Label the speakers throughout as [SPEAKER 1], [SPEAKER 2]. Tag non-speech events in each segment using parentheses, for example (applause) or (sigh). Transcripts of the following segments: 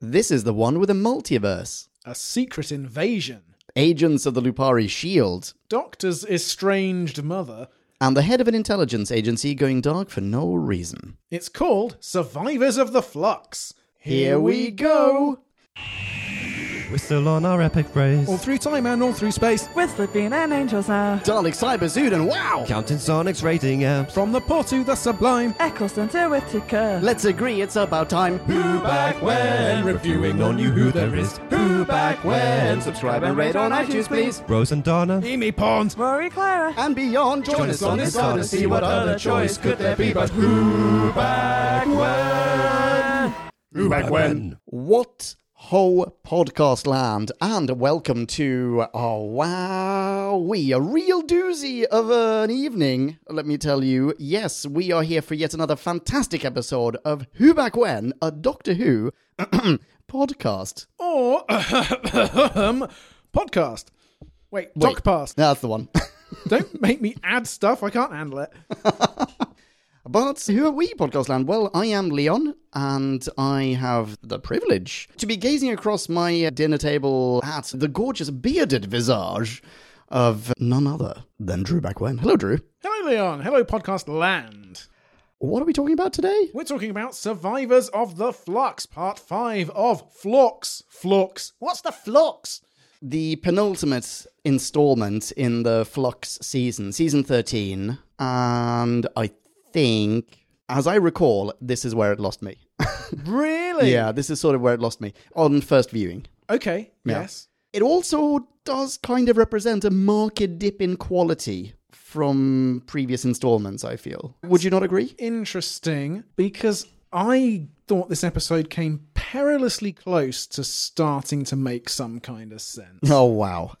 [SPEAKER 1] This is the one with a multiverse.
[SPEAKER 2] A secret invasion.
[SPEAKER 1] Agents of the Lupari Shield,
[SPEAKER 2] Doctor's estranged mother.
[SPEAKER 1] E and the head of an intelligence agency going dark for no reason.
[SPEAKER 2] It's called Survivors of the Flux.
[SPEAKER 1] Here we go.
[SPEAKER 3] We're still on our epic race.
[SPEAKER 2] All through time and all through space.
[SPEAKER 4] We're slipping and angels now.
[SPEAKER 1] Dalek Cyber Zood and wow!
[SPEAKER 3] Counting Sonic's rating apps.
[SPEAKER 2] From the poor to the sublime.
[SPEAKER 4] Eccleston to Whitaker.
[SPEAKER 1] Let's agree it's about time.
[SPEAKER 3] Who back when? Reviewing on you who there is. Who back when?
[SPEAKER 1] Subscribe and rate on iTunes, please.
[SPEAKER 3] Rose and Donna.
[SPEAKER 2] Amy Pond.
[SPEAKER 4] Rory Clara.
[SPEAKER 1] And beyond, join us on this odyssey. What other choice could there be but who back when? Who back when? What ho podcast land, and welcome to oh wow, we a real doozy of an evening. Let me tell you, yes, we are here for yet another fantastic episode of Who Back When, a Doctor Who (clears throat) podcast.
[SPEAKER 2] Or podcast. Wait,
[SPEAKER 1] Wait.
[SPEAKER 2] Doc Past.
[SPEAKER 1] That's the one. (laughs)
[SPEAKER 2] Don't make me add stuff. I can't handle it.
[SPEAKER 1] But who are we, Podcast Land? Well, I am Leon, and I have the privilege to be gazing across my dinner table at the gorgeous bearded visage of none other than Drew back when. Hello, Drew.
[SPEAKER 2] Hello, Leon. Hello, Podcast Land.
[SPEAKER 1] What are we talking about today?
[SPEAKER 2] We're talking about Survivors of the Flux, part five of Flux. Flux. What's the Flux?
[SPEAKER 1] The penultimate installment in the Flux season, season 13, and I think, as I recall, this is where it lost me.
[SPEAKER 2] Really?
[SPEAKER 1] yeah, this is sort of where it lost me on first viewing.
[SPEAKER 2] Okay. Yes.
[SPEAKER 1] It also does kind of represent a marked dip in quality from previous installments, I feel. Would you not agree?
[SPEAKER 2] Interesting because I thought this episode came perilously close to starting to make some kind of sense.
[SPEAKER 1] Oh, wow. (laughs)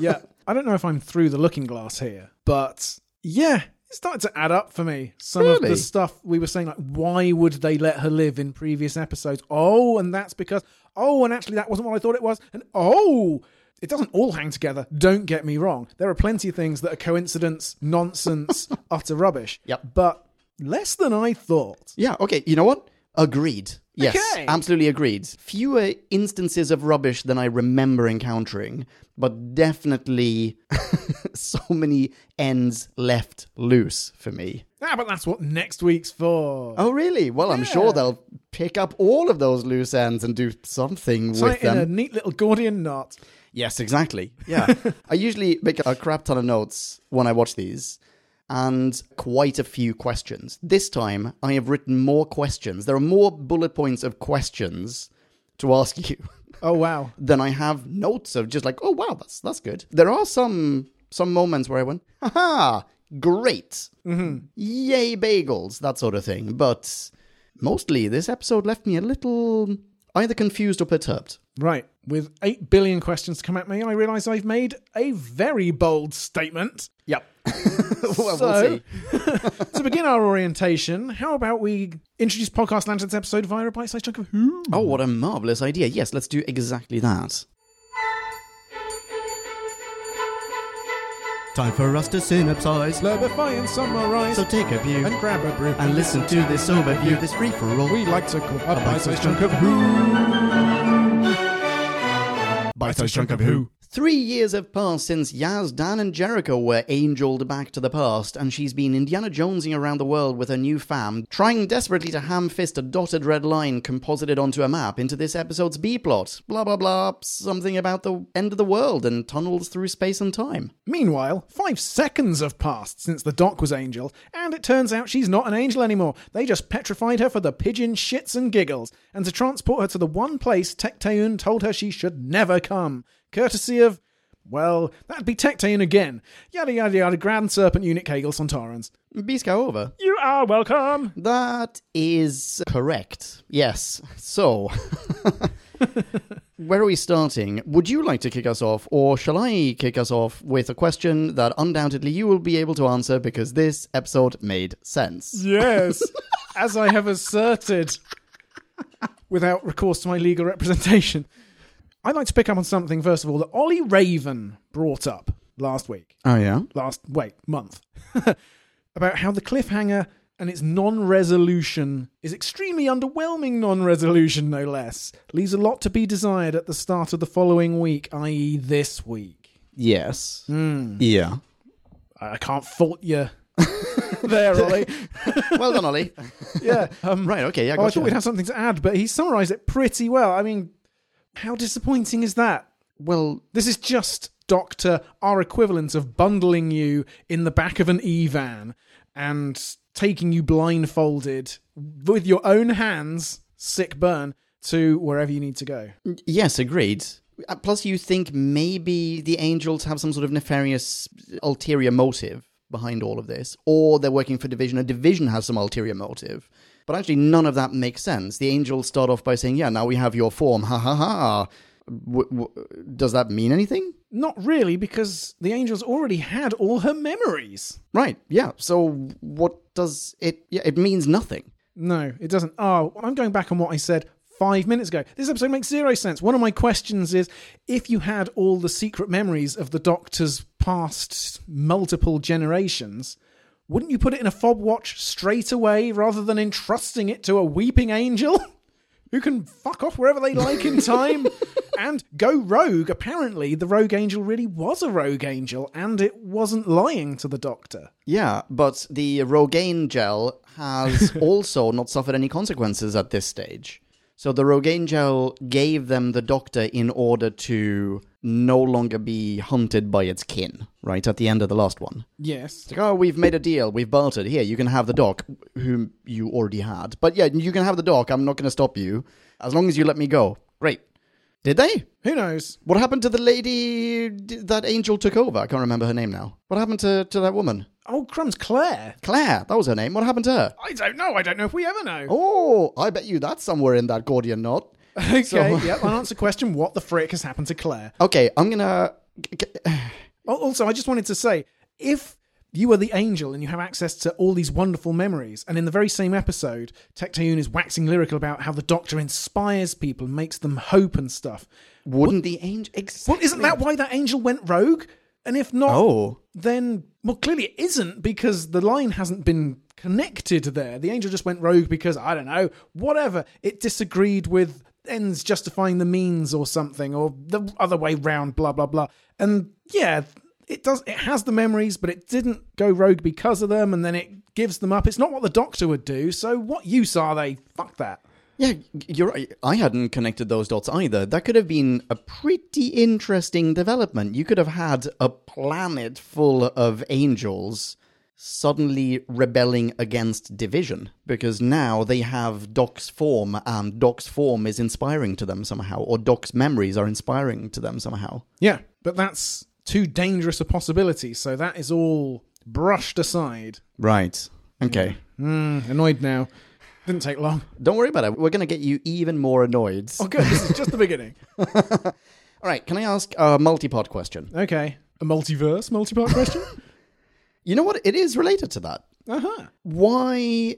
[SPEAKER 2] yeah. I don't know if I'm through the looking glass here, but yeah, it started to add up for me. Some of the
[SPEAKER 1] Really?
[SPEAKER 2] stuff we were saying, like, why would they let her live in previous episodes? Oh, and that's because, oh, and actually that wasn't what I thought it was. And oh, it doesn't all hang together. Don't get me wrong. There are plenty of things that are coincidence,
[SPEAKER 1] (laughs)
[SPEAKER 2] nonsense, utter rubbish.
[SPEAKER 1] Yep.
[SPEAKER 2] But less than I thought.
[SPEAKER 1] yeah, okay, you know what? Agreed. Yes,
[SPEAKER 2] Okay.
[SPEAKER 1] absolutely agreed. Fewer instances of rubbish than I remember encountering, but definitely (laughs) so many ends left loose for me.
[SPEAKER 2] Ah, but that's what next week's for.
[SPEAKER 1] Oh, really? Well, I'm sure they'll pick up all of those loose ends and do something
[SPEAKER 2] Tie
[SPEAKER 1] with
[SPEAKER 2] it in
[SPEAKER 1] them.
[SPEAKER 2] a neat little Gordian knot.
[SPEAKER 1] Yes, exactly. Yeah. (laughs) I usually make a crap ton of notes when I watch these and quite a few questions. This time I have written more questions. There are more bullet points of questions to ask you (laughs)
[SPEAKER 2] Oh, wow.
[SPEAKER 1] than I have notes of just like, oh wow, that's that's good. There are some some moments where I went, haha, great. Yay bagels, that sort of thing. But mostly this episode left me a little either confused or perturbed.
[SPEAKER 2] Right. With 8 billion questions to come at me, I realise I've made a very bold (laughs) statement.
[SPEAKER 1] Yep. (laughs) well, we'll
[SPEAKER 2] So-
[SPEAKER 1] see.
[SPEAKER 2] to begin our orientation, how about we introduce Podcast Land to this episode via a bite sized chunk of who?
[SPEAKER 1] Oh, what a marvelous idea. Yes, let's do exactly that. Time for us to synopsize.
[SPEAKER 2] Slurpify and summarise.
[SPEAKER 1] Oh, So take a view
[SPEAKER 2] and grab a brew.
[SPEAKER 1] and listen to this overview, this free for all.
[SPEAKER 2] we like to call a bite sized chunk of who. Bite sized chunk of who.
[SPEAKER 1] Three years have passed since Yaz, Dan, and Jericho were angeled back to the past, and she's been Indiana Jonesing around the world with her new fam, trying desperately to ham fist a dotted red line composited onto a map into this episode's B plot. Blah blah blah, something about the end of the world and tunnels through space and time.
[SPEAKER 2] Meanwhile, five seconds have passed since the doc was Angel, and it turns out she's not an angel anymore. They just petrified her for the pigeon shits and giggles, and to transport her to the one place Tecteun told her she should never come, courtesy of, well, that'd be Tecteun again. Yada yada yada, Grand Serpent Unit Kegel Santarans.
[SPEAKER 1] Beascow over.
[SPEAKER 2] You are welcome!
[SPEAKER 1] That is correct. Yes. So, (laughs) where are we starting? Would you like to kick us off, or shall I kick us off with a question that undoubtedly you will be able to answer because this episode made sense?
[SPEAKER 2] Yes, as I have asserted without recourse to my legal representation. I'd like to pick up on something, first of all, that Ollie Raven brought up last week,
[SPEAKER 1] Oh, yeah?
[SPEAKER 2] (laughs) last, wait, month, about how the cliffhanger and its non-resolution is extremely underwhelming non-resolution no less leaves a lot to be desired at the start of the following week i.e this week
[SPEAKER 1] Yes. Yeah.
[SPEAKER 2] i I can't fault you (laughs) there ollie
[SPEAKER 1] Well done, Ollie. (laughs)
[SPEAKER 2] yeah um,
[SPEAKER 1] right, okay, yeah,
[SPEAKER 2] oh, i
[SPEAKER 1] gotcha.
[SPEAKER 2] thought we'd have something to add but he summarized it pretty well i mean how disappointing is that
[SPEAKER 1] well,
[SPEAKER 2] This is just Doctor, our equivalent of bundling you in the back of an E van and taking you blindfolded with your own hands, sick burn, to wherever you need to go.
[SPEAKER 1] Yes, agreed. Uh, Plus, you think maybe the angels have some sort of nefarious ulterior motive behind all of this, or they're working for Division, and Division has some ulterior motive. But actually, none of that makes sense. The angels start off by saying, Yeah, now we have your form, ha ha ha. W- w- does that mean anything?
[SPEAKER 2] Not really, because the angel's already had all her memories.
[SPEAKER 1] Right, yeah. So, what does it. Yeah, it means nothing.
[SPEAKER 2] No, it doesn't. Oh, I'm going back on what I said five minutes ago. This episode makes zero sense. One of my questions is if you had all the secret memories of the Doctor's past multiple generations, wouldn't you put it in a fob watch straight away rather than entrusting it to a weeping angel (laughs) who can fuck off wherever they like in time and go rogue? Apparently, the rogue angel really was a rogue angel and it wasn't lying to the Doctor.
[SPEAKER 1] Yeah, but the Rogaine gel has also not suffered any consequences at this stage. So the Rogaine gel gave them the doctor in order to no longer be hunted by its kin, right? At the end of the last one.
[SPEAKER 2] Yes.
[SPEAKER 1] It's like, oh, we've made a deal. We've bartered. Here, you can have the doc, whom you already had. But yeah, you can have the doc. I'm not going to stop you. As long as you let me go. Great. Did they?
[SPEAKER 2] Who knows?
[SPEAKER 1] What happened to the lady d- that Angel took over? I can't remember her name now. What happened to, to that woman?
[SPEAKER 2] Oh, crumbs, Claire.
[SPEAKER 1] Claire, that was her name. What happened to her?
[SPEAKER 2] I don't know. I don't know if we ever know. (laughs)
[SPEAKER 1] Oh, I bet you that's somewhere in that Gordian knot.
[SPEAKER 2] okay,
[SPEAKER 1] So-
[SPEAKER 2] yep. Unanswered question: What the frick has happened to Claire?
[SPEAKER 1] Okay, I'm gonna.
[SPEAKER 2] Al- Also, I just wanted to say, if you are the angel and you have access to all these wonderful memories, and in the very same episode, Tectayun is waxing lyrical about how the Doctor inspires people, and makes them hope and stuff.
[SPEAKER 1] Wouldn't the angel? Exactly.
[SPEAKER 2] Well, isn't that why that angel went rogue? And if not,
[SPEAKER 1] Oh.
[SPEAKER 2] then well, clearly it isn't because the line hasn't been connected there. The angel just went rogue because I don't know, whatever. It disagreed with ends justifying the means or something, or the other way round. Blah blah blah. And yeah, it does. It has the memories, but it didn't go rogue because of them. And then it gives them up. It's not what the Doctor would do. So what use are they? Fuck that.
[SPEAKER 1] Yeah, you're. right. I hadn't connected those dots either. That could have been a pretty interesting development. You could have had a planet full of angels suddenly rebelling against division because now they have Doc's form, and Doc's form is inspiring to them somehow, or Doc's memories are inspiring to them somehow.
[SPEAKER 2] Yeah, but that's too dangerous a possibility. So that is all brushed aside.
[SPEAKER 1] Right. Okay.
[SPEAKER 2] Annoyed now. Didn't take long.
[SPEAKER 1] Don't worry about it. We're going to get you even more annoyed.
[SPEAKER 2] (laughs) Oh, good. This is just the beginning.
[SPEAKER 1] All right. Can I ask a multi part question?
[SPEAKER 2] Okay. A multiverse, multi-part question?
[SPEAKER 1] You know what? It is related to that.
[SPEAKER 2] Uh huh.
[SPEAKER 1] Why.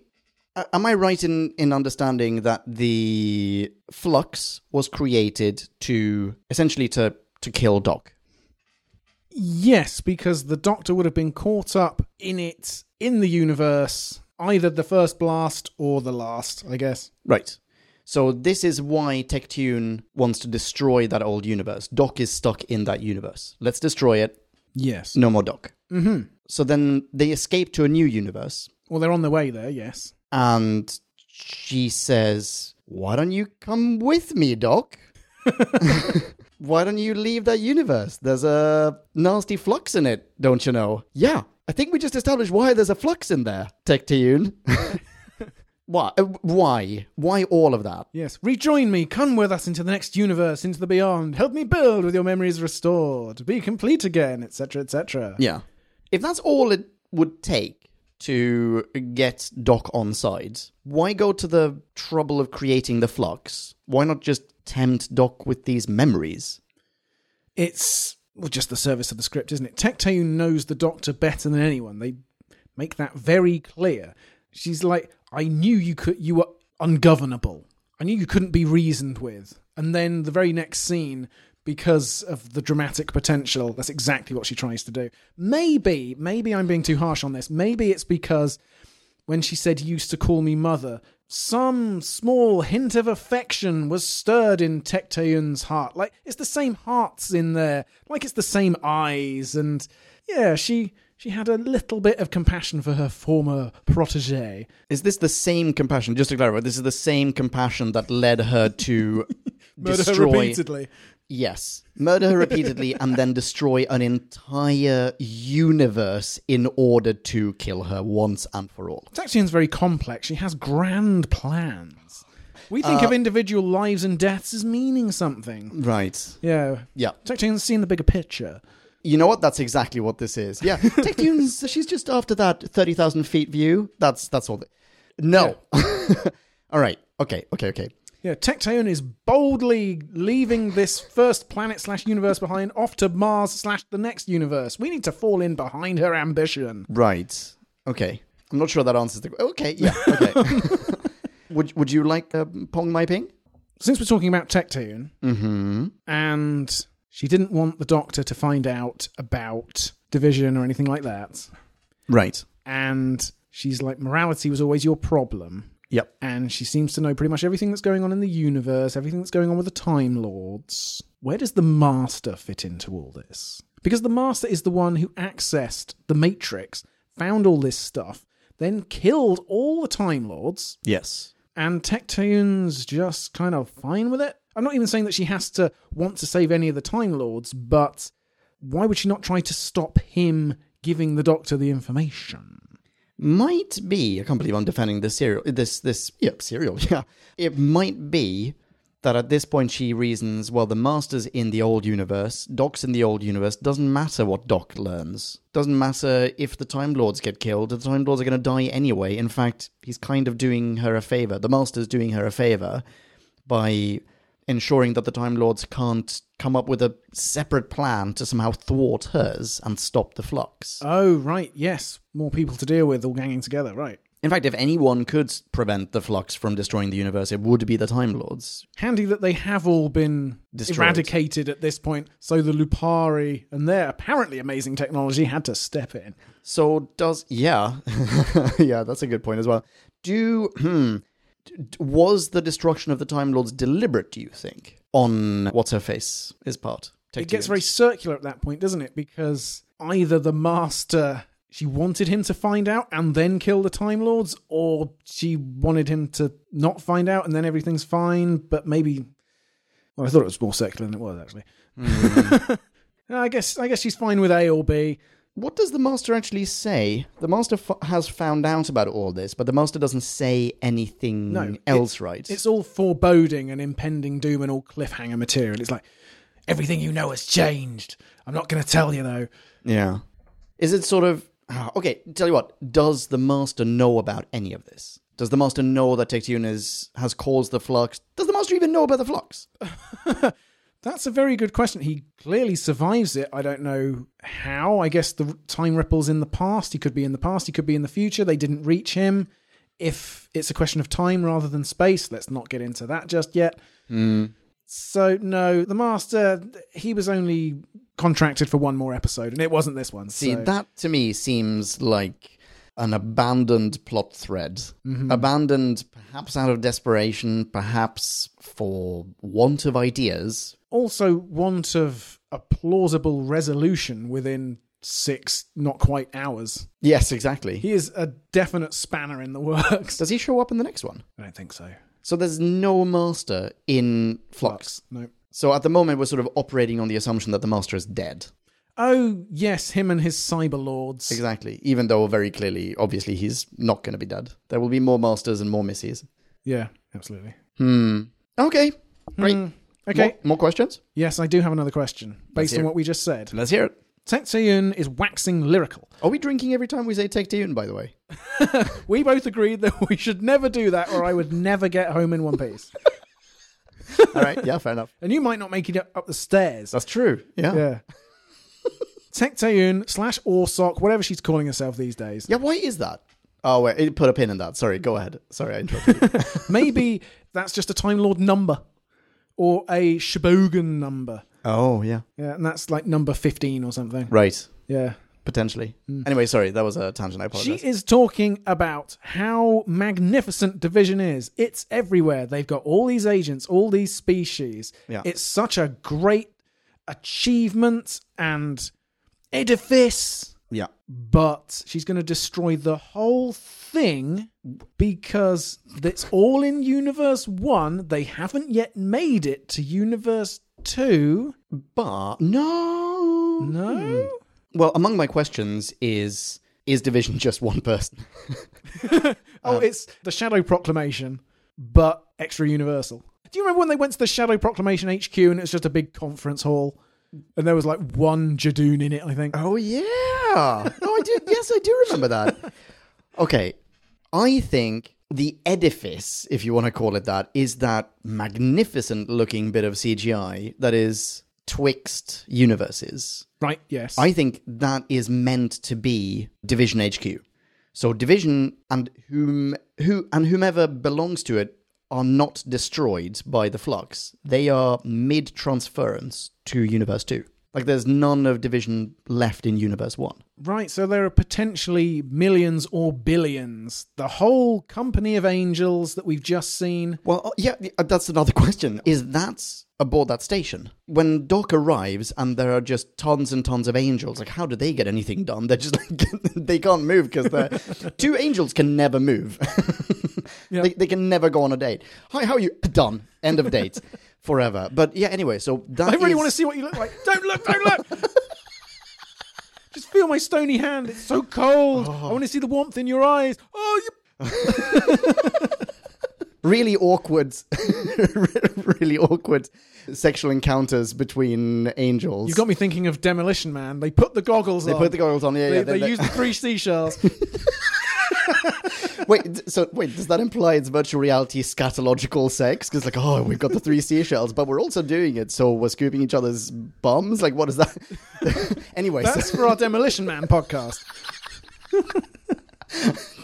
[SPEAKER 1] a- Am I right in, in understanding that the flux was created to essentially to, to kill Doc?
[SPEAKER 2] (laughs) Yes, because the Doctor would have been caught up in it in the universe, either the first blast or the last, I guess.
[SPEAKER 1] Right. So this is why Tectune wants to destroy that old universe. Doc is stuck in that universe. Let's destroy it.
[SPEAKER 2] Yes.
[SPEAKER 1] No more Doc. Mm-hmm. So then they escape to a new universe.
[SPEAKER 2] Well, they're on their way there, yes.
[SPEAKER 1] and she says, "Why don't you come with me, Doc? Why don't you leave that universe? There's a nasty flux in it, don't you know?" Yeah, I think we just established why there's a flux in there, Tectune. Why? uh, Why? Why all of that?
[SPEAKER 2] Yes. Rejoin me. Come with us into the next universe, into the beyond. Help me build with your memories restored. Be complete again, etc., etc.
[SPEAKER 1] Yeah. If that's all it would take to get Doc on side, why go to the trouble of creating the flux? Why not just tempt Doc with these memories?
[SPEAKER 2] it's well, just the service of the script, isn't it? Tectayun knows the Doctor better than anyone. They make that very clear. She's like, "I knew you could. You were ungovernable. I knew you couldn't be reasoned with." And then the very next scene, because of the dramatic potential, that's exactly what she tries to do. Maybe, maybe I'm being too harsh on this. Maybe it's because when she said you used to call me mother, some small hint of affection was stirred in Tecteun's heart. Like it's the same hearts in there, like it's the same eyes, and yeah, she she had a little bit of compassion for her former protege.
[SPEAKER 1] Is this the same compassion? Just to clarify, this is the same compassion that led her to
[SPEAKER 2] (laughs) Murder her
[SPEAKER 1] destroy.
[SPEAKER 2] repeatedly.
[SPEAKER 1] Yes, murder her repeatedly and then destroy an entire universe in order to kill her once and for all.
[SPEAKER 2] Taxian's very complex. She has grand plans. We think of individual lives and deaths as meaning something.
[SPEAKER 1] Right.
[SPEAKER 2] Yeah.
[SPEAKER 1] Yeah.
[SPEAKER 2] Taxian's seeing the bigger picture.
[SPEAKER 1] You know what? That's exactly what this is.
[SPEAKER 2] (laughs)
[SPEAKER 1] Yeah. Tech Dunes, she's just after that 30,000 feet view. That's that's all. The... No. (laughs) all right. Okay. Okay. Okay.
[SPEAKER 2] Yeah, Tectone is boldly leaving this first planet slash universe behind, off to Mars slash the next universe. We need to fall in behind her ambition.
[SPEAKER 1] Right. Okay. I'm not sure that answers the Okay. Yeah. Okay. (laughs) would would you like uh, Pong My Ping?
[SPEAKER 2] Since we're talking about Tectone, and she didn't want the Doctor to find out about division or anything like that,
[SPEAKER 1] Right.
[SPEAKER 2] and she's like, morality was always your problem.
[SPEAKER 1] Yep.
[SPEAKER 2] And she seems to know pretty much everything that's going on in the universe, everything that's going on with the Time Lords. Where does the Master fit into all this? Because the Master is the one who accessed the Matrix, found all this stuff, then killed all the Time Lords,
[SPEAKER 1] Yes.
[SPEAKER 2] and Tectoon's just kind of fine with it. I'm not even saying that she has to want to save any of the Time Lords, but why would she not try to stop him giving the Doctor the information?
[SPEAKER 1] Might be. I can't believe I'm defending this serial. This this yeah serial. (laughs) Yeah. It might be that at this point she reasons well the master's in the old universe, Doc's in the old universe. Doesn't matter what Doc learns. Doesn't matter if the Time Lords get killed. The Time Lords are going to die anyway. In fact, he's kind of doing her a favor. The master's doing her a favor by ensuring that the Time Lords can't come up with a separate plan to somehow thwart hers and stop the flux.
[SPEAKER 2] Oh, right, yes. More people to deal with, all ganging together, right.
[SPEAKER 1] In fact, if anyone could prevent the flux from destroying the universe, it would be the Time Lords.
[SPEAKER 2] Handy that they have all been
[SPEAKER 1] Destroyed.
[SPEAKER 2] eradicated at this point, so the Lupari and their apparently amazing technology had to step in.
[SPEAKER 1] So does yeah, (laughs) yeah, that's a good point as well. Do hmm, d- d- was the destruction of the Time Lords deliberate? Do you think on what's her face is part?
[SPEAKER 2] It gets
[SPEAKER 1] Tectonians.
[SPEAKER 2] very circular at that point, doesn't it? Because either the Master, she wanted him to find out and then kill the Time Lords, or she wanted him to not find out and then everything's fine, but maybe. Well, I thought it was more circular than it was, actually. (laughs) I guess I guess she's fine with A or B.
[SPEAKER 1] What does the Master actually say? The Master f- has found out about all this, but the Master doesn't say anything
[SPEAKER 2] No, it-
[SPEAKER 1] else, right?
[SPEAKER 2] It's all foreboding and impending doom and all cliffhanger material. It's like everything you know has changed. I'm not going to tell you though.
[SPEAKER 1] Yeah. Is it sort of ah, okay? Tell you what. Does the master know about any of this? Does the master know that Tectune is has caused the flux? Does the master even know about the flux?
[SPEAKER 2] That's a very good question. He clearly survives it. I don't know how. I guess the time ripples in the past. He could be in the past. He could be in the future. They didn't reach him. If it's a question of time rather than space, let's not get into that just yet. So no, the master he was only contracted for one more episode, and it wasn't this one.
[SPEAKER 1] See,
[SPEAKER 2] so.
[SPEAKER 1] that to me seems like an abandoned plot thread. Abandoned, perhaps out of desperation, perhaps for want of ideas.
[SPEAKER 2] also want of a plausible resolution within six not quite hours.
[SPEAKER 1] Yes, exactly.
[SPEAKER 2] He is a definite spanner in the (laughs) works.
[SPEAKER 1] Does he show up in the next one?
[SPEAKER 2] I don't think so.
[SPEAKER 1] So there's no master in flux.
[SPEAKER 2] No.
[SPEAKER 1] So at the moment, we're sort of operating on the assumption that the master is dead.
[SPEAKER 2] Oh yes, him and his cyber lords.
[SPEAKER 1] Exactly. Even though very clearly, obviously, he's not going to be dead. There will be more masters and more misses.
[SPEAKER 2] Yeah, absolutely.
[SPEAKER 1] Hmm. Okay. Great.
[SPEAKER 2] Okay.
[SPEAKER 1] More, more questions?
[SPEAKER 2] Yes, I do have another question
[SPEAKER 1] Let's
[SPEAKER 2] based
[SPEAKER 1] hear
[SPEAKER 2] on
[SPEAKER 1] it.
[SPEAKER 2] what we just said.
[SPEAKER 1] Let's hear it.
[SPEAKER 2] Tetsuyun is waxing lyrical.
[SPEAKER 1] Are we drinking every time we say take to by the way?
[SPEAKER 2] We both agreed that (laughs) we should never do that, or I would never get home in one piece.
[SPEAKER 1] All right. Yeah, fair enough.
[SPEAKER 2] and you might not make it up up the stairs.
[SPEAKER 1] That's true. Yeah. Yeah,
[SPEAKER 2] Yeah. Tectayun slash Orsoc, whatever she's calling herself these days.
[SPEAKER 1] why is that? Oh, wait. It put a pin in that. Sorry. Go ahead. Sorry, I interrupted you.
[SPEAKER 2] Maybe (laughs) that's just a Time Lord number or a Shibogan number.
[SPEAKER 1] (laughs) oh, yeah.
[SPEAKER 2] Yeah, and that's like number 15 or something.
[SPEAKER 1] Right.
[SPEAKER 2] Yeah.
[SPEAKER 1] potentially. Anyway, sorry, that was a tangent. I
[SPEAKER 2] She
[SPEAKER 1] apologize.
[SPEAKER 2] is talking about how magnificent Division is. It's everywhere. They've got all these agents, all these species.
[SPEAKER 1] Yeah.
[SPEAKER 2] It's such a great achievement and edifice.
[SPEAKER 1] yeah.
[SPEAKER 2] But she's going to destroy the whole thing because it's all in Universe 1. They haven't yet made it to Universe 2.
[SPEAKER 1] But no.
[SPEAKER 2] No?
[SPEAKER 1] Well, among my questions is is division (laughs) just one person?
[SPEAKER 2] Oh, it's the Shadow Proclamation, but extra universal. Do you remember when they went to the Shadow Proclamation HQ and it was just a big conference hall? And there was like one Jadoon in it, I think.
[SPEAKER 1] Oh yeah. No, I do. yes, I do remember that. Okay, I think the edifice, if you want to call it that, is that magnificent looking bit of CGI that is twixt universes.
[SPEAKER 2] Right, yes.
[SPEAKER 1] I think that is meant to be Division HQ. So Division and whom who and whomever belongs to it are not destroyed by the flux. They are mid transference to Universe Two. Like there's none of Division left in Universe One.
[SPEAKER 2] right, so there are potentially millions or billions. The whole company of angels that we've just seen.
[SPEAKER 1] Well, uh, yeah, uh, that's another (laughs) question. Is that aboard that station when Doc arrives and there are just tons and tons of angels? Like, how do they get anything done? (laughs) They're just like they can't move because
[SPEAKER 2] (laughs)
[SPEAKER 1] they're two angels can never move. (laughs) they, they can never go on a date. Hi, how are you? (laughs) Done. End of
[SPEAKER 2] (laughs)
[SPEAKER 1] date. Forever. But yeah, anyway. So that
[SPEAKER 2] I really
[SPEAKER 1] is-
[SPEAKER 2] want to see what you look like. Don't look, don't look! (laughs) just feel my stony hand. It's so cold. I want to see the warmth in your eyes. Oh, you
[SPEAKER 1] really awkward, (laughs) really awkward sexual encounters between angels.
[SPEAKER 2] You got me thinking of Demolition Man. They put the goggles
[SPEAKER 1] they
[SPEAKER 2] on.
[SPEAKER 1] put the goggles on. Yeah,
[SPEAKER 2] They,
[SPEAKER 1] yeah.
[SPEAKER 2] they use the (laughs) three seashells.
[SPEAKER 1] Wait, d- so wait, does that imply it's virtual reality scatological sex? Because like, oh, we've got the three seashells, but we're also doing it, so we're scooping each other's bums. Like, what is that? (laughs) anyway, so-
[SPEAKER 2] That's for our Demolition Man (laughs) podcast. it's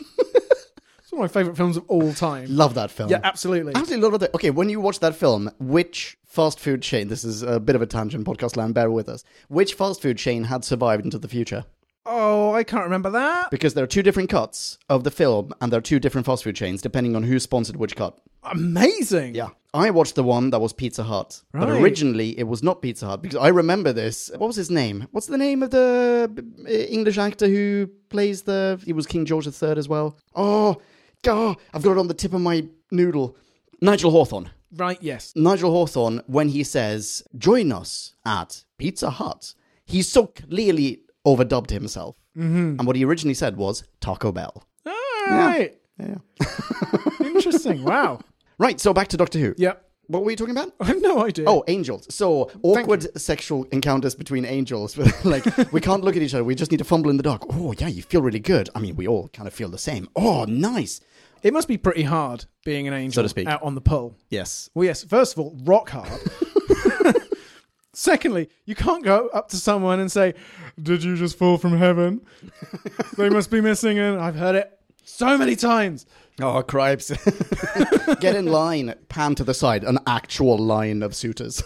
[SPEAKER 2] one of my favourite films of all time.
[SPEAKER 1] love that film.
[SPEAKER 2] Yeah, absolutely.
[SPEAKER 1] Absolutely love that. Okay, when you watch that film, which fast food chain? This is a bit of a tangent, podcast land. Bear with us. Which fast food chain had survived into the future?
[SPEAKER 2] Oh, I can't remember that.
[SPEAKER 1] Because there are two different cuts of the film, and there are two different fast food chains depending on who sponsored which cut.
[SPEAKER 2] Amazing.
[SPEAKER 1] Yeah. I watched the one that was Pizza Hut. But
[SPEAKER 2] Right.
[SPEAKER 1] originally it was not Pizza Hut because I remember this. What was his name? What's the name of the uh, English actor who plays the. He was King George III as well. Oh, God. I've got it on the tip of my noodle. Nigel Hawthorne.
[SPEAKER 2] Right, yes.
[SPEAKER 1] Nigel Hawthorne, when he says, join us at Pizza Hut, he so clearly overdubbed himself. Mm-hmm. And what he originally said was Taco Bell.
[SPEAKER 2] All right.
[SPEAKER 1] Yeah.
[SPEAKER 2] Interesting. Wow. (laughs)
[SPEAKER 1] Right, so back to Doctor Who.
[SPEAKER 2] Yep.
[SPEAKER 1] What were you talking about?
[SPEAKER 2] I have no idea.
[SPEAKER 1] Oh, angels. So awkward sexual encounters between angels. (laughs) like we can't look at each other. We just need to fumble in the dark. Oh yeah, you feel really good. I mean, we all kind of feel the same. Oh, nice.
[SPEAKER 2] It must be pretty hard being an angel
[SPEAKER 1] So to speak.
[SPEAKER 2] out on the pole.
[SPEAKER 1] Yes.
[SPEAKER 2] Well, yes, first of all, rock hard. (laughs) Secondly, you can't go up to someone and say, Did you just fall
[SPEAKER 1] (laughs)
[SPEAKER 2] from heaven? they must be missing and I've heard it so many times.
[SPEAKER 1] Oh, cripes. (laughs) Get in line. Pan to the side. An actual line of suitors.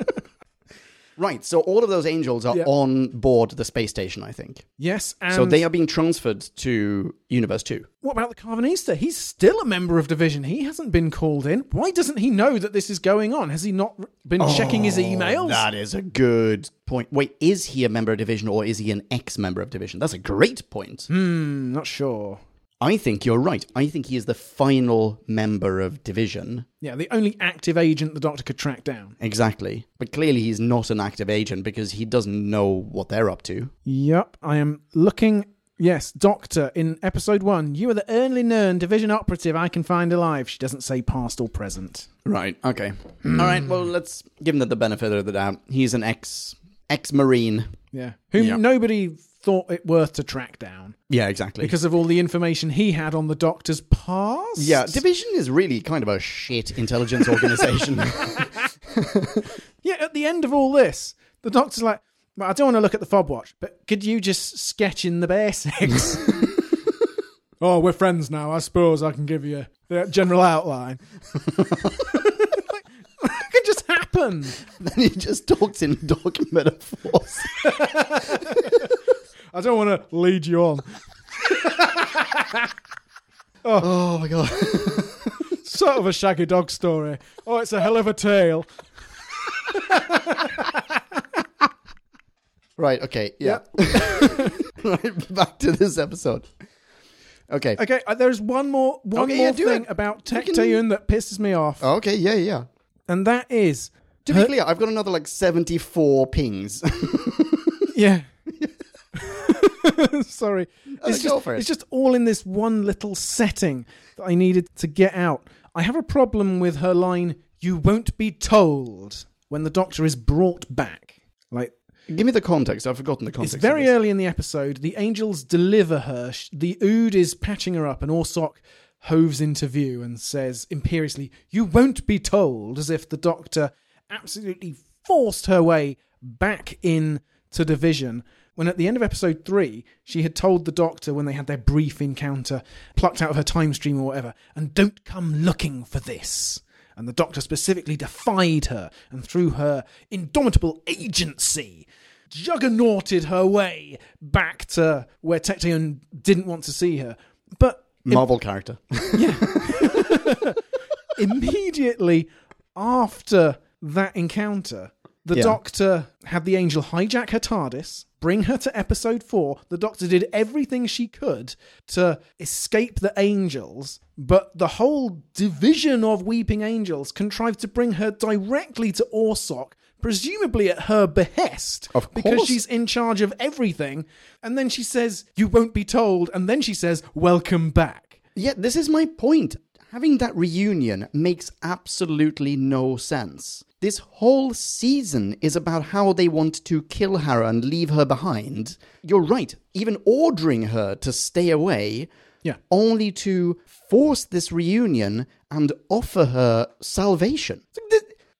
[SPEAKER 1] (laughs) right. So all of those angels are
[SPEAKER 2] Yeah.
[SPEAKER 1] on board the space station. I think.
[SPEAKER 2] Yes, and
[SPEAKER 1] So they are being transferred to Universe Two.
[SPEAKER 2] what about the Carvanista? He's still a member of Division. He hasn't been called in. Why doesn't he know that this is going on? Has he not r- been checking
[SPEAKER 1] Oh,
[SPEAKER 2] his emails?
[SPEAKER 1] That is a good point. Wait, is he a member of Division or is he an ex-member of Division? That's a great point.
[SPEAKER 2] I'm not sure.
[SPEAKER 1] I think you're right. I think he is the final member of Division.
[SPEAKER 2] Yeah, the only active agent the doctor could track down.
[SPEAKER 1] Exactly. But clearly he's not an active agent because he doesn't know what they're up to.
[SPEAKER 2] Yep, I am looking. Yes, Doctor, in episode one, you are the only known division operative I can find alive. She doesn't say past or present.
[SPEAKER 1] Right. Okay. Hmm. All right. Well, let's give him the benefit of the doubt. He's an ex ex-marine.
[SPEAKER 2] Yeah. Whom
[SPEAKER 1] Yeah.
[SPEAKER 2] nobody thought it worth to track down
[SPEAKER 1] Yeah, exactly.
[SPEAKER 2] because of all the information he had on the Doctor's past.
[SPEAKER 1] yeah, Division is really kind of a shit intelligence (laughs) organization.
[SPEAKER 2] yeah, at the end of all this, the Doctor's like, well, I don't want to look at the fob watch, but could you just sketch in the basics? (laughs) oh, we're friends now. I suppose I can give you the general outline. (laughs) like, that could just happen.
[SPEAKER 1] then he just talks in dog metaphors.
[SPEAKER 2] don't want to lead you on.
[SPEAKER 1] (laughs) Oh my god. (laughs)
[SPEAKER 2] Sort of a shaggy dog story. Oh, it's a hell of a tale.
[SPEAKER 1] Right, okay, yeah. (laughs) right, back to this episode. Okay.
[SPEAKER 2] Okay, uh, there's one more one
[SPEAKER 1] Okay,
[SPEAKER 2] more
[SPEAKER 1] yeah, do
[SPEAKER 2] thing
[SPEAKER 1] it.
[SPEAKER 2] about
[SPEAKER 1] You can- Oh.
[SPEAKER 2] Tectayun that pisses me off,
[SPEAKER 1] Okay, yeah, yeah.
[SPEAKER 2] and that is
[SPEAKER 1] To be
[SPEAKER 2] Huh?
[SPEAKER 1] clear, I've got another like 74 pings. (laughs)
[SPEAKER 2] yeah. (laughs) Sorry, it's
[SPEAKER 1] Uh, go
[SPEAKER 2] just
[SPEAKER 1] for it.
[SPEAKER 2] it's just all in this one little setting that I needed to get out. I have a problem with her line "You won't be told" when the Doctor is brought back. Like
[SPEAKER 1] Give me the context. I've forgotten the
[SPEAKER 2] It's
[SPEAKER 1] context.
[SPEAKER 2] very uh,
[SPEAKER 1] of
[SPEAKER 2] early in the episode. The angels deliver her. Sh- The Ood is patching her up, and Orsoc hoves into view and says imperiously, You won't be told, as if the doctor absolutely forced her way back in to division. When at the end of episode three, she had told the doctor when they had their brief encounter, plucked out of her time stream or whatever, and don't come looking for this. And the doctor specifically defied her and through her indomitable agency juggernauted her way back to where Tectaion didn't want to see her. But
[SPEAKER 1] this. Marvel character.
[SPEAKER 2] immediately after that encounter, the
[SPEAKER 1] Yeah.
[SPEAKER 2] doctor had the angel hijack her TARDIS, bring her to episode four. The doctor did everything she could to escape the angels, but the whole division of weeping angels contrived to bring her directly to Orsoc. Presumably at her behest,
[SPEAKER 1] Of
[SPEAKER 2] because
[SPEAKER 1] course.
[SPEAKER 2] she's in charge of everything. And then she says, "You won't be told." And then she says, "Welcome back."
[SPEAKER 1] yeah, this is my point. Having that reunion makes absolutely no sense. This whole season is about how they want to kill her and leave her behind. You're right. Even ordering her to stay away
[SPEAKER 2] Yeah.
[SPEAKER 1] only to force this reunion and offer her salvation.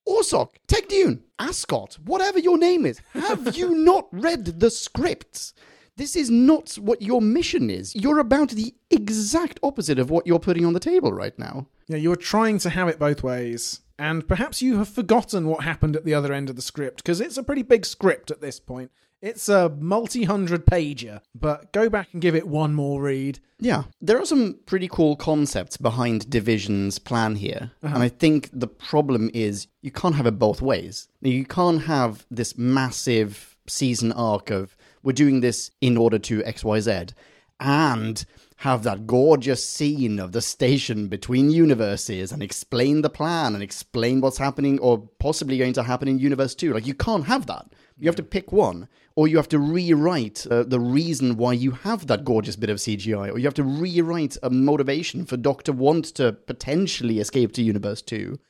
[SPEAKER 1] Orsok, Tech Dune, Ascot, whatever your name is, have you (laughs) not read the scripts? This is not what your mission is. You're about the exact opposite of what you're putting on the table right now.
[SPEAKER 2] Yeah, you were trying to have it both ways. And perhaps you have forgotten what happened at the other end of the script, because it's a pretty big script at this point. It's a multi hundred pager, but go back and give it one more read.
[SPEAKER 1] Yeah, there are some pretty cool concepts behind Division's plan here. And I think the problem is you can't have it both ways. You can't have this massive season arc of we're doing this in order to XYZ and have that gorgeous scene of the station between universes and explain the plan and explain what's happening or possibly going to happen in universe 2 like you can't have that you have to pick one, or you have to rewrite uh, the reason why you have that gorgeous bit of CGI, or you have to rewrite a motivation for Doctor Want to potentially escape to Universe 2.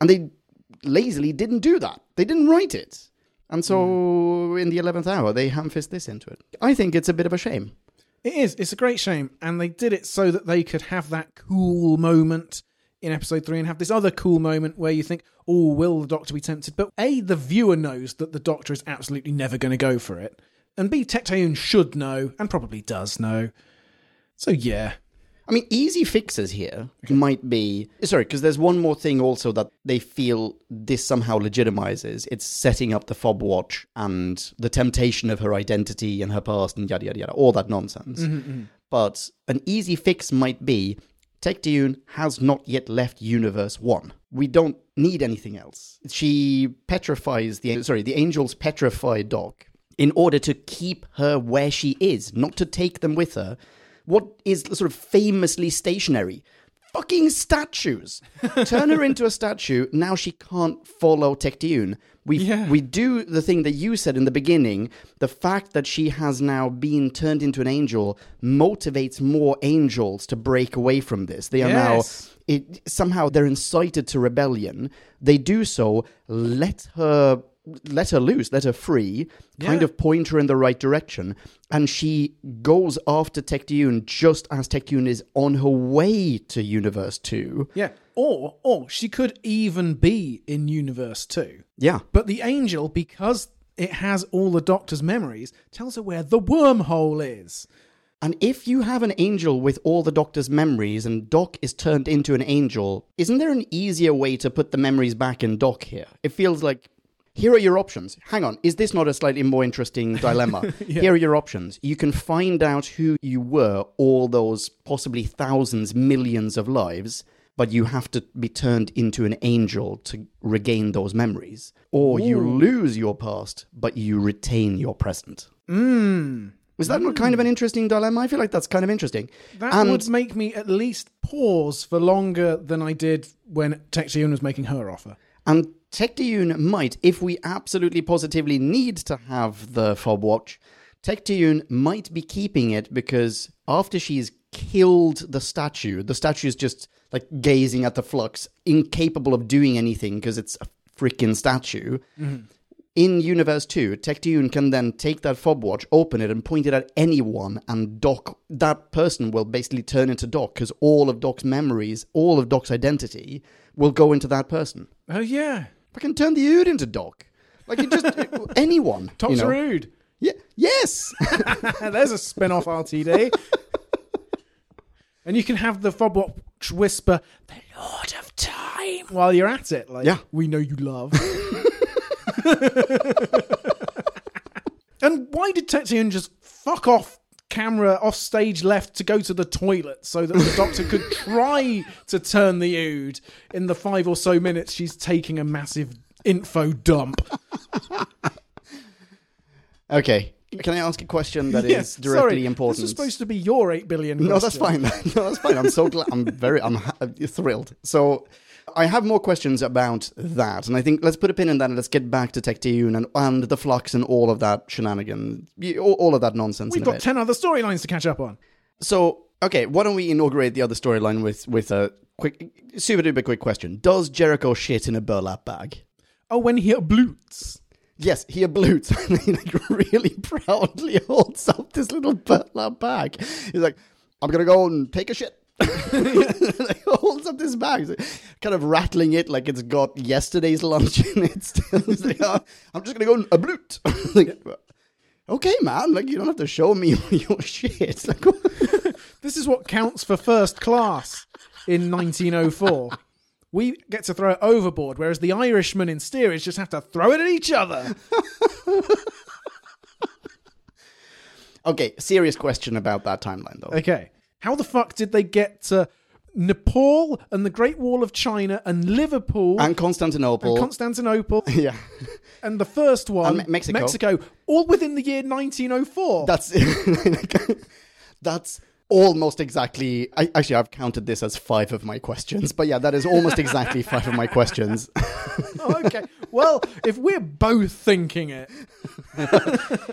[SPEAKER 1] And they lazily didn't do that. They didn't write it. And so in the 11th hour, they ham fist this into it. I think it's a bit of a shame.
[SPEAKER 2] It is. It's a great shame. And they did it so that they could have that cool moment in episode three and have this other cool moment where you think, oh, will the doctor be tempted? But A, the viewer knows that the doctor is absolutely never going to go for it. And B, Tectayun should know and probably does know. So, yeah.
[SPEAKER 1] I mean, easy fixes here might be sorry because there's one more thing also that they feel this somehow legitimizes. It's setting up the fob watch and the temptation of her identity and her past and yada yada yada, all that nonsense. But an easy fix might be Tech Dune has not yet left Universe One. We don't need anything else. She petrifies the sorry the angels petrify Doc in order to keep her where she is, not to take them with her. What is sort of famously stationary? Fucking statues. Turn her into a statue. Now she can't follow Tectiune. We
[SPEAKER 2] Yeah.
[SPEAKER 1] we do the thing that you said in the beginning. The fact that she has now been turned into an angel motivates more angels to break away from this. They are
[SPEAKER 2] Yes.
[SPEAKER 1] now it somehow they're incited to rebellion. They do so. Let her let her loose, let her free, kind
[SPEAKER 2] Yeah.
[SPEAKER 1] of point her in the right direction. And she goes after Tectune just as Tectune is on her way to Universe 2.
[SPEAKER 2] Yeah. Or or she could even be in Universe 2.
[SPEAKER 1] Yeah.
[SPEAKER 2] But the angel, because it has all the doctor's memories, tells her where the wormhole is.
[SPEAKER 1] And if you have an angel with all the Doctor's memories and Doc is turned into an angel, isn't there an easier way to put the memories back in Doc here? It feels like Here are your options. Hang on, is this not a slightly more interesting dilemma? Here are your options. You can find out who you were all those possibly thousands, millions of lives, but you have to be turned into an angel to regain those memories. Or you lose your past, but you retain your present. Was that not kind of an interesting dilemma? I feel like that's kind of interesting.
[SPEAKER 2] Hmm. That
[SPEAKER 1] and
[SPEAKER 2] would make me at least pause for longer than I did when Tectayun was making her offer.
[SPEAKER 1] And Tectayun might, if we absolutely positively need to have the fob watch, Tectayun might be keeping it because after she's killed the statue, the statue is just like gazing at the flux, incapable of doing anything because it's a freaking statue. In Universe 2, Tectayun can then take that fob watch, open it, and point it at anyone, and Doc, that person will basically turn into Doc because all of Doc's memories, all of Doc's identity will go into that person.
[SPEAKER 2] Oh yeah,
[SPEAKER 1] Fucking turn the Ood into Doc. Like you just
[SPEAKER 2] (laughs)
[SPEAKER 1] anyone.
[SPEAKER 2] Tops
[SPEAKER 1] you know.
[SPEAKER 2] rude.
[SPEAKER 1] Yeah. Yes. (laughs)
[SPEAKER 2] (laughs) There's a spin-off RTD. and you can have the fob watch whisper, "The Lord of Time," while you're at it. Like,
[SPEAKER 1] Yeah.
[SPEAKER 2] we know you love. (laughs) and why did Tetian just fuck off? Camera off stage left to go to the toilet so that the
[SPEAKER 1] (laughs)
[SPEAKER 2] doctor could try to turn the ood in the five or so minutes she's taking a massive info dump.
[SPEAKER 1] okay. Can I ask a question that is
[SPEAKER 2] (laughs) Yeah,
[SPEAKER 1] directly
[SPEAKER 2] sorry,
[SPEAKER 1] important?
[SPEAKER 2] This is supposed to be your eight billion.
[SPEAKER 1] no, that's fine.
[SPEAKER 2] question.
[SPEAKER 1] (laughs) no, that's fine. I'm so glad. I'm very. I'm ha- (laughs) thrilled. So. I have more questions about that, and I think let's put a pin in that and let's get back to Tectayun and, and the flux and all of that shenanigan, y- all, all of that nonsense.
[SPEAKER 2] We've
[SPEAKER 1] in a
[SPEAKER 2] got
[SPEAKER 1] bit.
[SPEAKER 2] ten other storylines to catch up on.
[SPEAKER 1] So, okay, why don't we inaugurate the other storyline with with a quick, super duper quick question? Does Jericho shit in a burlap bag?
[SPEAKER 2] Oh, when he blutes.
[SPEAKER 1] Yes, he ablutes (laughs) and he like really proudly holds up this little burlap bag. He's like, I'm gonna go and take a shit. (laughs) like, holds up this bag, He's like, kind of rattling it like it's got yesterday's lunch in it. Still, (laughs) He's like, "Oh, I'm just gonna go and ablute. (laughs) like, okay, man, like you don't have to show me (laughs) your shit. (laughs) Like,
[SPEAKER 2] This is what counts for first class in 1904. We get to throw it overboard, whereas the Irishmen in steerage just have to throw it at
[SPEAKER 1] (laughs)
[SPEAKER 2] each other.
[SPEAKER 1] okay, serious question about that timeline though.
[SPEAKER 2] Okay. How the fuck did they get to Nepal and the Great Wall of China and Liverpool and,
[SPEAKER 1] and Constantinople,
[SPEAKER 2] Constantinople
[SPEAKER 1] (laughs) yeah,
[SPEAKER 2] and the first one,
[SPEAKER 1] And Me- Mexico.
[SPEAKER 2] all within the year 1904?
[SPEAKER 1] that's (laughs) that's almost exactly. I, actually, I've counted this as five of my questions, but yeah, that is almost exactly five of my questions. (laughs)
[SPEAKER 2] Oh, okay. Well, if we're both thinking it,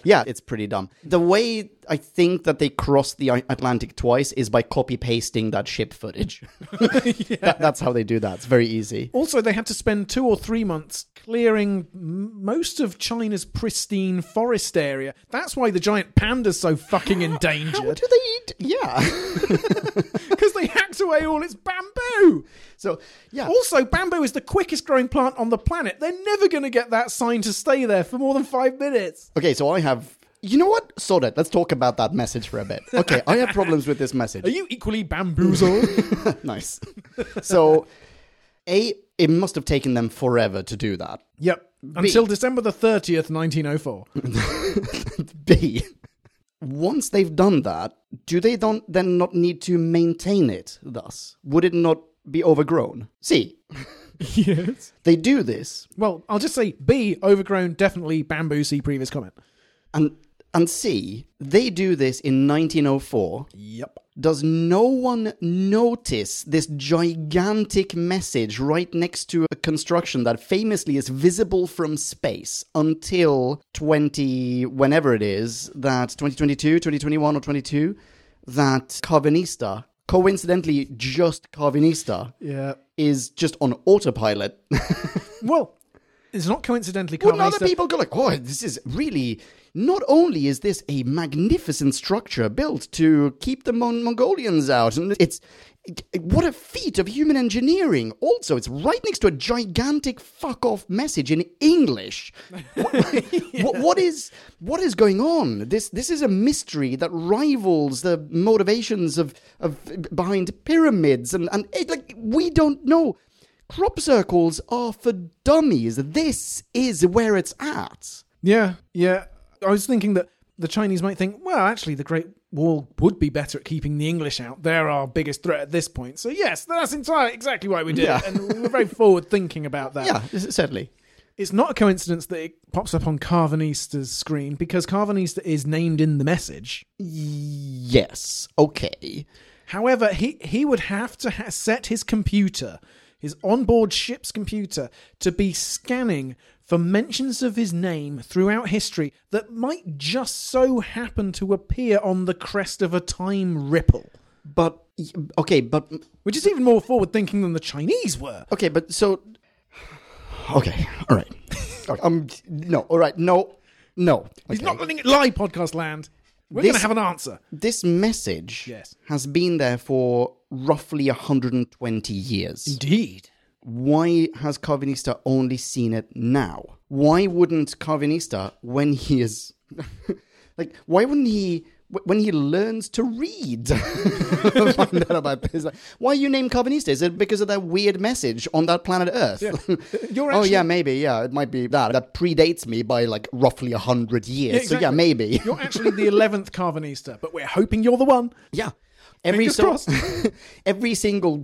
[SPEAKER 1] yeah, it's pretty dumb. The way I think that they crossed the I- Atlantic twice is by copy pasting that ship footage. (laughs) That- that's how they do that. It's very easy.
[SPEAKER 2] Also, they had to spend two or three months clearing m- most of China's pristine forest area. That's why the giant panda's
[SPEAKER 1] (laughs)
[SPEAKER 2] so fucking endangered.
[SPEAKER 1] Do they eat? Yeah. (laughs)
[SPEAKER 2] Because they hacked away all its bamboo.
[SPEAKER 1] so yeah.
[SPEAKER 2] Also, bamboo is the quickest growing plant on the planet. They're never going to get that sign to stay there for more than five minutes.
[SPEAKER 1] Okay, so I have. You know what? Sod it. Let's talk about that message for a bit. Okay, I have problems with this message.
[SPEAKER 2] Are you
[SPEAKER 1] (laughs)
[SPEAKER 2] equally bamboozled?
[SPEAKER 1] nice. So, A, it must have taken them forever to do that.
[SPEAKER 2] yep. Until December the 30th,
[SPEAKER 1] (laughs)
[SPEAKER 2] 1904.
[SPEAKER 1] B, once they've done that, do they don't then not need to maintain it thus? Would it not be overgrown? C,
[SPEAKER 2] yes.
[SPEAKER 1] they do this,
[SPEAKER 2] Well, I'll just say B, overgrown, definitely bamboo. See previous comment.
[SPEAKER 1] and, and C, they do this in 1904.
[SPEAKER 2] Yep.
[SPEAKER 1] Does no one notice this gigantic message right next to a construction that famously is visible from space until 20, whenever it is, that 2022, 2021, or 22, that Carvinista, coincidentally just Carvinista,
[SPEAKER 2] Yeah.
[SPEAKER 1] is just on autopilot? (laughs)
[SPEAKER 2] Well, it's not coincidentally
[SPEAKER 1] Wouldn't
[SPEAKER 2] Carl
[SPEAKER 1] other
[SPEAKER 2] Maester-
[SPEAKER 1] people go like, oh, this is really. Not only is this a magnificent structure built to keep the Mon- Mongolians out, and it's. What a feat of human engineering! Also, it's right next to a gigantic fuck off message in English. What, what is what is going on? This this is a mystery that rivals the motivations of of behind pyramids and and it, like we eh, don't know. crop circles are for dummies. This is where it's at.
[SPEAKER 2] Yeah, yeah. I was thinking that the Chinese might think, well, actually, the Great Wall would be better at keeping the English out. They're our biggest threat at this point. So, yes, that's entirely exactly why we did
[SPEAKER 1] Yeah.
[SPEAKER 2] it. And we're very forward thinking about that.
[SPEAKER 1] Yeah, c- certainly.
[SPEAKER 2] It's not a coincidence that it pops up on Carvanesta's screen because Carvanesta is named in the message.
[SPEAKER 1] Yes. Okay.
[SPEAKER 2] However, he, he would have to ha- set his computer, his onboard ship's computer, to be scanning for mentions of his name throughout history that might just so happen to appear on the crest of a time ripple.
[SPEAKER 1] But okay, but
[SPEAKER 2] Which is even more forward thinking than the Chinese were.
[SPEAKER 1] okay, but so okay. All right. (laughs) Okay, um no, all right. No. No.
[SPEAKER 2] He's
[SPEAKER 1] Okay.
[SPEAKER 2] not letting it lie, podcast land. We're
[SPEAKER 1] This-
[SPEAKER 2] going to have an answer.
[SPEAKER 1] this message
[SPEAKER 2] Yes.
[SPEAKER 1] has been there for roughly 120 years.
[SPEAKER 2] Indeed.
[SPEAKER 1] Why has Carvinista only seen it now? Why wouldn't Carvinista, when he is (laughs) like, why wouldn't he? wh- When he learns to read, (laughs) find out about this. Like, Why you name Carvinista? Is it because of that weird message on that planet Earth? (laughs)
[SPEAKER 2] You're
[SPEAKER 1] oh
[SPEAKER 2] actually-
[SPEAKER 1] yeah, maybe yeah. It might be that that predates me by like roughly hundred years. So yeah,
[SPEAKER 2] exactly.
[SPEAKER 1] maybe.
[SPEAKER 2] You're actually the 11th Carvanista, but we're hoping you're the one.
[SPEAKER 1] Yeah. Every
[SPEAKER 2] Fingers crossed.
[SPEAKER 1] (laughs) every single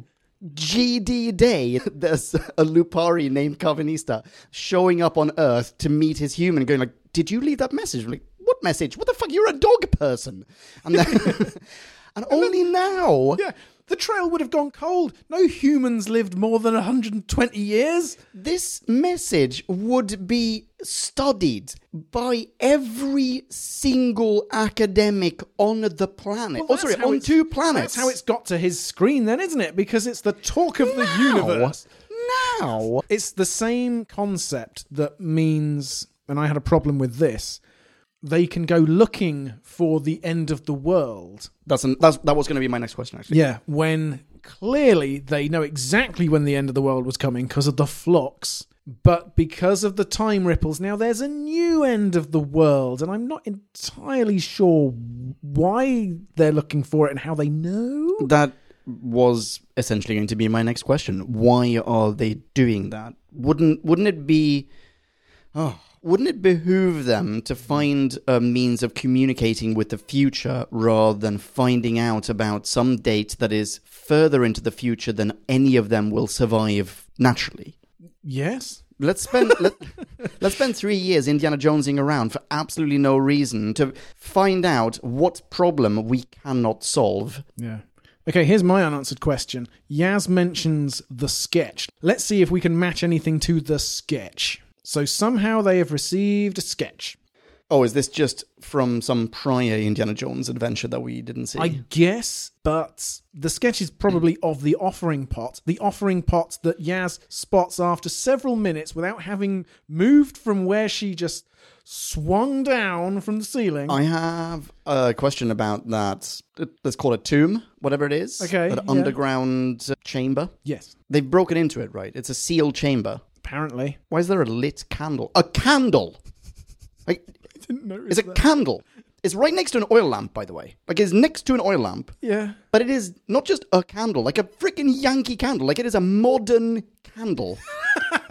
[SPEAKER 1] GD day, there's a Lupari named Carvanista showing up on Earth to meet his human, going like, "Did you leave that message?" I'm like, "What message? What the fuck? You're a dog person." And then, (laughs) and only now,
[SPEAKER 2] Yeah, the trail would have gone cold. No humans lived more than 120 years.
[SPEAKER 1] this message would be studied by every single academic on the planet. oh,
[SPEAKER 2] That's
[SPEAKER 1] sorry,
[SPEAKER 2] how
[SPEAKER 1] on
[SPEAKER 2] it's-
[SPEAKER 1] two planets.
[SPEAKER 2] That's how it's got to his screen, then, isn't it? Because it's the talk of the
[SPEAKER 1] Now.
[SPEAKER 2] universe.
[SPEAKER 1] now.
[SPEAKER 2] It's the same concept that means, and I had a problem with this. They can go looking for the end of the world.
[SPEAKER 1] That's, an, that's that was going to be my next question actually.
[SPEAKER 2] Yeah, when clearly they know exactly when the end of the world was coming because of the flocks, but because of the time ripples, now there's a new end of the world, and I'm not entirely sure why they're looking for it and how they know.
[SPEAKER 1] That was essentially going to be my next question. Why are they doing that? Wouldn't wouldn't it be oh, wouldn't it behoove them to find a means of communicating with the future rather than finding out about some date that is further into the future than any of them will survive naturally?
[SPEAKER 2] Yes.
[SPEAKER 1] Let's spend let, let's spend three years Indiana Jonesing around for absolutely no reason to find out what problem we cannot solve.
[SPEAKER 2] Yeah. Okay, here's my unanswered question. Yaz mentions the sketch. Let's see if we can match anything to the sketch. So somehow they have received a sketch.
[SPEAKER 1] Oh, is this just from some prior Indiana Jones adventure that we didn't see?
[SPEAKER 2] I guess, but the sketch
[SPEAKER 1] (clears throat)
[SPEAKER 2] is probably of the offering pot. The offering pot that Yaz spots after several minutes without having moved from where she just swung down from the ceiling.
[SPEAKER 1] I have a question about that. Let's call it tomb, whatever it is.
[SPEAKER 2] Okay,
[SPEAKER 1] That
[SPEAKER 2] yeah.
[SPEAKER 1] underground uh, chamber.
[SPEAKER 2] yes,
[SPEAKER 1] They've broken into it, right? It's a sealed chamber.
[SPEAKER 2] apparently.
[SPEAKER 1] Why is there a lit candle? A candle! Like, it's a candle. It's right next to an oil lamp, by the way. Like, it's next to an oil lamp.
[SPEAKER 2] Yeah.
[SPEAKER 1] But it is not just a candle, like a freaking Yankee candle. Like, it is a modern candle.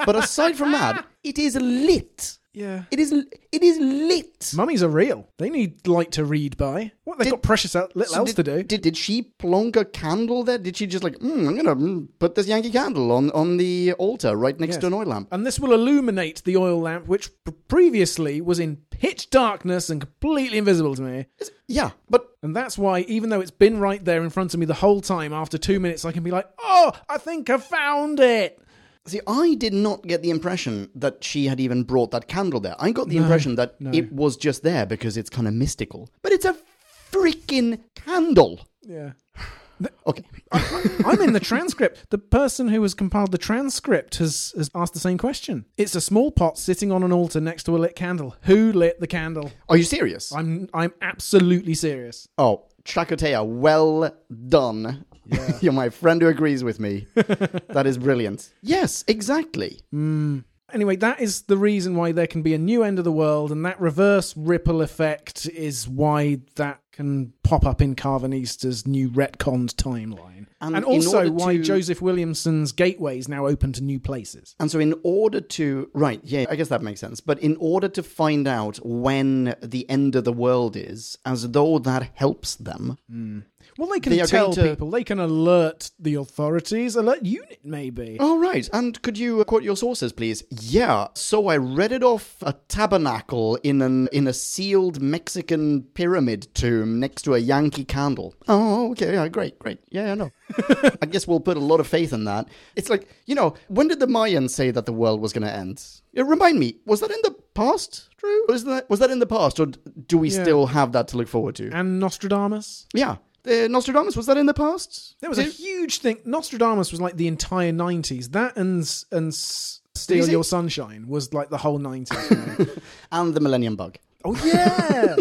[SPEAKER 1] but aside from that, it is lit.
[SPEAKER 2] Yeah.
[SPEAKER 1] It is it is lit.
[SPEAKER 2] Mummies are real. They need light to read by. What they've got precious out, little
[SPEAKER 1] So
[SPEAKER 2] else
[SPEAKER 1] did,
[SPEAKER 2] to do.
[SPEAKER 1] Did, did she plonk a candle there? Did she just like, mm, I'm gonna mm, put this Yankee candle on on the altar right next
[SPEAKER 2] Yes.
[SPEAKER 1] to an oil lamp?
[SPEAKER 2] and this will illuminate the oil lamp, which p- previously was in pitch darkness and completely invisible to me.
[SPEAKER 1] It's- yeah, but
[SPEAKER 2] And that's why, even though it's been right there in front of me the whole time, after two minutes, I can be like, oh, I think I found it.
[SPEAKER 1] see, I did not get the impression that she had even brought that candle there. I got the impression that it was just there because it's kind of mystical. But it's a freaking candle.
[SPEAKER 2] Yeah.
[SPEAKER 1] Okay,
[SPEAKER 2] I'm in the transcript. The person who has compiled the transcript has, has asked the same question. It's a small pot sitting on an altar next to a lit candle. Who lit the candle?
[SPEAKER 1] are you serious?
[SPEAKER 2] I'm I'm absolutely serious.
[SPEAKER 1] Oh, Chakotea, well done. (laughs) You're my friend who agrees with me. that is brilliant. Yes, exactly.
[SPEAKER 2] Anyway, that is the reason why there can be a new end of the world, and that reverse ripple effect is why that can pop up in Carvanista's new retconned timeline.
[SPEAKER 1] And Um, in
[SPEAKER 2] And, also
[SPEAKER 1] order
[SPEAKER 2] why
[SPEAKER 1] to-
[SPEAKER 2] Joseph Williamson's gateway is now open to new places.
[SPEAKER 1] And so, in order to, right, yeah, I guess that makes sense. But in order to find out when the end of the world is, as though that helps them,
[SPEAKER 2] Well, they can
[SPEAKER 1] They are
[SPEAKER 2] tell
[SPEAKER 1] going to-
[SPEAKER 2] people, they can alert the authorities, alert UNIT maybe.
[SPEAKER 1] Oh, right. And could you uh, quote your sources, please? Yeah. So I read it off a tabernacle in an in a sealed Mexican pyramid tomb next to a Yankee candle. Oh, okay. Yeah, great, great. Yeah,
[SPEAKER 2] (laughs)
[SPEAKER 1] I know. I guess we'll put a lot of faith in that. It's like, you know, when did the Mayans say that the world was going to end? Yeah, Remind me, was that in the past, Drew? Was that, was that in the past, or d- do we
[SPEAKER 2] Yeah.
[SPEAKER 1] still have that to look forward to?
[SPEAKER 2] And Nostradamus?
[SPEAKER 1] yeah. Uh, Nostradamus, was that in the past?
[SPEAKER 2] There was a
[SPEAKER 1] Did-
[SPEAKER 2] huge thing. Nostradamus was like the entire nineties. That and s- and s- steal
[SPEAKER 1] Is it-
[SPEAKER 2] your sunshine was like the
[SPEAKER 1] (laughs)
[SPEAKER 2] whole nineties.
[SPEAKER 1] and the Millennium Bug.
[SPEAKER 2] oh yeah.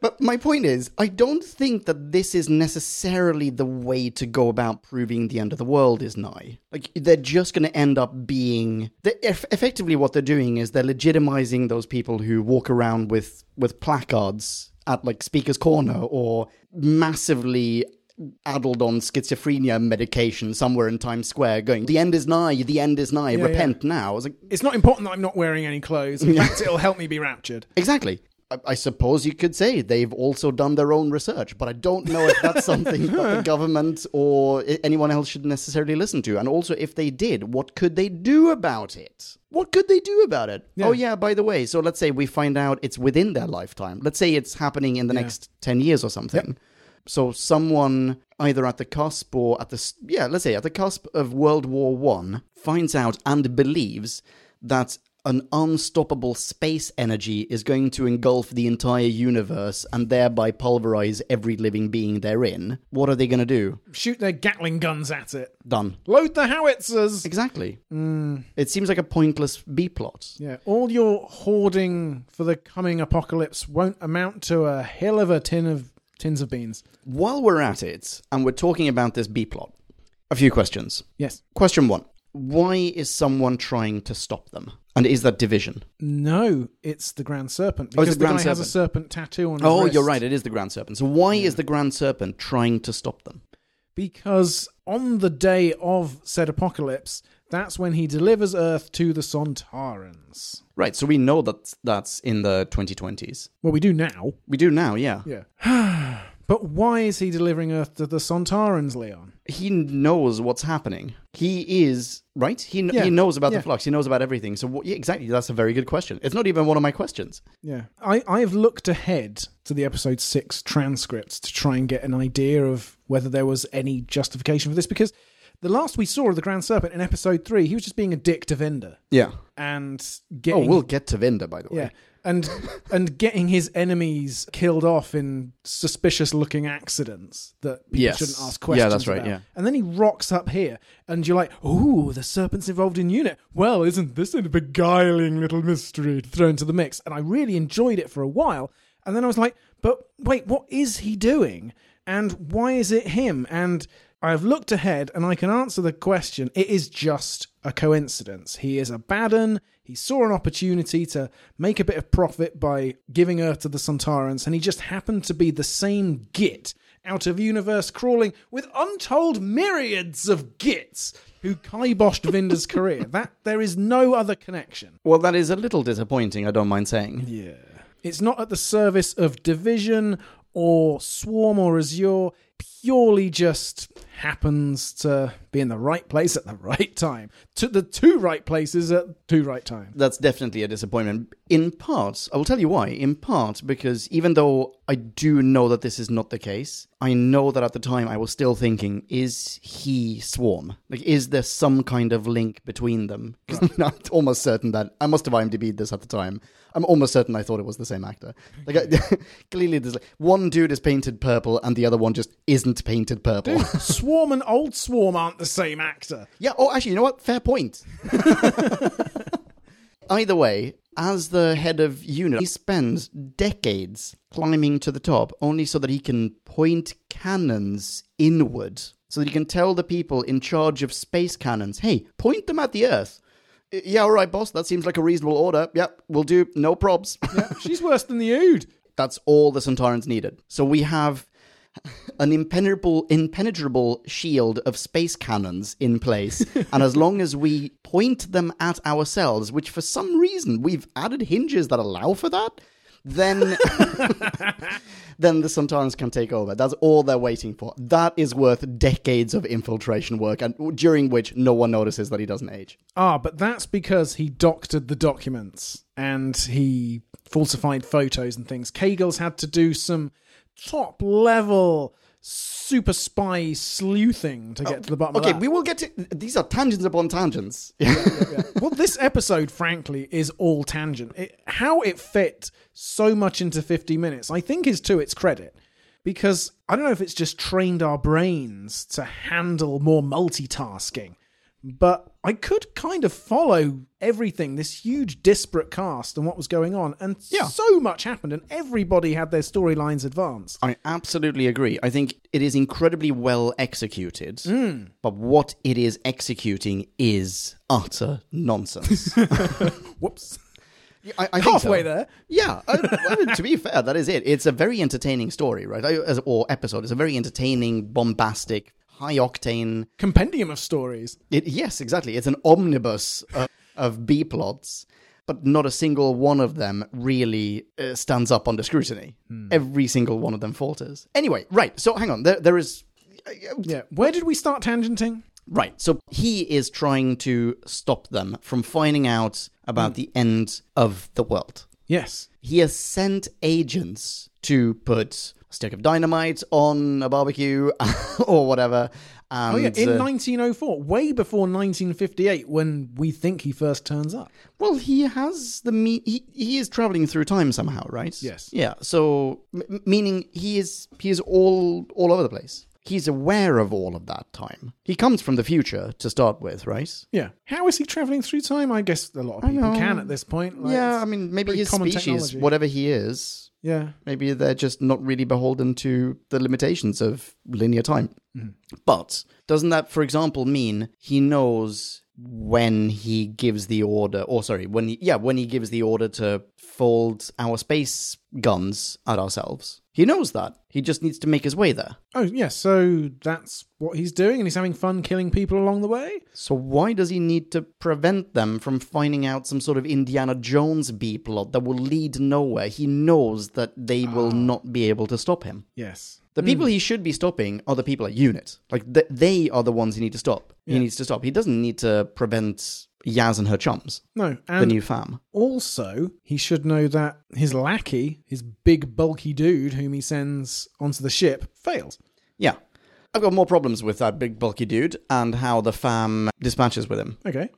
[SPEAKER 1] But my point is, I don't think that this is necessarily the way to go about proving the end of the world is nigh. Like, they're just going to end up being. they eff- effectively, what they're doing is they're legitimizing those people who walk around with, with placards at, like, Speaker's Corner or massively addled on schizophrenia medication somewhere in Times Square going, the end is nigh, the end is nigh,
[SPEAKER 2] yeah.
[SPEAKER 1] repent now. It's like,
[SPEAKER 2] It's not important that I'm not wearing any clothes. In fact, it'll help me be raptured.
[SPEAKER 1] Exactly. I, I suppose you could say they've also done their own research, but I don't know if that's something that (laughs) the government or i- anyone else should necessarily listen to. And also, if they did, what could they do about it? What could they do about it? Oh, yeah, by the way, so let's say we find out it's within their lifetime. Let's say it's happening in the next 10 years or something. So someone either at the cusp or at the s- yeah, let's say at the cusp of World War 1 finds out and believes that an unstoppable space energy is going to engulf the entire universe and thereby pulverize every living being therein. What are they going to do?
[SPEAKER 2] Shoot their Gatling guns at it.
[SPEAKER 1] Done.
[SPEAKER 2] Load the howitzers.
[SPEAKER 1] Exactly. It seems like a pointless B plot.
[SPEAKER 2] Yeah, all your hoarding for the coming apocalypse won't amount to a hill of a tin of tins of beans.
[SPEAKER 1] While we're at it and we're talking about this B plot, a few questions.
[SPEAKER 2] Yes.
[SPEAKER 1] Question 1. Why is someone trying to stop them? And is that division?
[SPEAKER 2] No, it's the Grand Serpent
[SPEAKER 1] Oh,
[SPEAKER 2] because
[SPEAKER 1] it's the
[SPEAKER 2] the,
[SPEAKER 1] Grand
[SPEAKER 2] guy has a serpent tattoo on his
[SPEAKER 1] Oh,
[SPEAKER 2] wrist.
[SPEAKER 1] you're right. It is the Grand Serpent. So why is the Grand Serpent trying to stop them?
[SPEAKER 2] because on the day of said apocalypse, that's when he delivers Earth to the Sontarans.
[SPEAKER 1] Right. So we know that that's in the 2020s.
[SPEAKER 2] Well, we do now.
[SPEAKER 1] We do now, yeah.
[SPEAKER 2] Yeah. (sighs) but why is he delivering Earth to the Sontarans, Leon?
[SPEAKER 1] He knows what's happening. He is right. He kn-
[SPEAKER 2] Yeah,
[SPEAKER 1] he knows about
[SPEAKER 2] yeah.
[SPEAKER 1] the flux. He knows about everything. So wh- yeah, exactly. That's a very good question. It's not even one of my questions.
[SPEAKER 2] Yeah. I, I have looked ahead to the episode six transcripts to try and get an idea of whether there was any justification for this because the last we saw of the Grand Serpent in episode three, he was just being a dick to Venda
[SPEAKER 1] Yeah.
[SPEAKER 2] and
[SPEAKER 1] Oh,
[SPEAKER 2] getting
[SPEAKER 1] we'll get to Vinda, by the way.
[SPEAKER 2] Yeah. And and getting his enemies killed off in suspicious looking accidents that people
[SPEAKER 1] Yes.
[SPEAKER 2] shouldn't ask
[SPEAKER 1] Yeah,
[SPEAKER 2] questions.
[SPEAKER 1] that's right,
[SPEAKER 2] about.
[SPEAKER 1] yeah.
[SPEAKER 2] And then he rocks up here and you're like, Ooh, the serpent's involved in unit. Well, isn't this a beguiling little mystery to throw into the mix? And I really enjoyed it for a while. And then I was like, But wait, what is he doing? And why is it him? And I've looked ahead and I can answer the question. It is just a coincidence. He is a bad un. He saw an opportunity to make a bit of profit by giving Earth to the Suntarans, and he just happened to be the same git out of universe crawling with untold myriads of gits who kiboshed Vinder's career. That there is no other connection.
[SPEAKER 1] Well, that is a little disappointing. I don't mind saying.
[SPEAKER 2] Yeah. It's not at the service of division or swarm or azure. Purely just happens to be in the right place at the right time. To the two right places at two
[SPEAKER 1] (laughs)
[SPEAKER 2] right time.
[SPEAKER 1] that's definitely a disappointment. In part, I will tell you why. In part, because even though I do know that this is not the case, I know that at the time I was still thinking, is he Swarm? Like, is there some kind of link between them? (laughs) 'Cause I'm almost certain that I must have IMDb'd this at the time. I'm almost certain I thought it was the same actor. Like, I, (laughs) clearly, there's like, one dude is painted purple and the other one just isn't painted purple.
[SPEAKER 2] Swarm and old swarm aren't the same actor.
[SPEAKER 1] Yeah. Oh, actually, you know what? Fair point. (laughs) Either way, as the head of unit, he spends decades climbing to the top only so that he can point cannons inward, so that he can tell the people in charge of space cannons, "Hey, point them at the Earth." yeah, all right, boss. That seems like a reasonable order. Yep, we'll do. No probs. (laughs)
[SPEAKER 2] She's worse than the Ood.
[SPEAKER 1] That's all the Centaurans needed. So we have an impenetrable, impenetrable shield of space cannons in place, and as long as we point them at ourselves, which for some reason we've added hinges that allow for that, then then the Centaurans can take over. That's all they're waiting for. That is worth decades of infiltration work, and during which no one notices that he doesn't age.
[SPEAKER 2] Ah, but that's because he doctored the documents and he falsified photos and things. Kagels had to do some top level super spy sleuthing to get to the bottom
[SPEAKER 1] Okay,
[SPEAKER 2] of that.
[SPEAKER 1] we will get to these are tangents upon tangents.
[SPEAKER 2] well, this episode, frankly, is all tangent. It, how it fit so much into 50 minutes, I think, is to its credit. Because I don't know if it's just trained our brains to handle more multitasking, but I could kind of follow everything, this huge disparate cast and what was going on. And
[SPEAKER 1] Yeah.
[SPEAKER 2] so much happened, and everybody had their storylines advanced.
[SPEAKER 1] I absolutely agree. I think it is incredibly well executed, but what it is executing is utter (laughs) nonsense.
[SPEAKER 2] Whoops.
[SPEAKER 1] I, I think so.
[SPEAKER 2] Halfway there.
[SPEAKER 1] Yeah, I, I mean, to be fair, that is it. It's a very entertaining story, right? I, as, or episode. It's a very entertaining, bombastic, high octane.
[SPEAKER 2] Compendium of stories.
[SPEAKER 1] It, yes, exactly. It's an omnibus of, of B plots, but not a single one of them really uh, stands up under scrutiny. Every single one of them falters. Anyway, right. So hang on. There, there is.
[SPEAKER 2] Yeah. Where did we start tangenting?
[SPEAKER 1] Right. So he is trying to stop them from finding out about the end of the world.
[SPEAKER 2] Yes.
[SPEAKER 1] He has sent agents to put a stick of dynamite on a barbecue (laughs) or whatever. And,
[SPEAKER 2] Oh yeah, in
[SPEAKER 1] uh,
[SPEAKER 2] 1904, way before 1958, when we think he first turns up.
[SPEAKER 1] well, he has the me- he he is traveling through time somehow, right?
[SPEAKER 2] Yes.
[SPEAKER 1] Yeah. So m- meaning he is he is all all over the place. He's aware of all of that time. He comes from the future to start with, right?
[SPEAKER 2] Yeah. How is he traveling through time? I guess a lot of people
[SPEAKER 1] know.
[SPEAKER 2] can at this point. like,
[SPEAKER 1] yeah,
[SPEAKER 2] it's
[SPEAKER 1] I mean, maybe
[SPEAKER 2] pretty
[SPEAKER 1] his
[SPEAKER 2] common
[SPEAKER 1] species,
[SPEAKER 2] technology.
[SPEAKER 1] whatever he is,
[SPEAKER 2] Yeah.
[SPEAKER 1] maybe they're just not really beholden to the limitations of linear time. But doesn't that, for example, mean he knows when he gives the order, or sorry, when he, yeah, when he gives the order to fold our space guns at ourselves? He knows that. He just needs to make his way there.
[SPEAKER 2] Oh yeah. So that's what he's doing, and he's having fun killing people along the way.
[SPEAKER 1] So why does he need to prevent them from finding out some sort of Indiana Jones B plot that will lead nowhere? He knows that they will not be able to stop him.
[SPEAKER 2] Yes.
[SPEAKER 1] The people he should be stopping are the people at UNIT. Like th- they are the ones he need to stop. He needs to stop. He doesn't need to prevent Yaz and her chums,
[SPEAKER 2] No.
[SPEAKER 1] the
[SPEAKER 2] And
[SPEAKER 1] new fam.
[SPEAKER 2] also, he should know that his lackey, his big bulky dude, whom he sends onto the ship, fails.
[SPEAKER 1] Yeah. I've got more problems with that big bulky dude and how the fam dispatches with him.
[SPEAKER 2] Okay.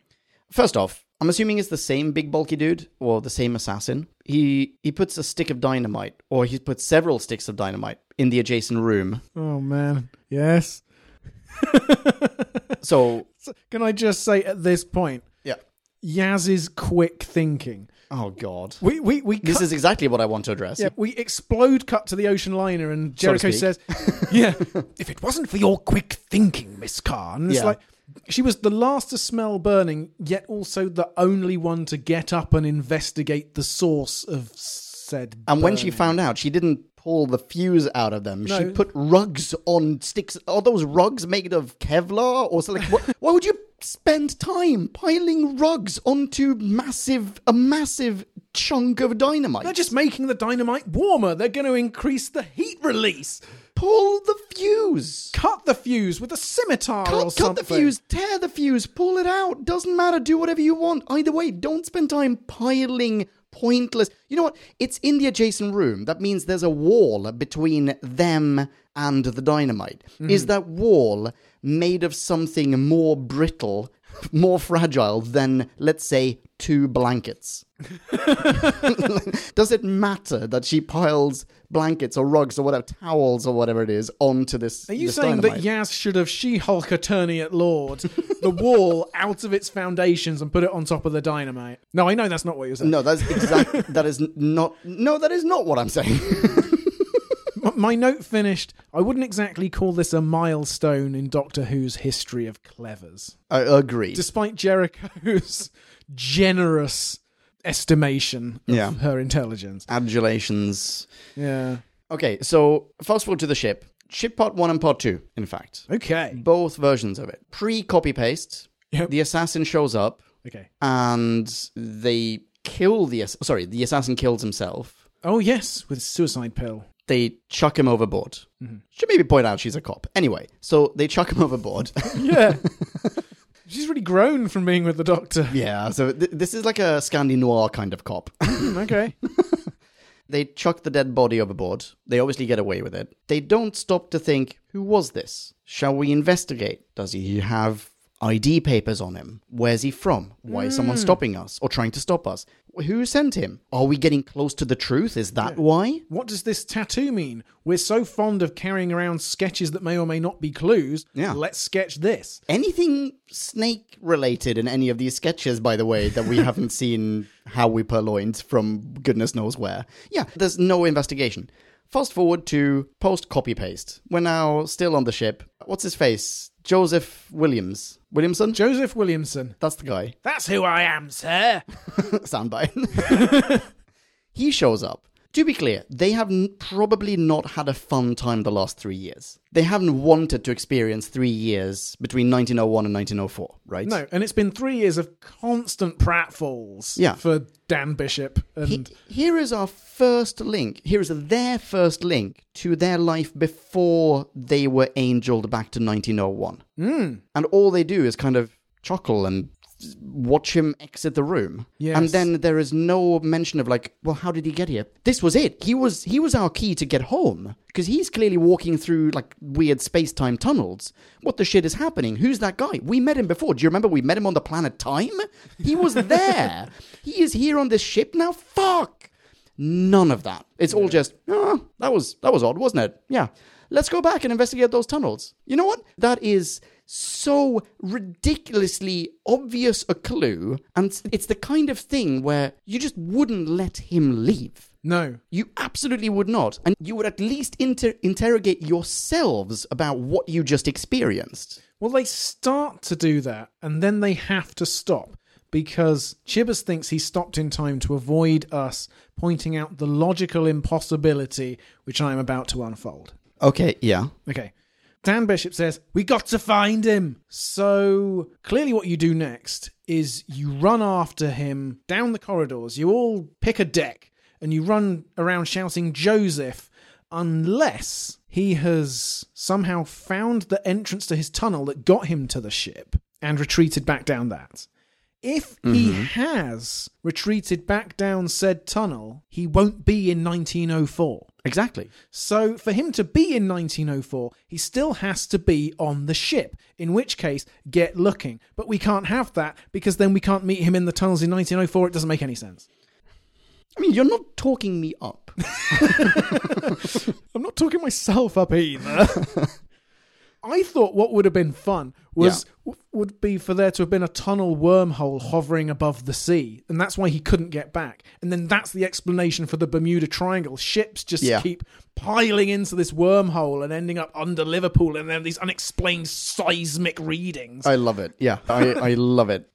[SPEAKER 1] First off, I'm assuming it's the same big bulky dude or the same assassin. He he puts a stick of dynamite, or he puts several sticks of dynamite in the adjacent room.
[SPEAKER 2] Oh man. Yes.
[SPEAKER 1] So (laughs)
[SPEAKER 2] Can I just say at this point,
[SPEAKER 1] yeah.
[SPEAKER 2] Yaz's quick thinking.
[SPEAKER 1] Oh god.
[SPEAKER 2] We we we
[SPEAKER 1] This
[SPEAKER 2] cut-
[SPEAKER 1] is exactly what I want to address.
[SPEAKER 2] Yeah, we explode cut to the ocean liner, and
[SPEAKER 1] So to
[SPEAKER 2] Jericho
[SPEAKER 1] speak.
[SPEAKER 2] says, "Yeah, if it wasn't for your quick thinking, Miss Carr." And it's
[SPEAKER 1] Yeah.
[SPEAKER 2] like she was the last to smell burning, yet also the only one to get up and investigate the source of said.
[SPEAKER 1] And when she
[SPEAKER 2] burning.
[SPEAKER 1] found out, she didn't pull the fuse out of them. She
[SPEAKER 2] No.
[SPEAKER 1] put rugs on sticks. Are those rugs made of Kevlar or something? Like,
[SPEAKER 2] (laughs)
[SPEAKER 1] what, why would you spend time piling rugs onto massive a massive chunk of dynamite?
[SPEAKER 2] they're just making the dynamite warmer, they're going to increase the heat release.
[SPEAKER 1] pull the fuse.
[SPEAKER 2] Cut the fuse with a scimitar or
[SPEAKER 1] Cut, cut the
[SPEAKER 2] something.
[SPEAKER 1] fuse, tear the fuse, pull it out. Doesn't matter. Do whatever you want. Either way, don't spend time piling pointless. You know what? It's in the adjacent room. That means there's a wall between them and the dynamite.
[SPEAKER 2] Mm-hmm.
[SPEAKER 1] Is that wall made of something more brittle, (laughs) more fragile than, let's say, two
[SPEAKER 2] (laughs)
[SPEAKER 1] blankets? Does it matter that she piles blankets or rugs or whatever, towels or whatever it is, onto this?
[SPEAKER 2] Are you saying that Yaz should have She-Hulk attorney at Lord
[SPEAKER 1] (laughs)
[SPEAKER 2] the wall out of its foundations and put it on top of the dynamite? No, I know that's not what you're saying.
[SPEAKER 1] No, that's exactly. that is n- not. No, that is not what I'm saying. (laughs)
[SPEAKER 2] M- my note finished. I wouldn't exactly call this a milestone in Doctor Who's history of clevers,
[SPEAKER 1] I agree.
[SPEAKER 2] despite Jericho's (laughs) generous estimation of
[SPEAKER 1] Yeah.
[SPEAKER 2] her intelligence.
[SPEAKER 1] Adulations.
[SPEAKER 2] Yeah.
[SPEAKER 1] Okay, so fast forward to the ship. Ship part one and part two, in fact.
[SPEAKER 2] Okay.
[SPEAKER 1] Both versions of it. Pre copy paste,
[SPEAKER 2] Yep.
[SPEAKER 1] the assassin shows up
[SPEAKER 2] Okay.
[SPEAKER 1] and they kill the. ass- Sorry, the assassin kills himself.
[SPEAKER 2] Oh yes, with suicide pill.
[SPEAKER 1] They chuck him overboard. Should maybe point out she's a cop. Anyway, so they chuck him (laughs) overboard.
[SPEAKER 2] Yeah. She's really grown from being with
[SPEAKER 1] (coughs)
[SPEAKER 2] the doctor.
[SPEAKER 1] yeah, so th- this is like a Scandi noir kind of cop.
[SPEAKER 2] Hmm, okay.
[SPEAKER 1] They chuck the dead body overboard. They obviously get away with it. They don't stop to think, who was this? Shall we investigate? Does he have ID papers on him? Where's he from? Why is someone stopping us or trying to stop us? Who sent him? Are we getting close to the truth? Is that why?
[SPEAKER 2] What does this tattoo mean? We're so fond of carrying around sketches that may or may not be clues.
[SPEAKER 1] Yeah.
[SPEAKER 2] Let's sketch this.
[SPEAKER 1] Anything snake related in any of these sketches, by the way, that we haven't seen how we purloined from goodness knows where. Yeah, there's no investigation. Fast forward to post copy paste. We're now still on the ship. What's his face? Joseph Williams. Williamson?
[SPEAKER 2] Joseph Williamson.
[SPEAKER 1] That's the guy.
[SPEAKER 2] That's who I am, sir.
[SPEAKER 1] Soundbite. he shows up. To be clear, they have n- probably not had a fun time the last three years. They haven't wanted to experience three years between 1901 and 1904, right?
[SPEAKER 2] (laughs) No, and it's been three years of constant pratfalls
[SPEAKER 1] Yeah.
[SPEAKER 2] for Dan Bishop. And
[SPEAKER 1] He- here is our first link. Here is their first link to their life before they were angeled back to 1901. And all they do is kind of chuckle and watch him exit the room.
[SPEAKER 2] Yes.
[SPEAKER 1] And then there is no mention of like, well, how did he get here? This was it. He was he was our key to get home because he's clearly walking through like weird space-time tunnels. What the shit is happening? Who's that guy? We met him before. Do you remember we met him on the planet Time? He was (laughs) there. he is here on this ship now. Fuck. None of that. It's all just, oh, that was that was odd, wasn't it? Yeah. Let's go back and investigate those tunnels. You know what? That is so ridiculously obvious a clue, and it's the kind of thing where you just wouldn't let him leave.
[SPEAKER 2] no,
[SPEAKER 1] You absolutely would not, and you would at least inter- interrogate yourselves about what you just experienced.
[SPEAKER 2] Well, they start to do that, and then they have to stop because Chibbers thinks he stopped in time to avoid us pointing out the logical impossibility which I am about to unfold.
[SPEAKER 1] Okay, yeah.
[SPEAKER 2] Okay. Dan Bishop says, We got to find him. So clearly, what you do next is you run after him down the corridors. You all pick a deck and you run around shouting Joseph, unless he has somehow found the entrance to his tunnel that got him to the ship and retreated back down that. If he has retreated back down said tunnel, he won't be in 1904.
[SPEAKER 1] Exactly.
[SPEAKER 2] So, for him to be in 1904, he still has to be on the ship, in which case, get looking. But we can't have that because then we can't meet him in the tunnels in 1904. It doesn't make any sense.
[SPEAKER 1] I mean, you're not talking me up.
[SPEAKER 2] I'm not talking myself
[SPEAKER 1] (laughs)
[SPEAKER 2] up either. I thought what would have been fun was w- would be for there to have been a tunnel wormhole hovering above the sea, and that's why he couldn't get back. And then that's the explanation for the Bermuda Triangle. Ships just
[SPEAKER 1] Yeah.
[SPEAKER 2] keep piling into this wormhole and ending up under Liverpool, and then these unexplained seismic readings.
[SPEAKER 1] I love it.
[SPEAKER 2] (laughs)
[SPEAKER 1] Yeah, I, I love it.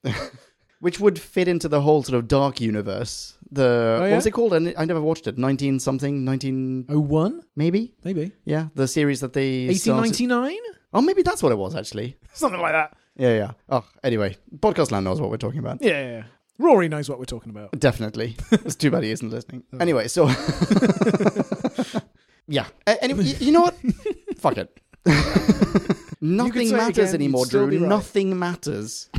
[SPEAKER 1] Which would fit into the whole sort of dark universe. The
[SPEAKER 2] Oh, yeah?
[SPEAKER 1] what was it called? I, n- I never watched it. Nineteen something, nineteen
[SPEAKER 2] Oh one,
[SPEAKER 1] maybe.
[SPEAKER 2] maybe
[SPEAKER 1] Yeah, the series that they
[SPEAKER 2] eighteen
[SPEAKER 1] started-
[SPEAKER 2] ninety nine,
[SPEAKER 1] Oh, maybe that's what it was actually.
[SPEAKER 2] something like that.
[SPEAKER 1] Yeah, yeah. Oh, anyway, podcast land knows what we're talking about.
[SPEAKER 2] Yeah, yeah, yeah. Rory knows what we're talking
[SPEAKER 1] (laughs)
[SPEAKER 2] about.
[SPEAKER 1] Definitely. It's too bad he isn't
[SPEAKER 2] (laughs)
[SPEAKER 1] listening. Anyway, so (laughs) yeah. A- Anyway, y- you know
[SPEAKER 2] (laughs)
[SPEAKER 1] what? Fuck it. Nothing
[SPEAKER 2] say it
[SPEAKER 1] matters
[SPEAKER 2] again,
[SPEAKER 1] anymore,
[SPEAKER 2] you'd still
[SPEAKER 1] Drew.
[SPEAKER 2] be right.
[SPEAKER 1] Nothing matters.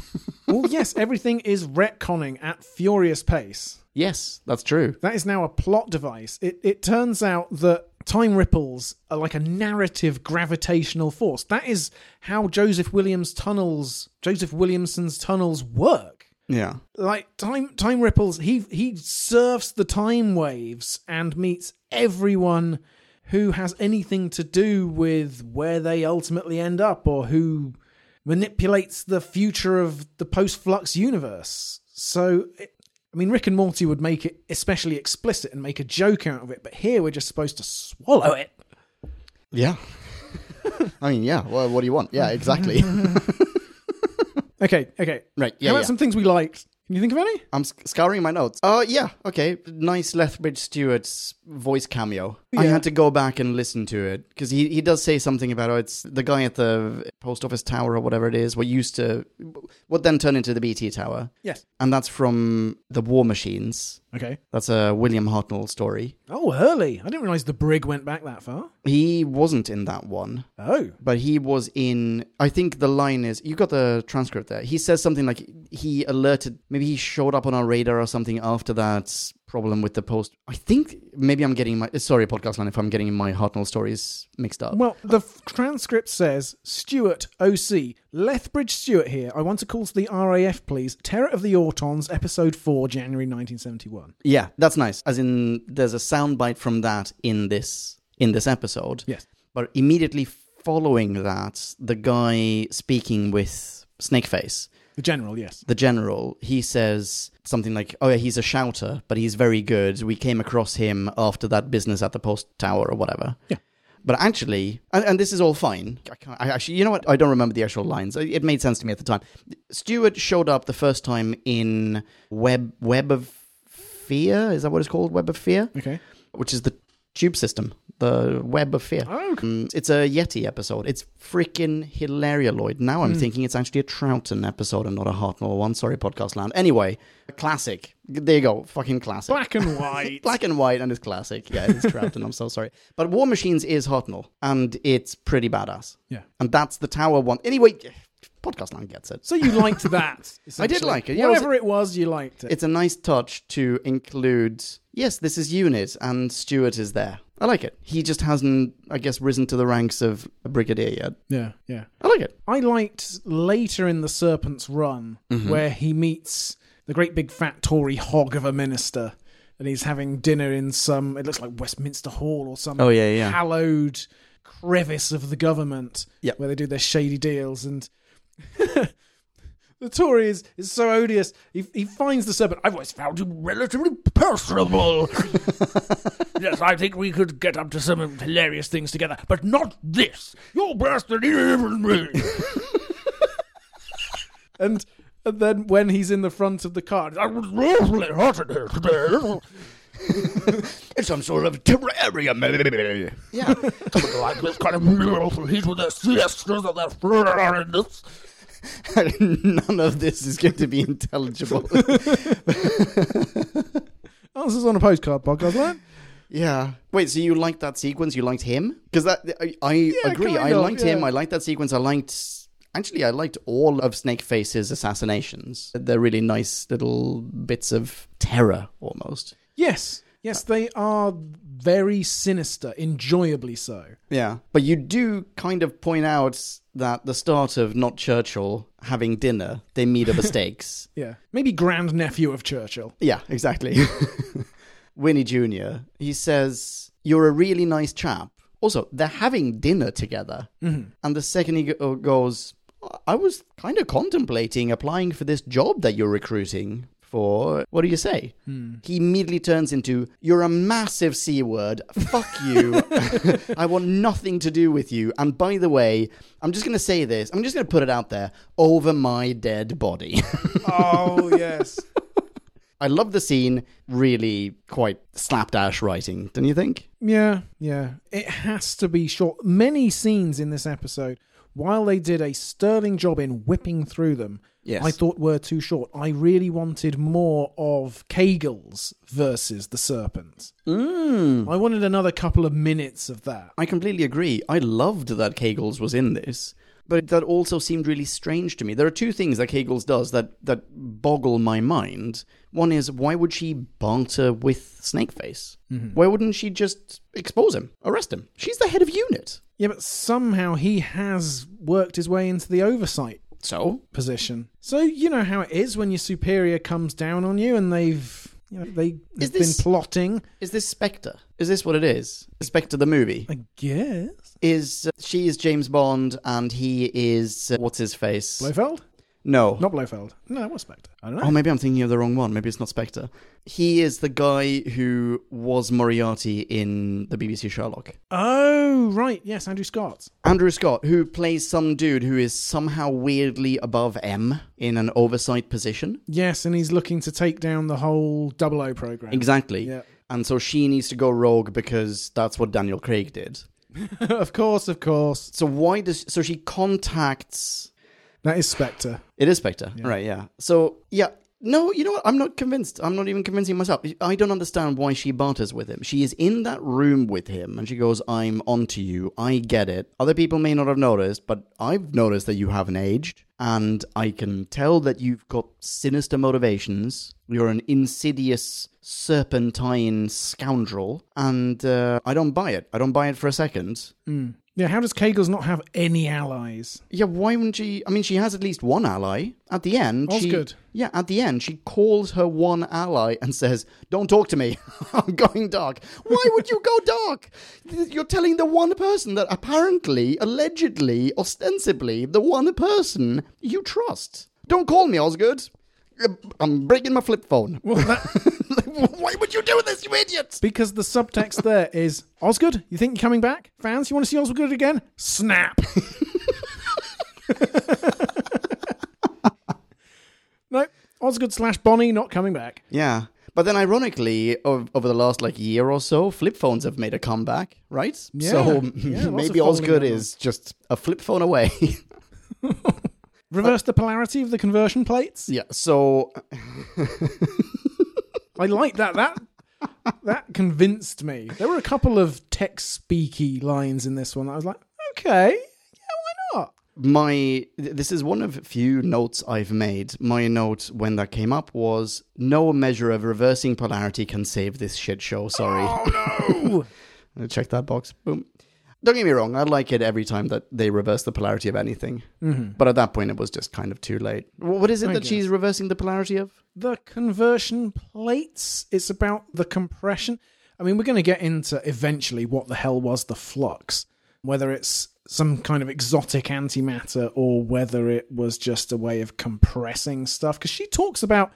[SPEAKER 2] well, yes, everything is retconning at furious pace.
[SPEAKER 1] Yes, that's true.
[SPEAKER 2] That is now a plot device. It, it turns out that time ripples are like a narrative gravitational force. That is how Joseph Williams tunnels, Joseph Williamson's tunnels work.
[SPEAKER 1] Yeah.
[SPEAKER 2] Like time, time ripples. He he surfs the time waves and meets everyone who has anything to do with where they ultimately end up or who manipulates the future of the post flux universe. So, it, I mean, Rick and Morty would make it especially explicit and make a joke out of it, but here we're just supposed to swallow it.
[SPEAKER 1] Yeah. (laughs) I mean, yeah. Well,
[SPEAKER 2] (laughs)
[SPEAKER 1] what do you want? Yeah, exactly.
[SPEAKER 2] Okay, okay.
[SPEAKER 1] Right, yeah,
[SPEAKER 2] How about
[SPEAKER 1] yeah.
[SPEAKER 2] some things we liked? Can you think of any?
[SPEAKER 1] I'm sc- scouring my notes. Oh, yeah, okay. Nice Lethbridge Stewart's voice cameo. I
[SPEAKER 2] Yeah.
[SPEAKER 1] had to go back and listen to it because he, he does say something about, oh, it's the guy at the post office tower or whatever it is, what used to, what then turned into the BT Tower.
[SPEAKER 2] Yes.
[SPEAKER 1] And that's from The War Machines.
[SPEAKER 2] Okay.
[SPEAKER 1] That's a William Hartnell story.
[SPEAKER 2] Oh, early. I didn't realize the brig went back that far.
[SPEAKER 1] He wasn't in that one.
[SPEAKER 2] Oh.
[SPEAKER 1] but he was in i think the line is you got the transcript there he says something like he alerted maybe he showed up on our radar or something after that problem with the post i think maybe i'm getting my sorry podcast line if i'm getting my hartnell stories mixed up
[SPEAKER 2] Well, the f- transcript says Stuart OC Lethbridge Stewart here. I want to call to the RAF, please. Terror of the Autons, episode four, January 1971.
[SPEAKER 1] yeah that's nice as in there's a soundbite from that in this in this episode
[SPEAKER 2] Yes.
[SPEAKER 1] but immediately following that the guy speaking with snakeface
[SPEAKER 2] The general, yes.
[SPEAKER 1] the general, he says something like, "Oh yeah, he's a shouter, but he's very good. We came across him after that business at the post tower or whatever."
[SPEAKER 2] Yeah.
[SPEAKER 1] But actually, and, and this is all fine. I, can't, I actually, you know what? I don't remember the actual lines. It it made sense to me at the time. Stewart showed up the first time in Web Web of Fear. Is that what it's called? Web of Fear,
[SPEAKER 2] Okay.
[SPEAKER 1] which is the tube system, the Web of Fear.
[SPEAKER 2] Oh, c-
[SPEAKER 1] Mm, It's a Yeti episode. It's freaking hilarious. Now
[SPEAKER 2] Hmm.
[SPEAKER 1] I'm thinking it's actually a Troughton episode and not a Hartnell one. Sorry, Podcast Land. Anyway, classic. There you go. Fucking classic.
[SPEAKER 2] (laughs) black and white.
[SPEAKER 1] Black and white and it's classic. Yeah, it's Troughton. I'm so sorry. But War Machines is Hartnell and it's pretty badass.
[SPEAKER 2] Yeah.
[SPEAKER 1] And that's the tower one. Anyway, Podcast Land gets it.
[SPEAKER 2] So you liked that.
[SPEAKER 1] (laughs) I did
[SPEAKER 2] essentially.
[SPEAKER 1] like it. Yeah, it was-
[SPEAKER 2] Whatever it was, you liked it.
[SPEAKER 1] It's a nice touch to include, yes, this is unit and Stuart is there. I like it. He just hasn't, I guess, risen to the ranks of a brigadier yet.
[SPEAKER 2] yeah, yeah.
[SPEAKER 1] I like it.
[SPEAKER 2] I liked later in the Serpent's Run
[SPEAKER 1] Mm-hmm.
[SPEAKER 2] where he meets the great big fat Tory hog of a minister, and he's having dinner in some it looks like Westminster Hall or some
[SPEAKER 1] Oh, yeah, yeah.
[SPEAKER 2] hallowed crevice of the government
[SPEAKER 1] Yep.
[SPEAKER 2] where they do their shady deals and. (laughs) The Tory is, is so odious. He, he finds the serpent. I've always found him relatively
[SPEAKER 1] (laughs)
[SPEAKER 2] personable.
[SPEAKER 5] Yes, I think we could get up to some hilarious things together, but not this. You're bastard even me.
[SPEAKER 1] (laughs)
[SPEAKER 2] and, and then when he's in the front of the car,
[SPEAKER 5] I was awfully hot in here today.
[SPEAKER 1] (laughs) It's some sort of terrarium. Yeah.
[SPEAKER 5] I would like this kind of meal for heat with their siestas and their friendness.
[SPEAKER 1] (laughs) None of this is going to be (laughs) intelligible.
[SPEAKER 2] answers on a postcard
[SPEAKER 1] (laughs)
[SPEAKER 2] podcast, right?
[SPEAKER 1] yeah. Wait, so you liked that sequence? You liked him? Because that I, I agree.
[SPEAKER 2] kind
[SPEAKER 1] I
[SPEAKER 2] of,
[SPEAKER 1] liked him.
[SPEAKER 2] yeah.
[SPEAKER 1] I liked that sequence. I liked. Actually, I liked all of Snakeface's assassinations. They're really nice little bits of terror, almost.
[SPEAKER 2] Yes. Yes, they are very sinister, enjoyably so.
[SPEAKER 1] Yeah. But you do kind of point out that the start of not Churchill having dinner, they meet (laughs) over steaks.
[SPEAKER 2] Yeah. Maybe grand nephew of Churchill.
[SPEAKER 1] Yeah, exactly. (laughs) Winnie Jr., he says, You're a really nice chap. Also, they're having dinner together. And the second he go- uh, goes, I was kind of contemplating applying for this job that you're recruiting for. What do you say? He immediately turns into, You're a massive C word. Fuck you. (laughs) I want nothing to do with you. And by the way, I'm just going to say this. I'm just going to put it out there over my dead body. (laughs)
[SPEAKER 2] Oh, (laughs) yes.
[SPEAKER 1] I love the scene. Really, quite slapdash writing, don't you think?
[SPEAKER 2] yeah, yeah. It has to be short. Many scenes in this episode, while they did a sterling job in whipping through them,
[SPEAKER 1] Yes.
[SPEAKER 2] I thought were too short. I really wanted more of Kegels versus the Serpent. Mm. I wanted another couple of minutes of that.
[SPEAKER 1] I completely agree. I loved that Kegels was in this, but that also seemed really strange to me. There are two things that Kegels does that that boggle my mind. One is why would she barter with Snakeface? Why wouldn't she just expose him, arrest him? She's the head of unit.
[SPEAKER 2] Yeah, but somehow he has worked his way into the oversight
[SPEAKER 1] So
[SPEAKER 2] position. So you know how it is when your superior comes down on you and they've you know, they
[SPEAKER 1] Is
[SPEAKER 2] have
[SPEAKER 1] this-
[SPEAKER 2] been plotting.
[SPEAKER 1] is this Spectre? Is this what it is? Spectre the movie.
[SPEAKER 2] I guess
[SPEAKER 1] Is she is James Bond and he is uh, what's his face?
[SPEAKER 2] Blofeld.
[SPEAKER 1] No.
[SPEAKER 2] Not Blofeld. No, it was Spectre. I don't know.
[SPEAKER 1] Oh, maybe I'm thinking of the wrong one. Maybe it's not Spectre. He is the guy who was Moriarty in the BBC Sherlock.
[SPEAKER 2] Oh, right. Yes, Andrew Scott.
[SPEAKER 1] Andrew Scott, who plays some dude who is somehow weirdly above M in an oversight position.
[SPEAKER 2] Yes, and he's looking to take down the whole Double O program.
[SPEAKER 1] Exactly.
[SPEAKER 2] Yeah.
[SPEAKER 1] And so she needs to go rogue because that's what Daniel Craig did.
[SPEAKER 2] (laughs) of course, of course.
[SPEAKER 1] So why does so she contacts
[SPEAKER 2] That is Spectre.
[SPEAKER 1] It is Spectre. Right, yeah. So, yeah. No, you know what? I'm not convinced. I'm not even convincing myself. I don't understand why she barters with him. She is in that room with him and she goes, I'm onto you. I get it. Other people may not have noticed, but I've noticed that you haven't aged. And I can tell that you've got sinister motivations. You're an insidious, serpentine scoundrel. And uh, I don't buy it. I don't buy it for a second.
[SPEAKER 2] Yeah, how does Kegels not have any allies?
[SPEAKER 1] Yeah, why wouldn't she? I mean, she has at least one ally. At the end, she,
[SPEAKER 2] Osgood.
[SPEAKER 1] Yeah, at the end, she calls her one ally and says, "Don't talk to me. (laughs) I'm going dark." Why would you go dark? You're telling the one person that apparently, allegedly, ostensibly, the one person you trust. Don't call me, Osgood. I'm breaking my flip phone. (laughs)
[SPEAKER 2] Well, that,
[SPEAKER 1] why would you do this, you idiot?
[SPEAKER 2] because the subtext there is Osgood, you think you're coming back? Fans, you want to see Osgood again? Snap. no, Osgood slash Bonnie not coming back.
[SPEAKER 1] Yeah. But then, ironically, ov- over the last like year or so, flip phones have made a comeback, right?
[SPEAKER 2] Yeah.
[SPEAKER 1] So (laughs)
[SPEAKER 2] Yeah, lots of
[SPEAKER 1] maybe
[SPEAKER 2] folding
[SPEAKER 1] Osgood
[SPEAKER 2] going
[SPEAKER 1] is just a flip phone away. (laughs)
[SPEAKER 2] Reverse the polarity of the conversion plates.
[SPEAKER 1] yeah. So
[SPEAKER 2] I like that. That that convinced me. There were a couple of tech speaky lines in this one. That I was like, okay, yeah, why not?
[SPEAKER 1] my th- this is one of few notes I've made. My note when that came up was no measure of reversing polarity can save this shit show. Sorry. (laughs)
[SPEAKER 2] Oh
[SPEAKER 1] Check that box. Boom. Don't get me wrong. I like it every time that they reverse the polarity of anything. But at that point, it was just kind of too late. Wh- What is it
[SPEAKER 2] Mm-hmm. I
[SPEAKER 1] that
[SPEAKER 2] guess.
[SPEAKER 1] she's reversing the polarity of?
[SPEAKER 2] the conversion plates. It's about the compression. I mean, we're going to get into eventually what the hell was the flux, whether it's some kind of exotic antimatter or whether it was just a way of compressing stuff. Because she talks about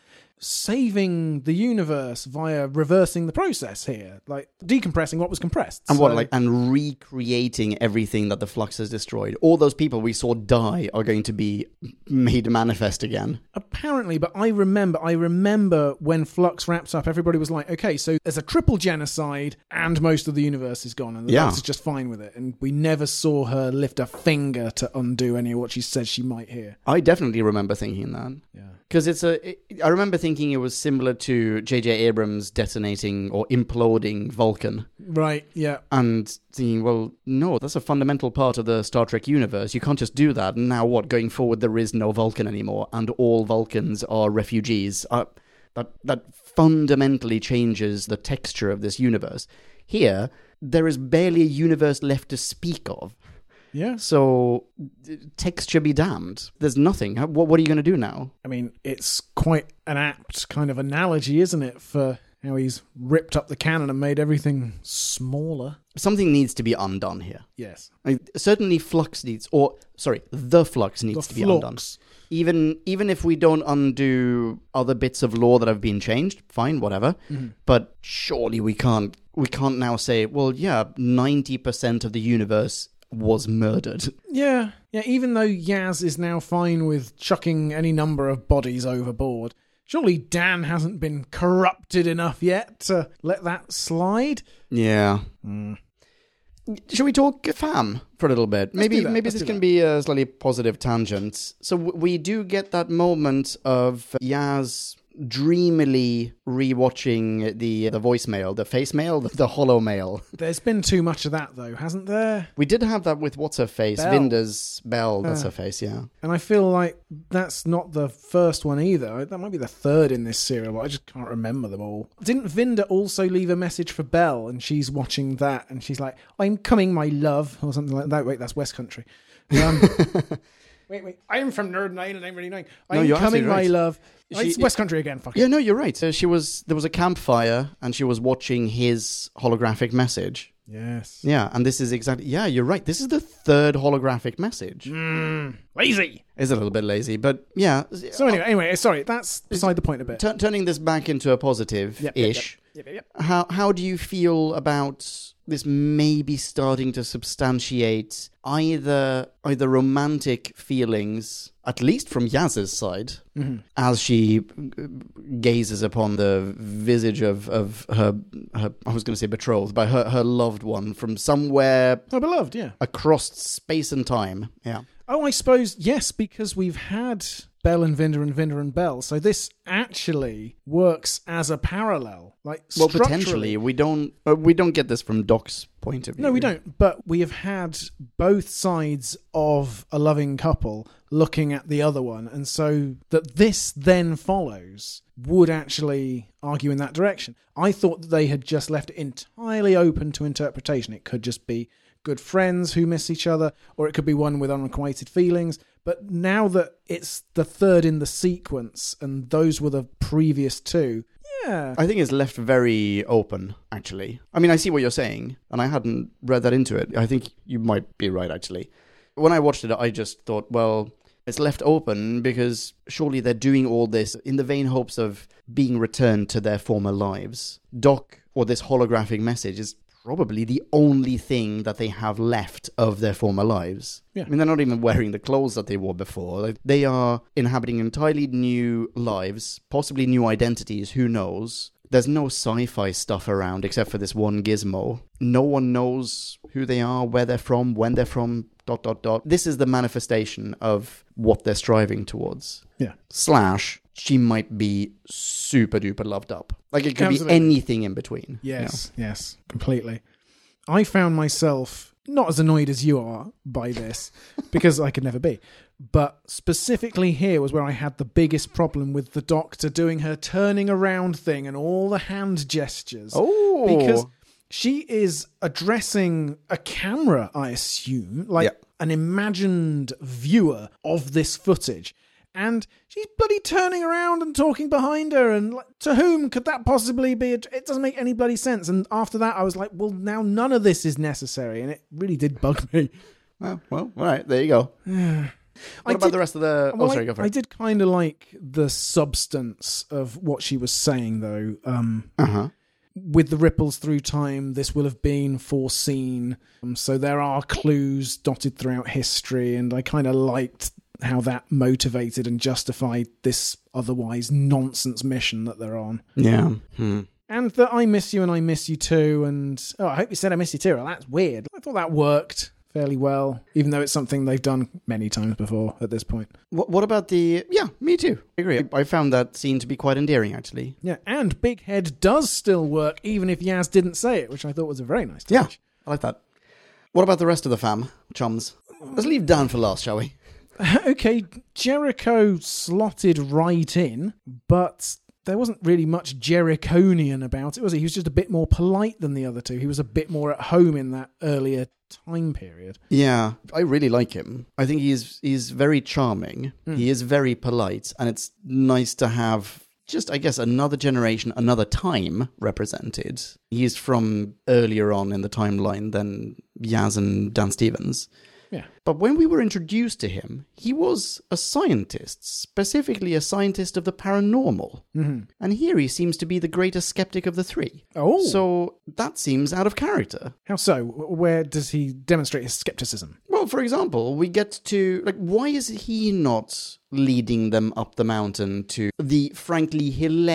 [SPEAKER 2] saving the universe via reversing the process here, like decompressing what was compressed.
[SPEAKER 1] And what,
[SPEAKER 2] So-
[SPEAKER 1] like, and recreating everything that the flux has destroyed. All those people we saw die are going to be made manifest again.
[SPEAKER 2] Apparently, but I remember, I remember when Flux wraps up, everybody was like, okay, so there's a triple genocide and most of the universe is gone and the
[SPEAKER 1] Yeah.
[SPEAKER 2] Flux is just fine with it. And we never saw her lift a finger to undo any of what she said she might hear.
[SPEAKER 1] I definitely remember thinking that.
[SPEAKER 2] Yeah.
[SPEAKER 1] Because it's a. It, I remember thinking it was similar to J.J. Abrams detonating or imploding Vulcan.
[SPEAKER 2] Right, yeah.
[SPEAKER 1] And thinking, well, no, that's a fundamental part of the Star Trek universe. You can't just do that. And now what? Going forward, there is no Vulcan anymore, and all Vulcans are refugees. Uh, that that fundamentally changes the texture of this universe. Here, there is barely a universe left to speak of.
[SPEAKER 2] Yes.
[SPEAKER 1] So, d- texture be damned. There's nothing. How- What, what are you going to do now?
[SPEAKER 2] I mean, it's quite an apt kind of analogy, isn't it, for how he's ripped up the cannon and made everything smaller.
[SPEAKER 1] Something needs to be undone here.
[SPEAKER 2] Yes.
[SPEAKER 1] Like, certainly, flux needs, or sorry, the flux needs to be undone.
[SPEAKER 2] flux.
[SPEAKER 1] Even even if we don't undo other bits of law that have been changed, fine, whatever. But surely we can't we can't now say, well, yeah, ninety percent of the universe was murdered. (laughs)
[SPEAKER 2] Yeah, yeah. Even though Yaz is now fine with chucking any number of bodies overboard, surely Dan hasn't been corrupted enough yet to let that slide.
[SPEAKER 1] Yeah. Should we talk fam for a little bit? maybe
[SPEAKER 2] do that,
[SPEAKER 1] maybe
[SPEAKER 2] Mm. let's
[SPEAKER 1] this
[SPEAKER 2] do
[SPEAKER 1] can
[SPEAKER 2] that.
[SPEAKER 1] be a slightly positive tangent. So w- we do get that moment of Yaz dreamily rewatching the the voicemail, the face mail, the, the hollow mail. (laughs)
[SPEAKER 2] There's been too much of that though, hasn't there?
[SPEAKER 1] We did have that with what's her face,
[SPEAKER 2] Belle.
[SPEAKER 1] Vinda's Bell. That's her face, yeah.
[SPEAKER 2] And I feel like that's not the first one either. That might be the third in this serial, but I just can't remember them all. Didn't Vinda also leave a message for Belle and she's watching that and she's like, I'm coming, my love, or something like that? Wait, that's West Country.
[SPEAKER 1] (laughs)
[SPEAKER 2] Um, wait, wait. I am from Nerd Nine and I'm really knowing. I'm
[SPEAKER 1] you're
[SPEAKER 2] coming,
[SPEAKER 1] absolutely
[SPEAKER 2] my
[SPEAKER 1] right.
[SPEAKER 2] love. Oh,
[SPEAKER 1] She-
[SPEAKER 2] it's West Country again, fuck it.
[SPEAKER 1] Yeah, no, you're right. Uh, she was there was a campfire and she was watching his holographic message.
[SPEAKER 2] Yes.
[SPEAKER 1] Yeah, and this is exactly. Yeah, you're right. This is the third holographic message.
[SPEAKER 5] Lazy.
[SPEAKER 1] It's a little bit lazy, but yeah.
[SPEAKER 2] Hmm, So anyway, anyway, sorry, that's beside the point a bit.
[SPEAKER 1] Tur- turning this back into a positive
[SPEAKER 2] Yep, yep,
[SPEAKER 1] ish.
[SPEAKER 2] Yep, yep, yep.
[SPEAKER 1] How how do you feel about this maybe starting to substantiate either either romantic feelings, at least from Yaz's side,
[SPEAKER 2] Mm-hmm.
[SPEAKER 1] as she uh, gazes upon the visage of, of her, her I was going to say betrothed, but her her loved one from somewhere
[SPEAKER 2] Oh, beloved, yeah.
[SPEAKER 1] across space and time. Yeah.
[SPEAKER 2] Oh, I suppose yes, because we've had Bell and Vinder and Vinder and Bell, so this actually works as a parallel. Like
[SPEAKER 1] Well,
[SPEAKER 2] structurally-
[SPEAKER 1] potentially we don't uh, we don't get this from Doc's point of view.
[SPEAKER 2] No, we don't. But we have had both sides of a loving couple looking at the other one, and so that this then follows would actually argue in that direction. I thought that they had just left it entirely open to interpretation. It could just be good friends who miss each other, or it could be one with unrequited feelings. But now that it's the third in the sequence, and those were the previous two, yeah,
[SPEAKER 1] I think it's left very open, actually. I mean, I see what you're saying, and I hadn't read that into it. I think you might be right, actually. When I watched it, I just thought, well, it's left open because surely they're doing all this in the vain hopes of being returned to their former lives. Doc, or this holographic message, is probably the only thing that they have left of their former lives.
[SPEAKER 2] Yeah.
[SPEAKER 1] I mean, they're not even wearing the clothes that they wore before. Like, they are inhabiting entirely new lives, possibly new identities, who knows? There's no sci fi stuff around except for this one gizmo. No one knows who they are, where they're from, when they're from, dot, dot, dot. This is the manifestation of what they're striving towards.
[SPEAKER 2] yeah.
[SPEAKER 1] Slash, she might be super duper loved up. Like, it could
[SPEAKER 2] Absolutely.
[SPEAKER 1] be anything in between.
[SPEAKER 2] Yes, yes, completely. I found myself not as annoyed as you are by this because I could never be. But specifically here was where I had the biggest problem with the doctor doing her turning around thing and all the hand gestures.
[SPEAKER 1] Oh.
[SPEAKER 2] Because she is addressing a camera, I assume, like
[SPEAKER 1] Yeah.
[SPEAKER 2] an imagined viewer of this footage. And she's bloody turning around and talking behind her. And like, to whom could that possibly be? Ad- it doesn't make any bloody sense. And after that, I was like, well, now none of this is necessary. And it really did bug me.
[SPEAKER 1] Well, well, all right, there you go. what
[SPEAKER 2] (sighs) I
[SPEAKER 1] about
[SPEAKER 2] did-
[SPEAKER 1] the rest of the.
[SPEAKER 2] Well,
[SPEAKER 1] oh, sorry,
[SPEAKER 2] I,
[SPEAKER 1] go for
[SPEAKER 2] I
[SPEAKER 1] it.
[SPEAKER 2] did kind of like the substance of what she was saying, though. Um,
[SPEAKER 1] Uh huh.
[SPEAKER 2] with the ripples through time, this will have been foreseen. Um, so there are clues dotted throughout history, and I kind of liked how that motivated and justified this otherwise nonsense mission that they're on.
[SPEAKER 1] Yeah. Hmm.
[SPEAKER 2] And that I miss you and I miss you too, and oh, I hope you said I miss you too. Well, that's weird. I thought that worked fairly well, even though it's something they've done many times before at this point.
[SPEAKER 1] What, what about the? Yeah, me too. I agree. I found that scene to be quite endearing, actually.
[SPEAKER 2] Yeah, and Big Head does still work, even if Yaz didn't say it, which I thought was a very nice touch.
[SPEAKER 1] Yeah, I like that. What about the rest of the fam chums? Let's leave Dan for last, shall we?
[SPEAKER 2] (laughs) okay, Jericho slotted right in, but there wasn't really much Jerichonian about it, was he? He was just a bit more polite than the other two. He was a bit more at home in that earlier time period.
[SPEAKER 1] Yeah, I really like him. Hmm. I think he's he's very charming. He is very polite, and it's nice to have just I guess another generation, another time represented. He's from earlier on in the timeline than Yaz and Dan Stevens.
[SPEAKER 2] Yeah.
[SPEAKER 1] But when we were introduced to him, he was a scientist, specifically a scientist of the paranormal. Mm-hmm. And here he seems to be the greatest skeptic of the three.
[SPEAKER 2] Oh.
[SPEAKER 1] So that seems out of character.
[SPEAKER 2] How so? W- Where does he demonstrate his skepticism?
[SPEAKER 1] Well, for example, we get to like why is he not leading them up the mountain to the frankly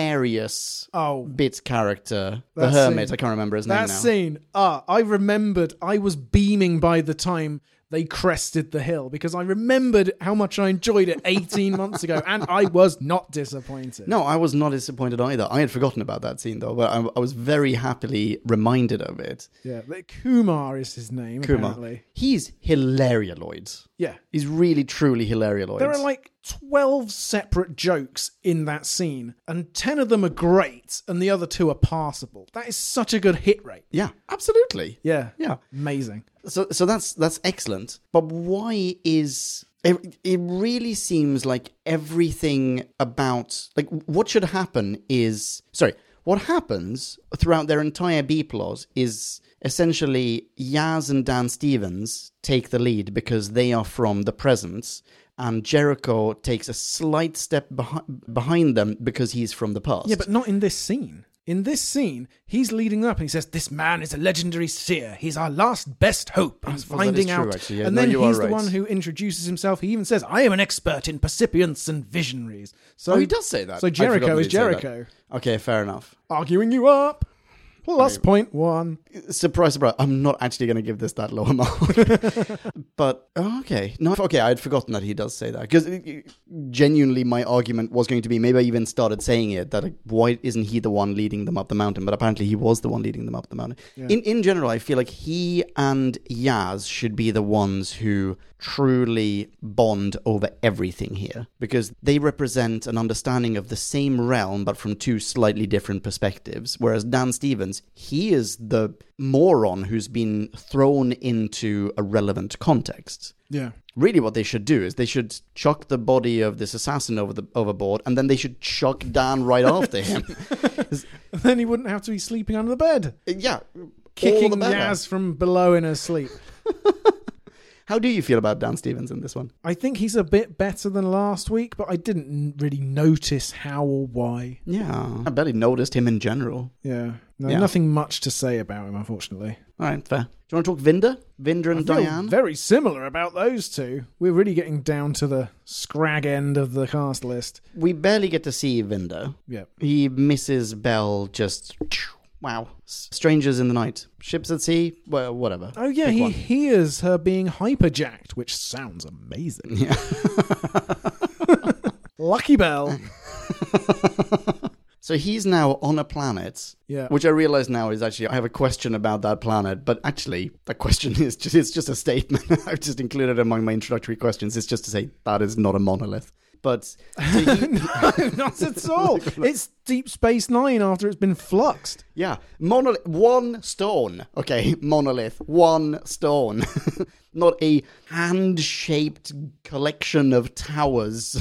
[SPEAKER 1] hilarious
[SPEAKER 2] Oh,
[SPEAKER 1] bit character, the
[SPEAKER 2] That
[SPEAKER 1] hermit,
[SPEAKER 2] scene.
[SPEAKER 1] I can't remember his name
[SPEAKER 2] that
[SPEAKER 1] now.
[SPEAKER 2] scene. Ah, I remembered I was beaming by the time they crested the hill because I remembered how much I enjoyed it 18 months
[SPEAKER 1] (laughs)
[SPEAKER 2] ago and I was not disappointed.
[SPEAKER 1] No, I was not disappointed either. I had forgotten about that scene though, but I, I was very happily reminded of it.
[SPEAKER 2] Yeah, Kumar is his name,
[SPEAKER 1] Kumar.
[SPEAKER 2] apparently.
[SPEAKER 1] He's hilarioloid.
[SPEAKER 2] Yeah.
[SPEAKER 1] He's really, truly hilarioloid.
[SPEAKER 2] There are like 12 separate jokes in that scene, and 10 of them are great, and the other two are passable. That is such a good hit rate.
[SPEAKER 1] yeah, absolutely.
[SPEAKER 2] Yeah.
[SPEAKER 1] Yeah.
[SPEAKER 2] Amazing.
[SPEAKER 1] So, so that's that's excellent. But why is it, it? Really seems like everything about like what should happen is sorry. What happens throughout their entire B plot is essentially Yaz and Dan Stevens take the lead because they are from the present, and Jericho takes a slight step beh- behind them because he's from the past.
[SPEAKER 2] Yeah, but not in this scene. In this scene, he's leading up and he says, This man is a legendary seer. He's our last best hope. I'm
[SPEAKER 1] suppose that is
[SPEAKER 2] finding
[SPEAKER 1] true,
[SPEAKER 2] out.
[SPEAKER 1] actually. Yeah,
[SPEAKER 2] and
[SPEAKER 1] no,
[SPEAKER 2] then
[SPEAKER 1] you are
[SPEAKER 2] he's
[SPEAKER 1] right.
[SPEAKER 2] the one who introduces himself. He even says, I am an expert in percipients and visionaries. So
[SPEAKER 1] oh, he does say that.
[SPEAKER 2] So
[SPEAKER 1] I'd forgotten
[SPEAKER 2] Jericho
[SPEAKER 1] that
[SPEAKER 2] is
[SPEAKER 1] he'd say that.
[SPEAKER 2] Jericho.
[SPEAKER 1] Okay, fair enough.
[SPEAKER 2] Arguing you up. Plus point one.
[SPEAKER 1] surprise, surprise. I'm not actually going to give this that low (laughs) a mark. but oh, okay, no, okay. I'd forgotten that he does say that because genuinely, my argument was going to be maybe I even started saying it that like, why isn't he the one leading them up the mountain? But apparently, he was the one leading them up the mountain. In in general, I feel like he and Yaz should be the ones who truly bond over everything here because they represent an understanding of the same realm but from two slightly different perspectives. Whereas Dan Stevens, he is the moron who's been thrown into a relevant context.
[SPEAKER 2] Yeah.
[SPEAKER 1] Really, what they should do is they should chuck the body of this assassin over the overboard, and then they should chuck Dan right after
[SPEAKER 2] (laughs)
[SPEAKER 1] him. (laughs)
[SPEAKER 2] And (laughs) then he wouldn't have to be sleeping under the bed.
[SPEAKER 1] Yeah, all
[SPEAKER 2] Kicking
[SPEAKER 1] the better.
[SPEAKER 2] Yaz from below in her sleep.
[SPEAKER 1] How do you feel about Dan Stevens in this one?
[SPEAKER 2] I think he's a bit better than last week, but I didn't n- really notice how or why.
[SPEAKER 1] Yeah, I barely noticed him in general.
[SPEAKER 2] Yeah. No,
[SPEAKER 1] Yeah.
[SPEAKER 2] Nothing much to say about him, unfortunately.
[SPEAKER 1] All right, fair. Do you want to talk Vinda? Vinda and
[SPEAKER 2] I feel
[SPEAKER 1] Diane?
[SPEAKER 2] Very similar about those two. We're really getting down to the scrag end of the cast list.
[SPEAKER 1] we barely get to see Vinda.
[SPEAKER 2] Yeah.
[SPEAKER 1] He misses Bell just. Wow. S- Strangers in the night. Ships at sea. Well, whatever.
[SPEAKER 2] Oh yeah,
[SPEAKER 1] Pick
[SPEAKER 2] he
[SPEAKER 1] one.
[SPEAKER 2] hears her being hyperjacked, which sounds amazing.
[SPEAKER 1] Yeah.
[SPEAKER 2] (laughs)
[SPEAKER 1] (laughs) (laughs)
[SPEAKER 2] Lucky Bell. (laughs)
[SPEAKER 1] So he's now on a planet.
[SPEAKER 2] Yeah.
[SPEAKER 1] Which I realize now is actually I have a question about that planet, but actually that question (laughs) is just it's just a statement. (laughs) I've just included it among my introductory questions. It's just to say that is not a monolith. But so he,
[SPEAKER 2] Not at
[SPEAKER 1] (laughs)
[SPEAKER 2] all. It's Deep Space Nine after it's been fluxed.
[SPEAKER 1] Yeah, monolith. One stone. Okay, (laughs) monolith. One stone. (laughs) Not a hand-shaped collection of towers.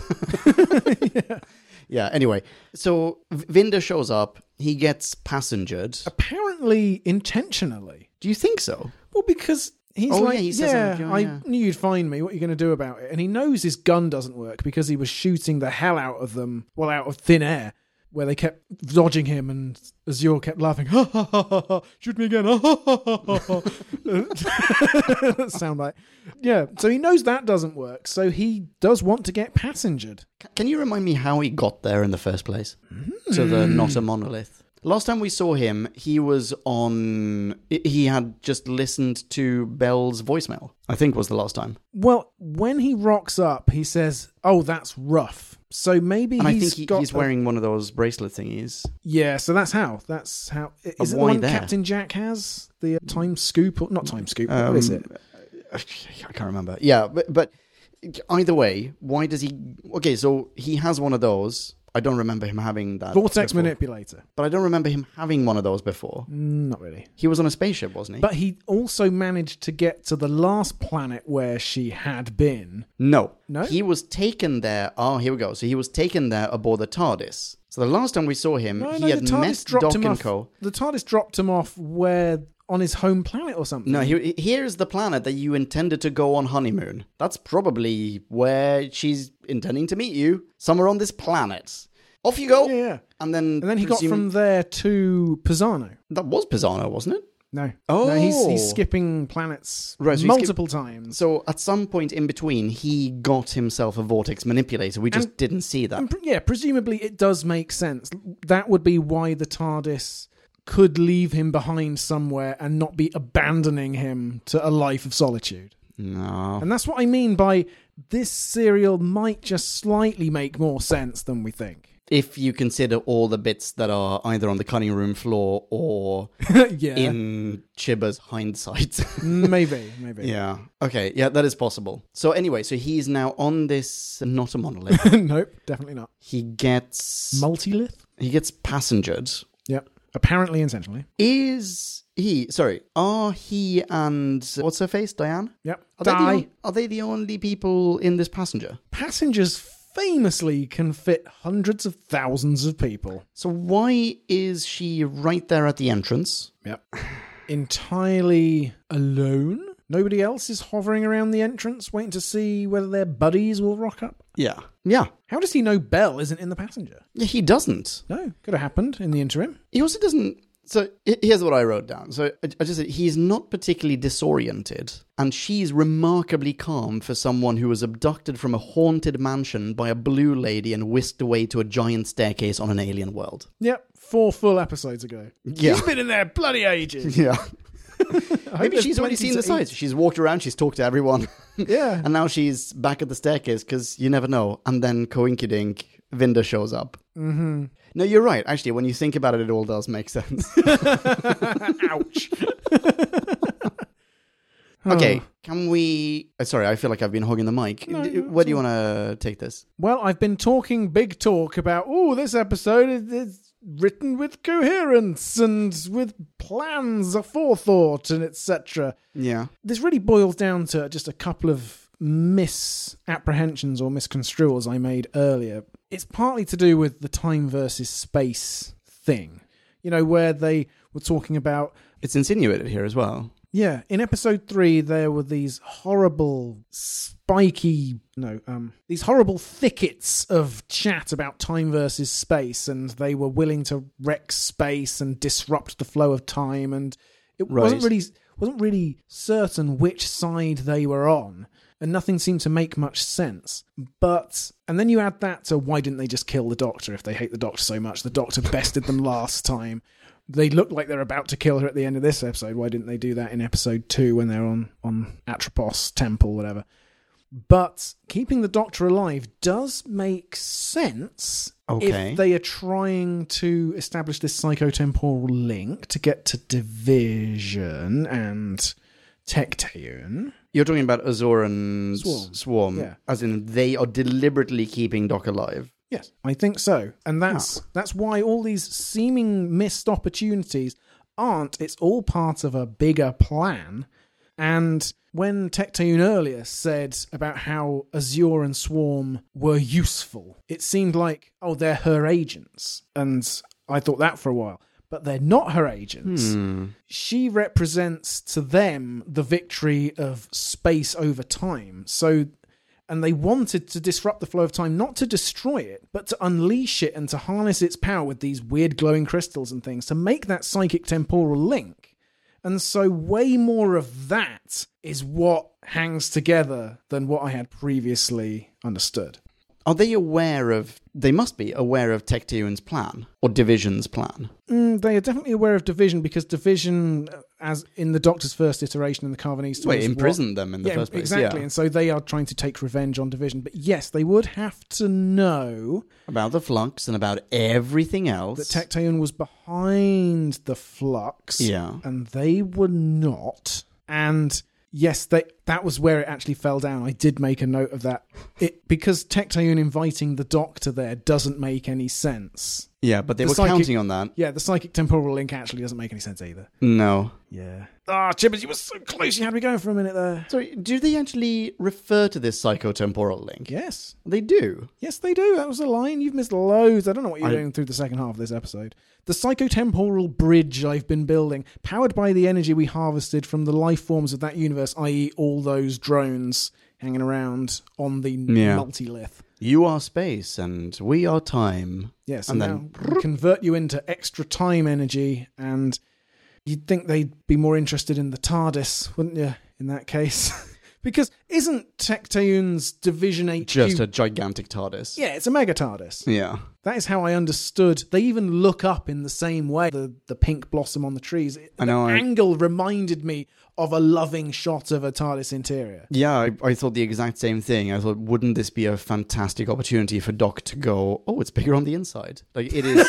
[SPEAKER 1] (laughs) yeah. Anyway, so V- Vinda shows up. He gets passengered.
[SPEAKER 2] Apparently intentionally.
[SPEAKER 1] Do you think so?
[SPEAKER 2] Well, because he's
[SPEAKER 1] Oh,
[SPEAKER 2] like,
[SPEAKER 1] yeah,
[SPEAKER 2] yeah,
[SPEAKER 1] he says on the phone,
[SPEAKER 2] I
[SPEAKER 1] yeah."
[SPEAKER 2] knew you'd find me. What are you going to do about it? And he knows his gun doesn't work because he was shooting the hell out of them, well, out of thin air, where they kept dodging him, and Azure kept laughing, (laughs) ha ha ha ha, ha, shoot me again, (laughs) ha ha ha ha ha. That Sound like, yeah. So he knows that doesn't work. So he does want to get passengered.
[SPEAKER 1] C- Can you remind me how he got there in the first place? To the
[SPEAKER 2] Hmm.
[SPEAKER 1] not a monolith. Last time we saw him, he was on. he- He had just listened to Bell's voicemail. I think was the last time.
[SPEAKER 2] Well, when he rocks up, he says, "Oh, that's rough." So maybe
[SPEAKER 1] And I
[SPEAKER 2] he's
[SPEAKER 1] think he,
[SPEAKER 2] got
[SPEAKER 1] he's
[SPEAKER 2] a-
[SPEAKER 1] wearing one of those bracelet thingies. (sighs)
[SPEAKER 2] Yeah, so that's how. That's how. Is it the
[SPEAKER 1] why
[SPEAKER 2] one
[SPEAKER 1] there?
[SPEAKER 2] Captain Jack has? The uh, time scoop? Or, not time scoop. what
[SPEAKER 1] Um,
[SPEAKER 2] is it?
[SPEAKER 1] I can't remember. Yeah, but but either way, why does he? Okay, so he has one of those. I don't remember him having that.
[SPEAKER 2] Vortex Hmm.
[SPEAKER 1] before.
[SPEAKER 2] manipulator.
[SPEAKER 1] But I don't remember him having one of those before.
[SPEAKER 2] Not really.
[SPEAKER 1] He was on a spaceship, wasn't he?
[SPEAKER 2] But he also managed to get to the last planet where she had been.
[SPEAKER 1] no,
[SPEAKER 2] No?
[SPEAKER 1] He was taken there. Oh, here we go. So he was taken there aboard the TARDIS. So the last time we saw him,
[SPEAKER 2] No,
[SPEAKER 1] he
[SPEAKER 2] no,
[SPEAKER 1] had
[SPEAKER 2] the TARDIS
[SPEAKER 1] messed
[SPEAKER 2] dropped
[SPEAKER 1] Doc
[SPEAKER 2] him
[SPEAKER 1] and
[SPEAKER 2] off.
[SPEAKER 1] Co.
[SPEAKER 2] The TARDIS dropped him off where on his home planet or something.
[SPEAKER 1] No, he, here's the planet that you intended to go on honeymoon. That's probably where she's intending to meet you, somewhere on this planet. Off you go.
[SPEAKER 2] Yeah, yeah.
[SPEAKER 1] And then,
[SPEAKER 2] And then he got
[SPEAKER 1] presume-
[SPEAKER 2] from there to Pisano.
[SPEAKER 1] that was Pisano, wasn't it?
[SPEAKER 2] No.
[SPEAKER 1] Oh.
[SPEAKER 2] No, he's, he's skipping planets
[SPEAKER 1] Right, so he
[SPEAKER 2] multiple times.
[SPEAKER 1] So at some point in between, he got himself a vortex manipulator. We just didn't see that.
[SPEAKER 2] And pre- yeah, presumably it does make sense. That would be why the TARDIS could leave him behind somewhere and not be abandoning him to a life of solitude.
[SPEAKER 1] no.
[SPEAKER 2] And that's what I mean by this serial might just slightly make more sense than
[SPEAKER 1] (laughs)
[SPEAKER 2] we think.
[SPEAKER 1] If you consider all the bits that are either on the cutting room floor or
[SPEAKER 2] yeah,
[SPEAKER 1] in Chiba's hindsight. (laughs)
[SPEAKER 2] maybe, maybe.
[SPEAKER 1] yeah. Okay. Yeah, that is possible. So anyway, so he's now on this not a monolith. (laughs)
[SPEAKER 2] (laughs) nope, definitely not.
[SPEAKER 1] he gets
[SPEAKER 2] Multilith?
[SPEAKER 1] he gets passengered.
[SPEAKER 2] Yep. Apparently intentionally.
[SPEAKER 1] Is he sorry? Are he and what's her face? Diane.
[SPEAKER 2] Yep.
[SPEAKER 1] Are, They
[SPEAKER 2] Die.
[SPEAKER 1] the, on- are they the only people in this passenger?
[SPEAKER 2] Passengers famously can fit hundreds of thousands of people.
[SPEAKER 1] So why is she right there at the entrance?
[SPEAKER 2] Yep. (sighs) Entirely alone? Nobody else is hovering around the entrance waiting to see whether their buddies will rock up?
[SPEAKER 1] Yeah. Yeah.
[SPEAKER 2] How does he know Bell isn't in the passenger?
[SPEAKER 1] Yeah, he doesn't.
[SPEAKER 2] No, could have happened in the interim.
[SPEAKER 1] He also doesn't. So he- here's what I wrote down. So I I just said he's not particularly disoriented, and she's remarkably calm for someone who was abducted from a haunted mansion by a blue lady and whisked away to a giant staircase on an alien world.
[SPEAKER 2] Yep, four full episodes ago.
[SPEAKER 1] Yeah.
[SPEAKER 2] She's been in there bloody
[SPEAKER 1] (laughs)
[SPEAKER 2] ages.
[SPEAKER 1] Yeah.
[SPEAKER 2] I hope
[SPEAKER 1] Maybe
[SPEAKER 2] there's
[SPEAKER 1] she's already
[SPEAKER 2] plenty
[SPEAKER 1] seen the
[SPEAKER 2] to eat.
[SPEAKER 1] sights. She's walked around, she's talked to everyone, (laughs)
[SPEAKER 2] Yeah.
[SPEAKER 1] and now she's back at the staircase because you never know. And then Coinkydink, Vinda shows up. Mm-hmm. No, you're right. Actually, when you think about it, it all does make sense.
[SPEAKER 2] Ouch.
[SPEAKER 1] (laughs) okay, can we? uh, Sorry, I feel like I've been hogging the mic.
[SPEAKER 2] No,
[SPEAKER 1] D-
[SPEAKER 2] no,
[SPEAKER 1] Where do you want to take this?
[SPEAKER 2] Well, I've been talking big talk about, oh, this episode is, is written with coherence and with plans aforethought and etc.
[SPEAKER 1] Yeah.
[SPEAKER 2] This really boils down to just a couple of misapprehensions or misconstruals I made earlier. It's partly to do with the time versus space thing, you know, where they were talking about
[SPEAKER 1] It's insinuated here as well.
[SPEAKER 2] yeah, in episode three, there were these horrible, spiky, no, um, these horrible thickets of chat about time versus space, and they were willing to wreck space and disrupt the flow of time, and it wasn't
[SPEAKER 1] Right.
[SPEAKER 2] really wasn't really certain which side they were on, and nothing seemed to make much sense. But and then you add that to why didn't they just kill the Doctor if they hate the Doctor so much? The Doctor (laughs) bested them last time. They look like they're about to kill her at the end of this episode. Why didn't they do that in episode two when they're on on Atropos Temple, whatever? But keeping the Doctor alive does make sense
[SPEAKER 1] Okay.
[SPEAKER 2] if they are trying to establish this psychotemporal link to get to Division and Tecteun.
[SPEAKER 1] You're talking about Azoran's
[SPEAKER 2] Swarm.
[SPEAKER 1] swarm,
[SPEAKER 2] Yeah.
[SPEAKER 1] as in they are deliberately keeping Doc alive.
[SPEAKER 2] Yes, I think so, and that's that's why all these seeming missed opportunities aren't. It's all part of a bigger plan. And when Tectune earlier said about how Azure and Swarm were useful, it seemed like, oh, they're her agents. And I thought that for a while. But they're not her agents. She represents to them the victory of space over time. So, and they wanted to disrupt the flow of time, not to destroy it, but to unleash it and to harness its power with these weird glowing crystals and things to make that psychic temporal link. And so, way more of that is what hangs together than what I had previously understood.
[SPEAKER 1] Are they aware of? They must be aware of Tecteun's plan or Division's plan.
[SPEAKER 2] Mm, they are definitely aware of division because division, uh, as in the Doctor's first iteration in the Carvan Easter,
[SPEAKER 1] Wait,
[SPEAKER 2] was what-
[SPEAKER 1] imprisoned them in the
[SPEAKER 2] yeah,
[SPEAKER 1] first place.
[SPEAKER 2] exactly.
[SPEAKER 1] Yeah.
[SPEAKER 2] And so they are trying to take revenge on division. But yes, they would have to know
[SPEAKER 1] About the flux and about everything
[SPEAKER 2] that
[SPEAKER 1] else.
[SPEAKER 2] Tectaeon was behind the flux.
[SPEAKER 1] Yeah.
[SPEAKER 2] And they were not. And yes, they, that was where it actually fell down. I did make a note of that. It because Tectaeon inviting the doctor there doesn't make any sense.
[SPEAKER 1] yeah, but they
[SPEAKER 2] the
[SPEAKER 1] were
[SPEAKER 2] psychic-
[SPEAKER 1] counting on that.
[SPEAKER 2] Yeah, the psychic temporal link actually doesn't make any sense either.
[SPEAKER 1] No.
[SPEAKER 2] Yeah. Ah, Chibbers, you were so close. You had me going for a minute there.
[SPEAKER 1] Sorry, do they actually refer to this psychotemporal link?
[SPEAKER 2] Yes.
[SPEAKER 1] They do.
[SPEAKER 2] Yes, they do. That was a line. You've missed loads. I don't know what you're
[SPEAKER 1] I-
[SPEAKER 2] doing through the second half of this episode. The psychotemporal bridge I've been building, powered by the energy we harvested from the life forms of that universe, i.e., all those drones hanging around on the
[SPEAKER 1] Yeah.
[SPEAKER 2] multi-lith.
[SPEAKER 1] You are space and we are time.
[SPEAKER 2] Yes,
[SPEAKER 1] And
[SPEAKER 2] and
[SPEAKER 1] then-
[SPEAKER 2] now we convert you into extra time energy, and you'd think they'd be more interested in the TARDIS, wouldn't you? In that case, (laughs) because isn't Tectaeun's Division HQ
[SPEAKER 1] Just a gigantic TARDIS.
[SPEAKER 2] yeah, it's a mega TARDIS.
[SPEAKER 1] Yeah.
[SPEAKER 2] That is how I understood. They even look up in the same way. The the pink blossom on the trees.
[SPEAKER 1] I know,
[SPEAKER 2] The
[SPEAKER 1] I-
[SPEAKER 2] angle reminded me of a loving shot of a TARDIS interior.
[SPEAKER 1] Yeah, I, I thought the exact same thing. I thought, wouldn't this be a fantastic opportunity for Doc to go, oh, it's bigger on the inside? Like, it
[SPEAKER 2] (laughs)
[SPEAKER 1] is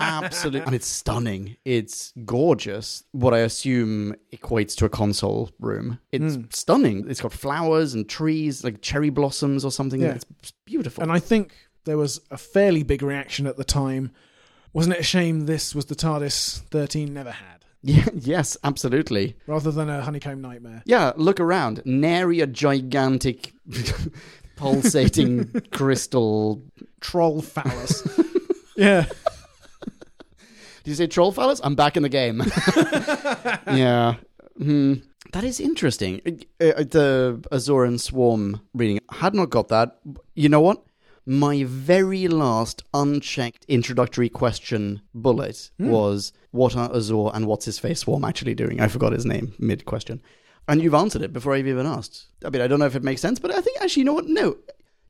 [SPEAKER 1] absolutely, and it's stunning. It's gorgeous. What I assume equates to a console room. It's
[SPEAKER 2] Hmm.
[SPEAKER 1] stunning. It's got flowers and trees, like cherry blossoms or something.
[SPEAKER 2] Yeah.
[SPEAKER 1] It's beautiful.
[SPEAKER 2] And I think there was a fairly big reaction at the time. Wasn't it a shame this was the TARDIS 13 never had,
[SPEAKER 1] (laughs) yeah, yes, absolutely.
[SPEAKER 2] rather than a honeycomb nightmare? (laughs)
[SPEAKER 1] Yeah, look around. Nary a gigantic pulsating crystal.
[SPEAKER 2] Troll phallus. yeah.
[SPEAKER 1] Did you say troll phallus? I'm back in the
[SPEAKER 2] (laughs)
[SPEAKER 1] game. yeah. Hmm. That is interesting. Uh, uh, the Azoran Swarm reading. I had not got that. You know what? My very last unchecked introductory question bullet
[SPEAKER 2] Hmm.
[SPEAKER 1] was what are Azor and what's his face swarm actually doing? I forgot his name mid question. And you've answered it before I've even asked. I mean, I don't know if it makes sense, but I think actually, you know what? No.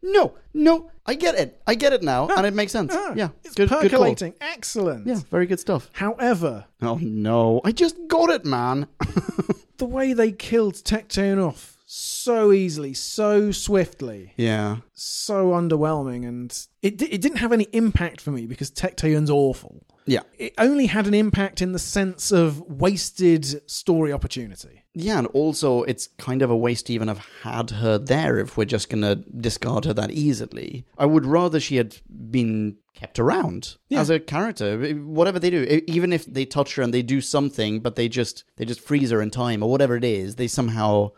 [SPEAKER 1] No, no, I get it. I get it now, and it makes sense.
[SPEAKER 2] Ah,
[SPEAKER 1] yeah,
[SPEAKER 2] It's
[SPEAKER 1] good, good call.
[SPEAKER 2] percolating. Excellent.
[SPEAKER 1] Yeah, very good stuff.
[SPEAKER 2] However,
[SPEAKER 1] Oh no, I just got it, man. (laughs)
[SPEAKER 2] the way they killed Tectone off so easily, so swiftly,
[SPEAKER 1] yeah.
[SPEAKER 2] so underwhelming, and it, di- it didn't have any impact for me because Tectone's awful.
[SPEAKER 1] Yeah.
[SPEAKER 2] It only had an impact in the sense of wasted story opportunity.
[SPEAKER 1] Yeah, and also it's kind of a waste to even have had her there if we're just going to discard her that easily. I would rather she had been kept around
[SPEAKER 2] Yeah.
[SPEAKER 1] as a character whatever they do E- even if they touch her and they do something but they just they just freeze her in time or whatever it is they somehow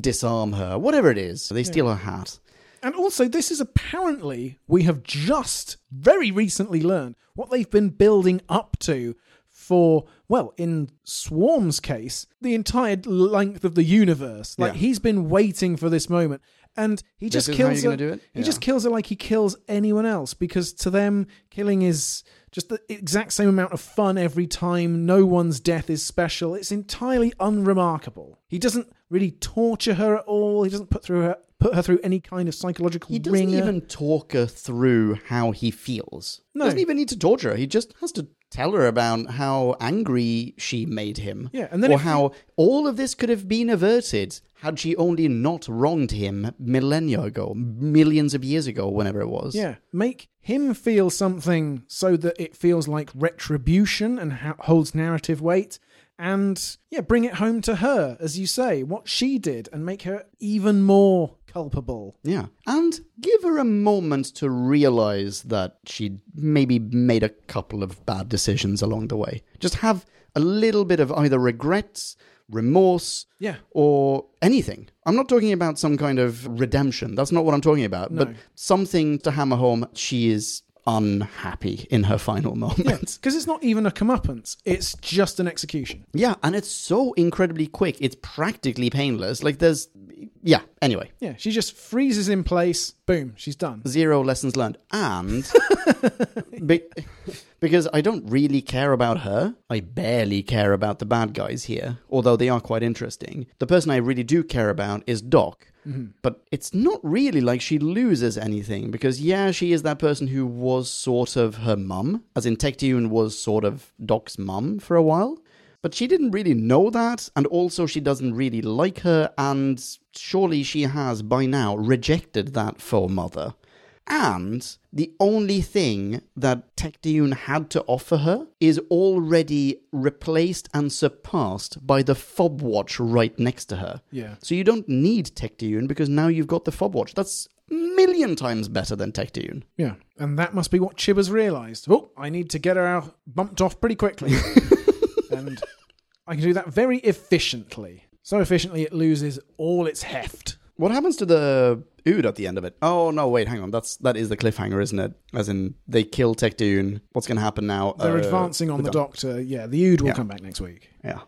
[SPEAKER 1] disarm her whatever it is they steal her hat
[SPEAKER 2] And also, this is apparently, we have just very recently learned what they've been building up to for, well, in Swarm's case, the entire length of the universe. Like,
[SPEAKER 1] Yeah.
[SPEAKER 2] he's been waiting for this moment. And he just
[SPEAKER 1] is how
[SPEAKER 2] kills
[SPEAKER 1] you're
[SPEAKER 2] her.
[SPEAKER 1] gonna do it?
[SPEAKER 2] He
[SPEAKER 1] Yeah.
[SPEAKER 2] just kills her like he kills anyone else because to them, killing is just the exact same amount of fun every time. No one's death is special. It's entirely unremarkable. He doesn't really torture her at all. He doesn't put through her put her through any kind of psychological
[SPEAKER 1] He doesn't
[SPEAKER 2] ringer.
[SPEAKER 1] even talk her through how he feels.
[SPEAKER 2] No.
[SPEAKER 1] Doesn't even need to torture her. He just has to tell her about how angry she made him.
[SPEAKER 2] Yeah, and then
[SPEAKER 1] or
[SPEAKER 2] if-
[SPEAKER 1] how all of this could have been averted had she only not wronged him millennia ago, millions of years ago, whenever it was.
[SPEAKER 2] Yeah, make him feel something so that it feels like retribution and ha- holds narrative weight. And yeah, bring it home to her, as you say, what she did, and make her even more culpable.
[SPEAKER 1] Yeah. And give her a moment to realize that she maybe made a couple of bad decisions along the way. Just have a little bit of either regrets, remorse,
[SPEAKER 2] Yeah.
[SPEAKER 1] or anything. I'm not talking about some kind of redemption. That's not what I'm talking about. But something to hammer home she is unhappy in her final (laughs) moments.
[SPEAKER 2] Because it's not even a comeuppance, it's just an execution.
[SPEAKER 1] Yeah. and it's so incredibly quick. It's practically painless. Like there's yeah, anyway.
[SPEAKER 2] Yeah, she just freezes in place, boom, she's done.
[SPEAKER 1] Zero lessons learned. And be- because I don't really care about her, I barely care about the bad guys here, although they are quite interesting. The person I really do care about is Doc. But it's not really like she loses anything because, yeah, she is that person who was sort of her mum, as in Tectune was sort of Doc's mum for a while. But she didn't really know that, and also she doesn't really like her, and surely she has by now rejected that for mother. And the only thing that Tectune had to offer her is already replaced and surpassed by the fob watch right next to her.
[SPEAKER 2] Yeah.
[SPEAKER 1] So you don't need Tectune because now you've got the fob watch. That's a million times better than Tectune.
[SPEAKER 2] Yeah, and that must be what Chibber's realised. Oh, I need to get her out, bumped off
[SPEAKER 1] (laughs)
[SPEAKER 2] pretty quickly. and I can do that very efficiently. So efficiently it loses all its heft.
[SPEAKER 1] What happens to the Ood at the end of it? Oh no, wait, hang on. That's that is the cliffhanger, isn't it? As in they kill Tectune. What's going to happen now?
[SPEAKER 2] They're
[SPEAKER 1] Uh,
[SPEAKER 2] advancing on
[SPEAKER 1] we're
[SPEAKER 2] the
[SPEAKER 1] done.
[SPEAKER 2] Doctor. Yeah, the Ood will
[SPEAKER 1] Yeah.
[SPEAKER 2] come back next week.
[SPEAKER 1] Yeah.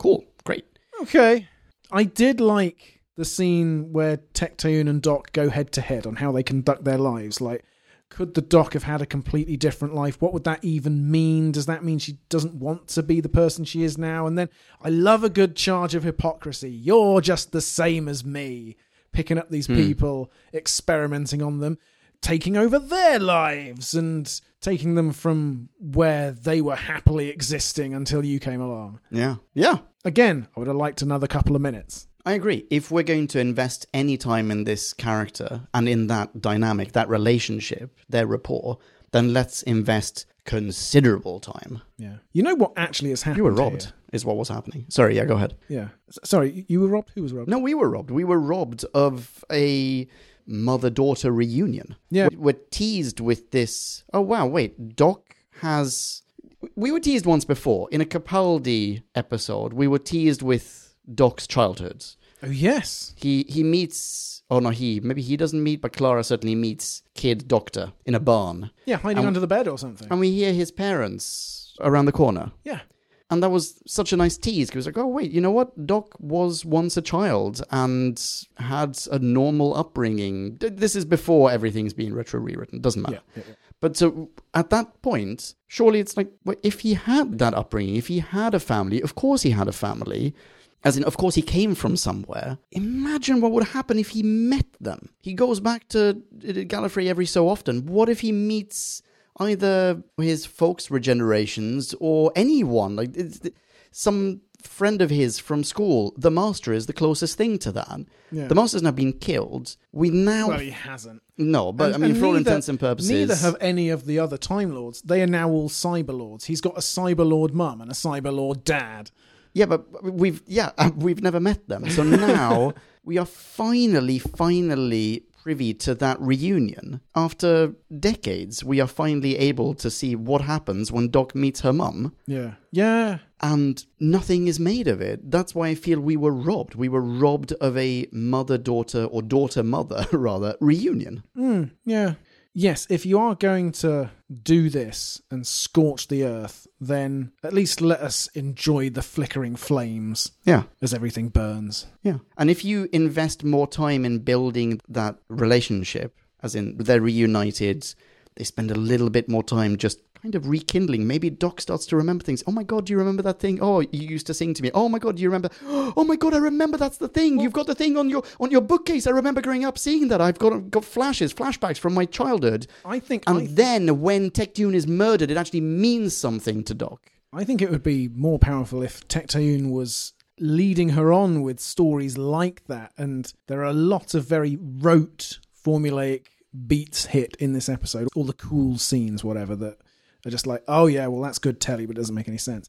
[SPEAKER 1] Cool. Great.
[SPEAKER 2] Okay. I did like the scene where Tectone and Doc go head to head on how they conduct their lives. Like, could the Doc have had a completely different life? What would that even mean? Does that mean she doesn't want to be the person she is now? And then I love a good charge of hypocrisy. You're just the same as me. Picking up these people, experimenting on them, taking over their lives and taking them from where they were happily existing until you came along.
[SPEAKER 1] Yeah. Yeah.
[SPEAKER 2] Again, I would have liked another couple of minutes.
[SPEAKER 1] I agree. If we're going to invest any time in this character and in that dynamic, that relationship, their rapport, then let's invest considerable time.
[SPEAKER 2] Yeah. You know what actually has happened?
[SPEAKER 1] You were robbed,
[SPEAKER 2] here?
[SPEAKER 1] is what was happening. Sorry, yeah, go ahead.
[SPEAKER 2] Yeah. S- sorry, y- you were robbed? Who was robbed?
[SPEAKER 1] No, we were robbed. We were robbed of a mother daughter reunion.
[SPEAKER 2] Yeah.
[SPEAKER 1] We- We're teased with this. Oh, wow, wait. Doc has. We were teased once before. In a Capaldi episode, we were teased with Doc's childhood.
[SPEAKER 2] Oh, yes.
[SPEAKER 1] He he meets. Oh no, he maybe he doesn't meet, but Clara certainly meets Kid Doctor in a barn,
[SPEAKER 2] Yeah, hiding
[SPEAKER 1] And-
[SPEAKER 2] under the bed or something.
[SPEAKER 1] and we hear his parents around the corner.
[SPEAKER 2] yeah.
[SPEAKER 1] And that was such a nice tease. 'cause It was like, oh wait, you know what? Doc was once a child and had a normal upbringing. Th- This is before everything's been retro rewritten. Doesn't matter. But so at that point, surely it's like, well, if he had that upbringing, if he had a family, of course he had a family. As in, of course he came from somewhere. Imagine what would happen if he met them. He goes back to uh, Gallifrey every so often. What if he meets either his folks' regenerations or anyone? Like it's, some friend of his from school. The Master is the closest thing to that.
[SPEAKER 2] Yeah.
[SPEAKER 1] The Master's now been killed. We now.
[SPEAKER 2] Well, he hasn't.
[SPEAKER 1] no, um, but
[SPEAKER 2] And-
[SPEAKER 1] I mean,
[SPEAKER 2] and
[SPEAKER 1] for all
[SPEAKER 2] neither-
[SPEAKER 1] intents and purposes.
[SPEAKER 2] Neither have any of the other Time Lords. They are now all Cyber Lords. He's got a Cyber Lord mum and a Cyber Lord dad.
[SPEAKER 1] Yeah, but we've yeah (laughs) uh, we've never met them, so now we are finally finally privy to that reunion. After decades, we are finally able to see what happens when Doc meets her mum,
[SPEAKER 2] Yeah. Yeah.
[SPEAKER 1] and nothing is made of it. That's why I feel we were robbed. We were robbed of a mother daughter or daughter mother (laughs) rather reunion.
[SPEAKER 2] Yeah. Yes, if you are going to do this and scorch the earth, then at least let us enjoy the flickering flames
[SPEAKER 1] Yeah.
[SPEAKER 2] as everything burns.
[SPEAKER 1] Yeah. And if you invest more time in building that relationship, as in they're reunited, they spend a little bit more time just kind of rekindling. Maybe Doc starts to remember things. Oh my God, do you remember that thing? Oh, you used to sing to me. Oh my God, do you remember? Oh my God, I remember that's the thing. You've got the thing on your on your bookcase. I remember growing up seeing that. I've got got flashes, flashbacks from my childhood.
[SPEAKER 2] I think
[SPEAKER 1] And
[SPEAKER 2] I,
[SPEAKER 1] then when Tectune is murdered, it actually means something to Doc.
[SPEAKER 2] I think it would be more powerful if Tectayun was leading her on with stories like that and there are a lot of very rote formulaic beats hit in this episode. All the cool scenes whatever that are just like, "Oh yeah, well that's good telly, but it doesn't make any sense."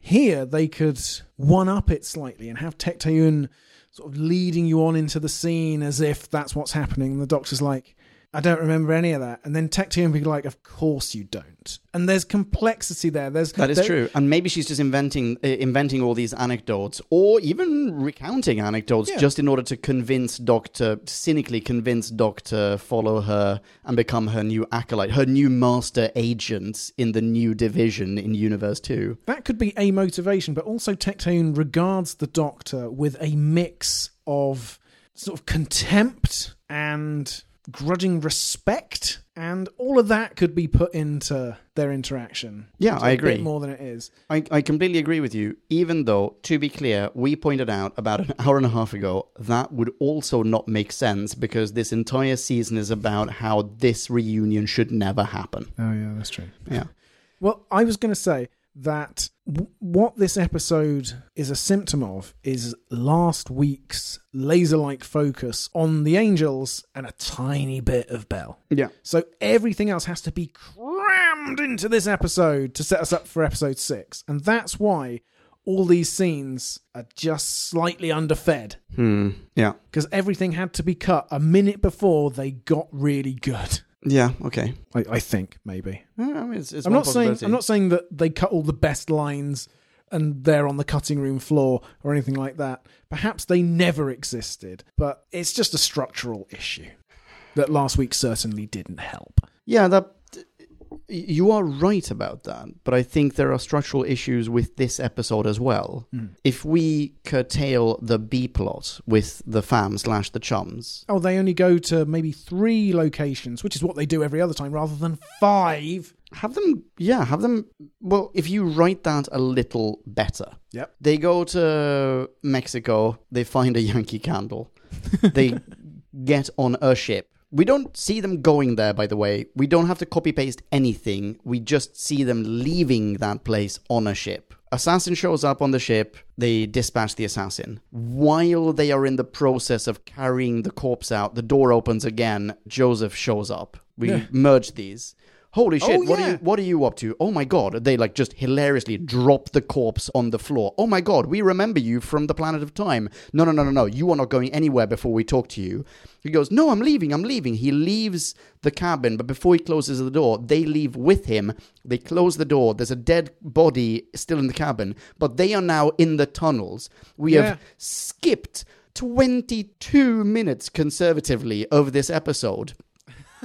[SPEAKER 2] Here they could one up it slightly and have Tectayun sort of leading you on into the scene as if that's what's happening. And the doctor's like, I don't remember any of that. And then Tectayun be like, Of course you don't. And there's complexity there. There's
[SPEAKER 1] That is
[SPEAKER 2] there-
[SPEAKER 1] true, and maybe she's just inventing uh, inventing all these anecdotes, or even recounting anecdotes,
[SPEAKER 2] Yeah.
[SPEAKER 1] just in order to convince Doctor cynically convince Doctor follow her and become her new acolyte, her new master agent in the new division in Universe Two.
[SPEAKER 2] That could be a motivation, but also Tectone regards the Doctor with a mix of sort of contempt and grudging respect, and all of that could be put into their interaction.
[SPEAKER 1] Yeah,
[SPEAKER 2] It's
[SPEAKER 1] I
[SPEAKER 2] a
[SPEAKER 1] agree.
[SPEAKER 2] Bit more than it is.
[SPEAKER 1] I, I completely agree with you. Even though, to be clear, we pointed out about an hour and a half ago that would also not make sense because this entire season is about how this reunion should never happen.
[SPEAKER 2] Oh yeah, that's true.
[SPEAKER 1] Yeah.
[SPEAKER 2] Well, I was going to say that w- what this episode is a symptom of is last week's laser-like focus on the angels and a tiny bit of Bell.
[SPEAKER 1] Yeah.
[SPEAKER 2] So everything else has to be crammed into this episode to set us up for episode six. And that's why all these scenes are just slightly underfed
[SPEAKER 1] Hmm. Yeah.
[SPEAKER 2] because everything had to be cut a minute before they got really good.
[SPEAKER 1] Yeah. Okay.
[SPEAKER 2] I, I think maybe.
[SPEAKER 1] Yeah, I mean, it's, it's
[SPEAKER 2] I'm
[SPEAKER 1] one
[SPEAKER 2] not saying
[SPEAKER 1] possibility.
[SPEAKER 2] I'm not saying that they cut all the best lines and they're on the cutting room floor or anything like that. Perhaps they never existed, but it's just a structural issue that last week certainly didn't help.
[SPEAKER 1] Yeah, that you are right about that, but I think there are structural issues with this episode as well. If we curtail the B plot with the fam slash the chums,
[SPEAKER 2] Oh, they only go to maybe three locations, which is what they do every other time, rather than five.
[SPEAKER 1] have them. Yeah, have them. Well, if you write that a little better,
[SPEAKER 2] Yep.
[SPEAKER 1] they go to Mexico. They find a Yankee Candle.
[SPEAKER 2] (laughs)
[SPEAKER 1] they get on a ship. We don't see them going there, by the way. We don't have to copy paste anything. We just see them leaving that place on a ship. Assassin shows up on the ship. They dispatch the assassin. While they are in the process of carrying the corpse out, the door opens again. Joseph shows up. We
[SPEAKER 2] Yeah.
[SPEAKER 1] merge these. Holy shit!
[SPEAKER 2] Oh,
[SPEAKER 1] What are
[SPEAKER 2] yeah.
[SPEAKER 1] you? What are you up to? Oh my god! They like just hilariously drop the corpse on the floor. Oh my god! We remember you from the planet of time. No, no, no, no, no! You are not going anywhere before we talk to you. He goes, "No, I'm leaving. I'm leaving." He leaves the cabin, but before he closes the door, they leave with him. They close the door. There's a dead body still in the cabin, but they are now in the tunnels. We
[SPEAKER 2] Yeah.
[SPEAKER 1] have skipped 22 minutes conservatively of this episode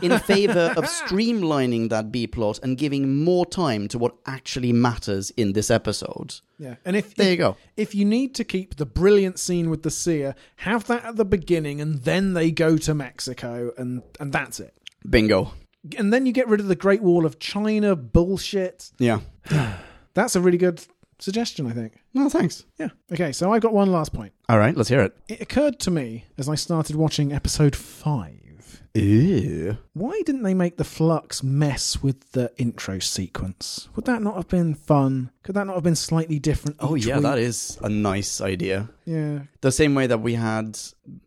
[SPEAKER 1] in favor of streamlining that B plot and giving more time to what actually matters in this episode.
[SPEAKER 2] Yeah, and if
[SPEAKER 1] There you go.
[SPEAKER 2] If you need to keep the brilliant scene with the seer, have that at the beginning, and then they go to Mexico, and and that's it.
[SPEAKER 1] Bingo.
[SPEAKER 2] And then you get rid of the Great Wall of China bullshit.
[SPEAKER 1] Yeah.
[SPEAKER 2] That's a really good suggestion, I think.
[SPEAKER 1] No, thanks.
[SPEAKER 2] Yeah. Okay, so I've got one last point.
[SPEAKER 1] All right, let's hear it.
[SPEAKER 2] It occurred to me as I started watching episode five.
[SPEAKER 1] Ew.
[SPEAKER 2] Why didn't they make the flux mess with the intro sequence? Would that not have been fun? Could that not have been slightly different?
[SPEAKER 1] Oh,
[SPEAKER 2] each
[SPEAKER 1] yeah,
[SPEAKER 2] week?
[SPEAKER 1] that is a nice idea.
[SPEAKER 2] Yeah,
[SPEAKER 1] The same way that we had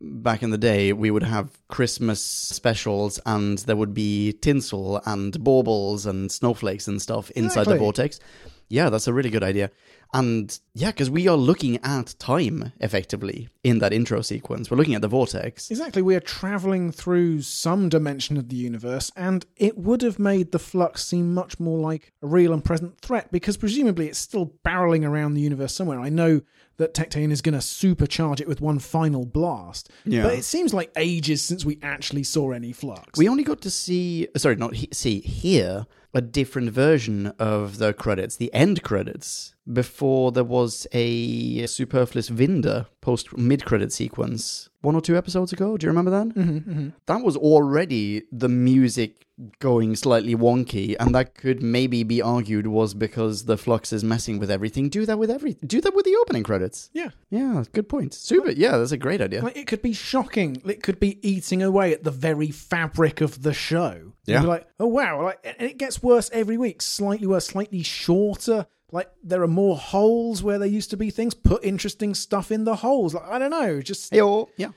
[SPEAKER 1] back in the day, we would have Christmas specials and there would be tinsel and baubles and snowflakes and stuff inside
[SPEAKER 2] Exactly.
[SPEAKER 1] the vortex. Yeah, that's a really good idea. And yeah, because we are looking at time effectively in that intro sequence. We're looking at the vortex.
[SPEAKER 2] Exactly, we are traveling through some dimension of the universe, and it would have made the flux seem much more like a real and present threat because presumably it's still barreling around the universe somewhere. I know that Tectane is going to supercharge it with one final blast,
[SPEAKER 1] Yeah.
[SPEAKER 2] but it seems like ages since we actually saw any flux.
[SPEAKER 1] We only got to see, sorry, not he- see, hear a different version of the credits, the end credits, before there was a superfluous Vinder post mid credit sequence one or two episodes ago. Do you remember that? Mm-hmm, That was already the music going slightly wonky, and that could maybe be argued was because the flux is messing with everything. Do that with every, do that with the opening credits.
[SPEAKER 2] yeah.
[SPEAKER 1] Yeah, good point. Super. Yeah, that's a great idea.
[SPEAKER 2] Like it could be shocking. It could be eating away at the very fabric of the show.
[SPEAKER 1] Yeah.
[SPEAKER 2] You'd be like, oh wow, like and it gets worse every week. Slightly worse, slightly shorter. Like there are more holes where there used to be things. Put interesting stuff in the holes. Like I don't know, just
[SPEAKER 1] Heyo. (laughs) Yeah.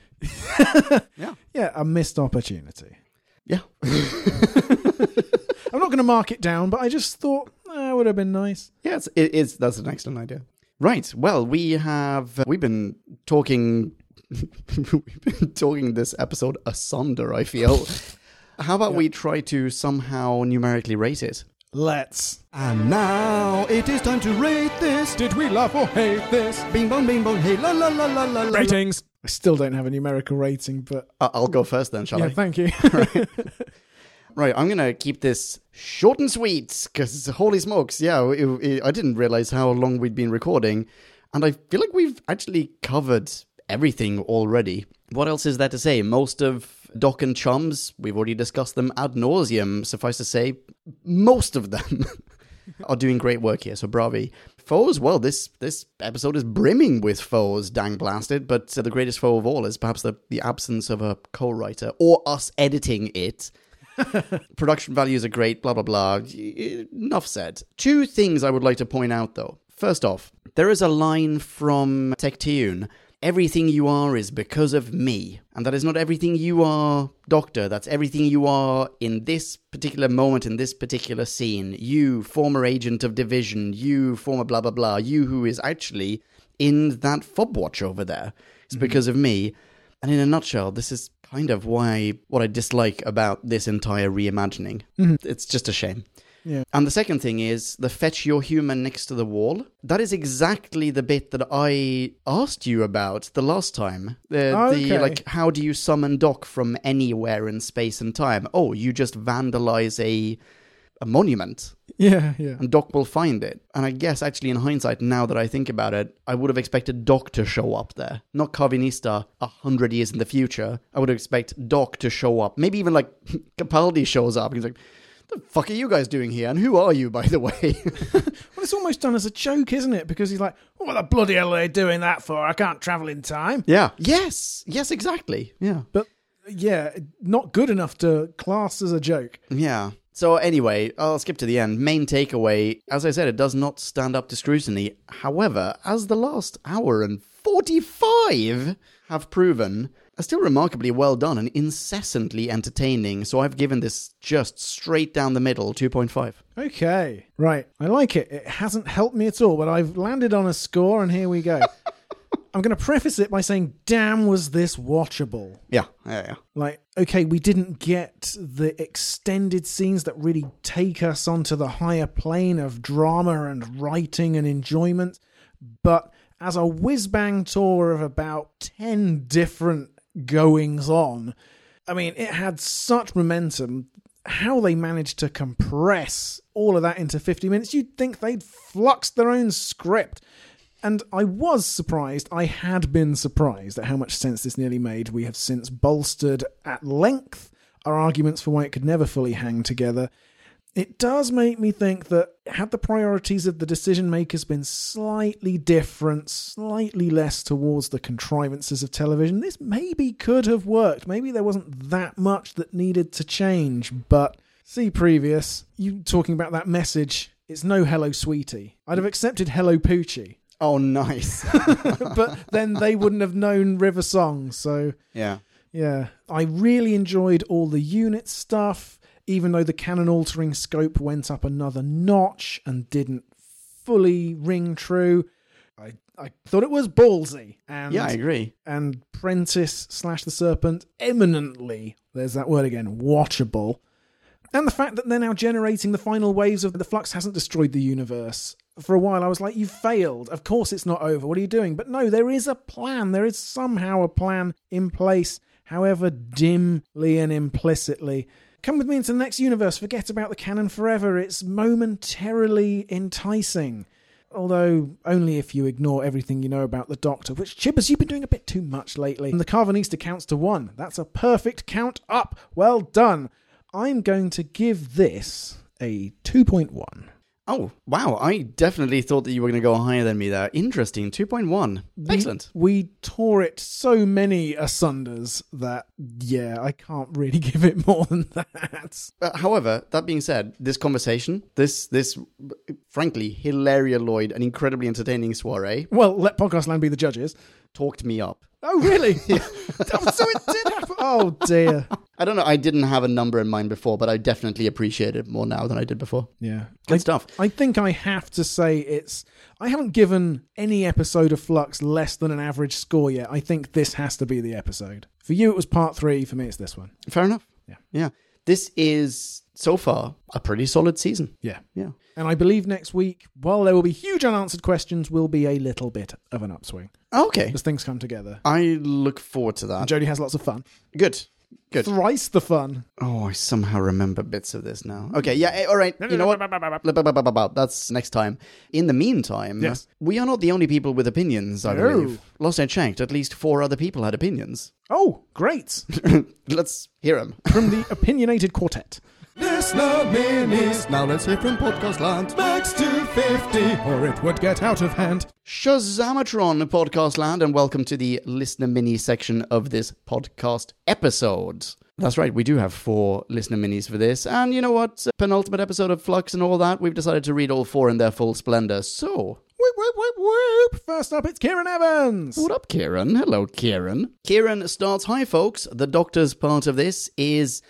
[SPEAKER 1] yeah.
[SPEAKER 2] yeah, a missed opportunity.
[SPEAKER 1] Yeah.
[SPEAKER 2] I'm not going to mark it down, but I just thought that would have been nice.
[SPEAKER 1] Yes, it is. That's an excellent idea. Right. Well, we have uh, we've been talking (laughs) we've been talking this episode asunder. I feel. How about we try to somehow numerically rate it?
[SPEAKER 2] Let's.
[SPEAKER 3] And now it is time to rate this. Did we love or hate this?
[SPEAKER 1] Bing bong, bing bong. Hey, la la la la la. la.
[SPEAKER 2] Ratings. I still don't have a numerical rating, but
[SPEAKER 1] I- I'll go first then, shall
[SPEAKER 2] yeah,
[SPEAKER 1] I?
[SPEAKER 2] thank
[SPEAKER 3] (laughs)
[SPEAKER 2] you.
[SPEAKER 1] Right, I'm gonna keep this short and sweet because holy smokes, yeah, it, it, I didn't realize how long we'd been recording, and I feel like we've actually covered everything already. What else is there to say? Most of Doc and Chums, we've already discussed them ad nauseum. Suffice to say, most of them (laughs) are doing great work here. So bravi. Foes, well, this this episode is brimming with foes, dang blasted. But uh, the greatest foe of all is perhaps the, the absence of a co-writer or us editing it production values are great, blah, blah, blah. Enough said. Two things I would like to point out, though. First off, there is a line from Tectune Everything you are is because of me. And that is not everything you are, Doctor. That's everything you are in this particular moment, in this particular scene. You, former agent of division, you, former blah, blah, blah, you who is actually in that fob watch over there. It's because of me. And in a nutshell, this is kind of why what I dislike about this entire reimagining. It's just a shame.
[SPEAKER 2] Mm-hmm. Yeah.
[SPEAKER 1] And the second thing is the fetch your human next to the wall. That is exactly the bit that I asked you about the last time. The,
[SPEAKER 2] Okay.
[SPEAKER 1] the like how do you summon Doc from anywhere in space and time? Oh, you just vandalize a a monument
[SPEAKER 2] yeah, yeah.
[SPEAKER 1] and Doc will find it. And I guess actually in hindsight, now that I think about it, I would have expected Doc to show up there, not Carvinista a hundred years in the future. I would expect Doc to show up. Maybe even like (laughs) Capaldi shows up. He's like, "The fuck are you guys doing here? And who are you, by the way?" (laughs)
[SPEAKER 2] Well, it's almost done as a joke, isn't it? Because he's like, what the bloody hell are they doing that for? I can't travel in time.
[SPEAKER 1] yeah. Yes. Yes. Exactly. Yeah.
[SPEAKER 2] But yeah, not good enough to class as a joke.
[SPEAKER 1] Yeah. So anyway, I'll skip to the end. Main takeaway, as I said, it does not stand up to scrutiny. However, as the last hour and 45 have proven, are still remarkably well done and incessantly entertaining. So I've given this just straight down the middle 2.5.
[SPEAKER 2] Okay. Right. I like it. It hasn't helped me at all, but I've landed on a score, and here we go. I'm going to preface it by saying, damn, was this watchable.
[SPEAKER 1] Yeah. Yeah. yeah.
[SPEAKER 2] Like, okay, we didn't get the extended scenes that really take us onto the higher plane of drama and writing and enjoyment, but as a whiz bang tour of about 10 different goings on. I mean, it had such momentum. How they managed to compress all of that into 50 minutes, you'd think they'd fluxed their own script. And I was surprised, I had been surprised at how much sense this nearly made. We have since bolstered at length our arguments for why it could never fully hang together. It does make me think that had the priorities of the decision makers been slightly different, slightly less towards the contrivances of television, this maybe could have worked. Maybe there wasn't that much that needed to change, but see previous, you talking about that message, it's no hello sweetie. I'd have accepted hello poochie,
[SPEAKER 1] Oh, nice.
[SPEAKER 2] but then they wouldn't have known River Song, so
[SPEAKER 1] (laughs) yeah.
[SPEAKER 2] yeah, I really enjoyed all the unit stuff, even though the canon altering scope went up another notch and didn't fully ring true. I, I thought it was ballsy,
[SPEAKER 1] (laughs)
[SPEAKER 2] and
[SPEAKER 1] Yeah, I agree.
[SPEAKER 2] and Prentice slash the Serpent eminently. There's that word again. Watchable, and the fact that they're now generating the final waves of the flux hasn't destroyed the universe. For a while, I was like, "You failed. Of course, it's not over. What are you doing?" But no, there is a plan. There is somehow a plan in place, however dimly and implicitly. Come with me into the next universe. Forget about the canon forever. It's momentarily enticing although only if you ignore everything you know about the Doctor, which Chibbers, you've been doing a bit too much lately. And the Carvanista counts to one. That's a perfect count up. Well done. I'm going to give this a 2.1.
[SPEAKER 1] Oh, wow. I definitely thought that you were going to go higher than me there. Interesting. 2.1. Excellent.
[SPEAKER 2] We tore it so many asunders that, yeah, I can't really (laughs) give it more than that.
[SPEAKER 1] Uh, however, that being said, this conversation, this, this, frankly, Hilaria Lloyd, an incredibly entertaining soiree,
[SPEAKER 2] Well, let Podcast Land be the judges.
[SPEAKER 1] talked me up. (laughs)
[SPEAKER 2] Oh, really? (laughs) Oh, so it did happen. Oh, dear.
[SPEAKER 1] I don't know. I didn't have a number in mind before, but I definitely appreciate it more now than I did before.
[SPEAKER 2] Yeah.
[SPEAKER 1] Good stuff.
[SPEAKER 2] I think I have to say it's. I haven't given any episode of Flux less than an average score yet. I think this has to be the episode. For you, it was part three. For me, it's this one.
[SPEAKER 1] Fair enough.
[SPEAKER 2] Yeah.
[SPEAKER 1] Yeah. This is so far a pretty solid season.
[SPEAKER 2] Yeah.
[SPEAKER 1] Yeah.
[SPEAKER 2] And I believe next week, while there will be huge unanswered questions, will be a little bit of an upswing
[SPEAKER 1] Okay.
[SPEAKER 2] as things come together.
[SPEAKER 1] I look forward to that.
[SPEAKER 2] And Jodie has lots of fun.
[SPEAKER 1] Good. Good.
[SPEAKER 2] Thrice the fun.
[SPEAKER 1] Oh, I somehow remember bits of this now. Okay. Yeah. eh, All right. You know what? Blah, blah, blah, blah, blah, blah. That's next time. In the meantime,
[SPEAKER 2] Yes.
[SPEAKER 1] we are not the only people with opinions, I
[SPEAKER 2] No.
[SPEAKER 1] believe. Last I checked, at least four other people had opinions. (laughs)
[SPEAKER 2] Oh, great.
[SPEAKER 1] Let's hear them.
[SPEAKER 3] (laughs)
[SPEAKER 2] From the Opinionated Quartet.
[SPEAKER 3] Listener minis. Now let's hear from Podcast Land. Max 250.
[SPEAKER 2] Or it would get out of hand.
[SPEAKER 1] Shazamatron Podcast Land, and welcome to the listener mini section of this podcast episode. That's right, we do have four listener minis for this. And you know what? Penultimate episode of Flux and all that, we've decided to read all four in their full splendor. So,
[SPEAKER 2] Whoop, whoop, whoop, whoop. First up, it's Kieran Evans.
[SPEAKER 1] what up, Kieran? Hello, Kieran. Kieran starts Hi, folks. The Doctor's part of this is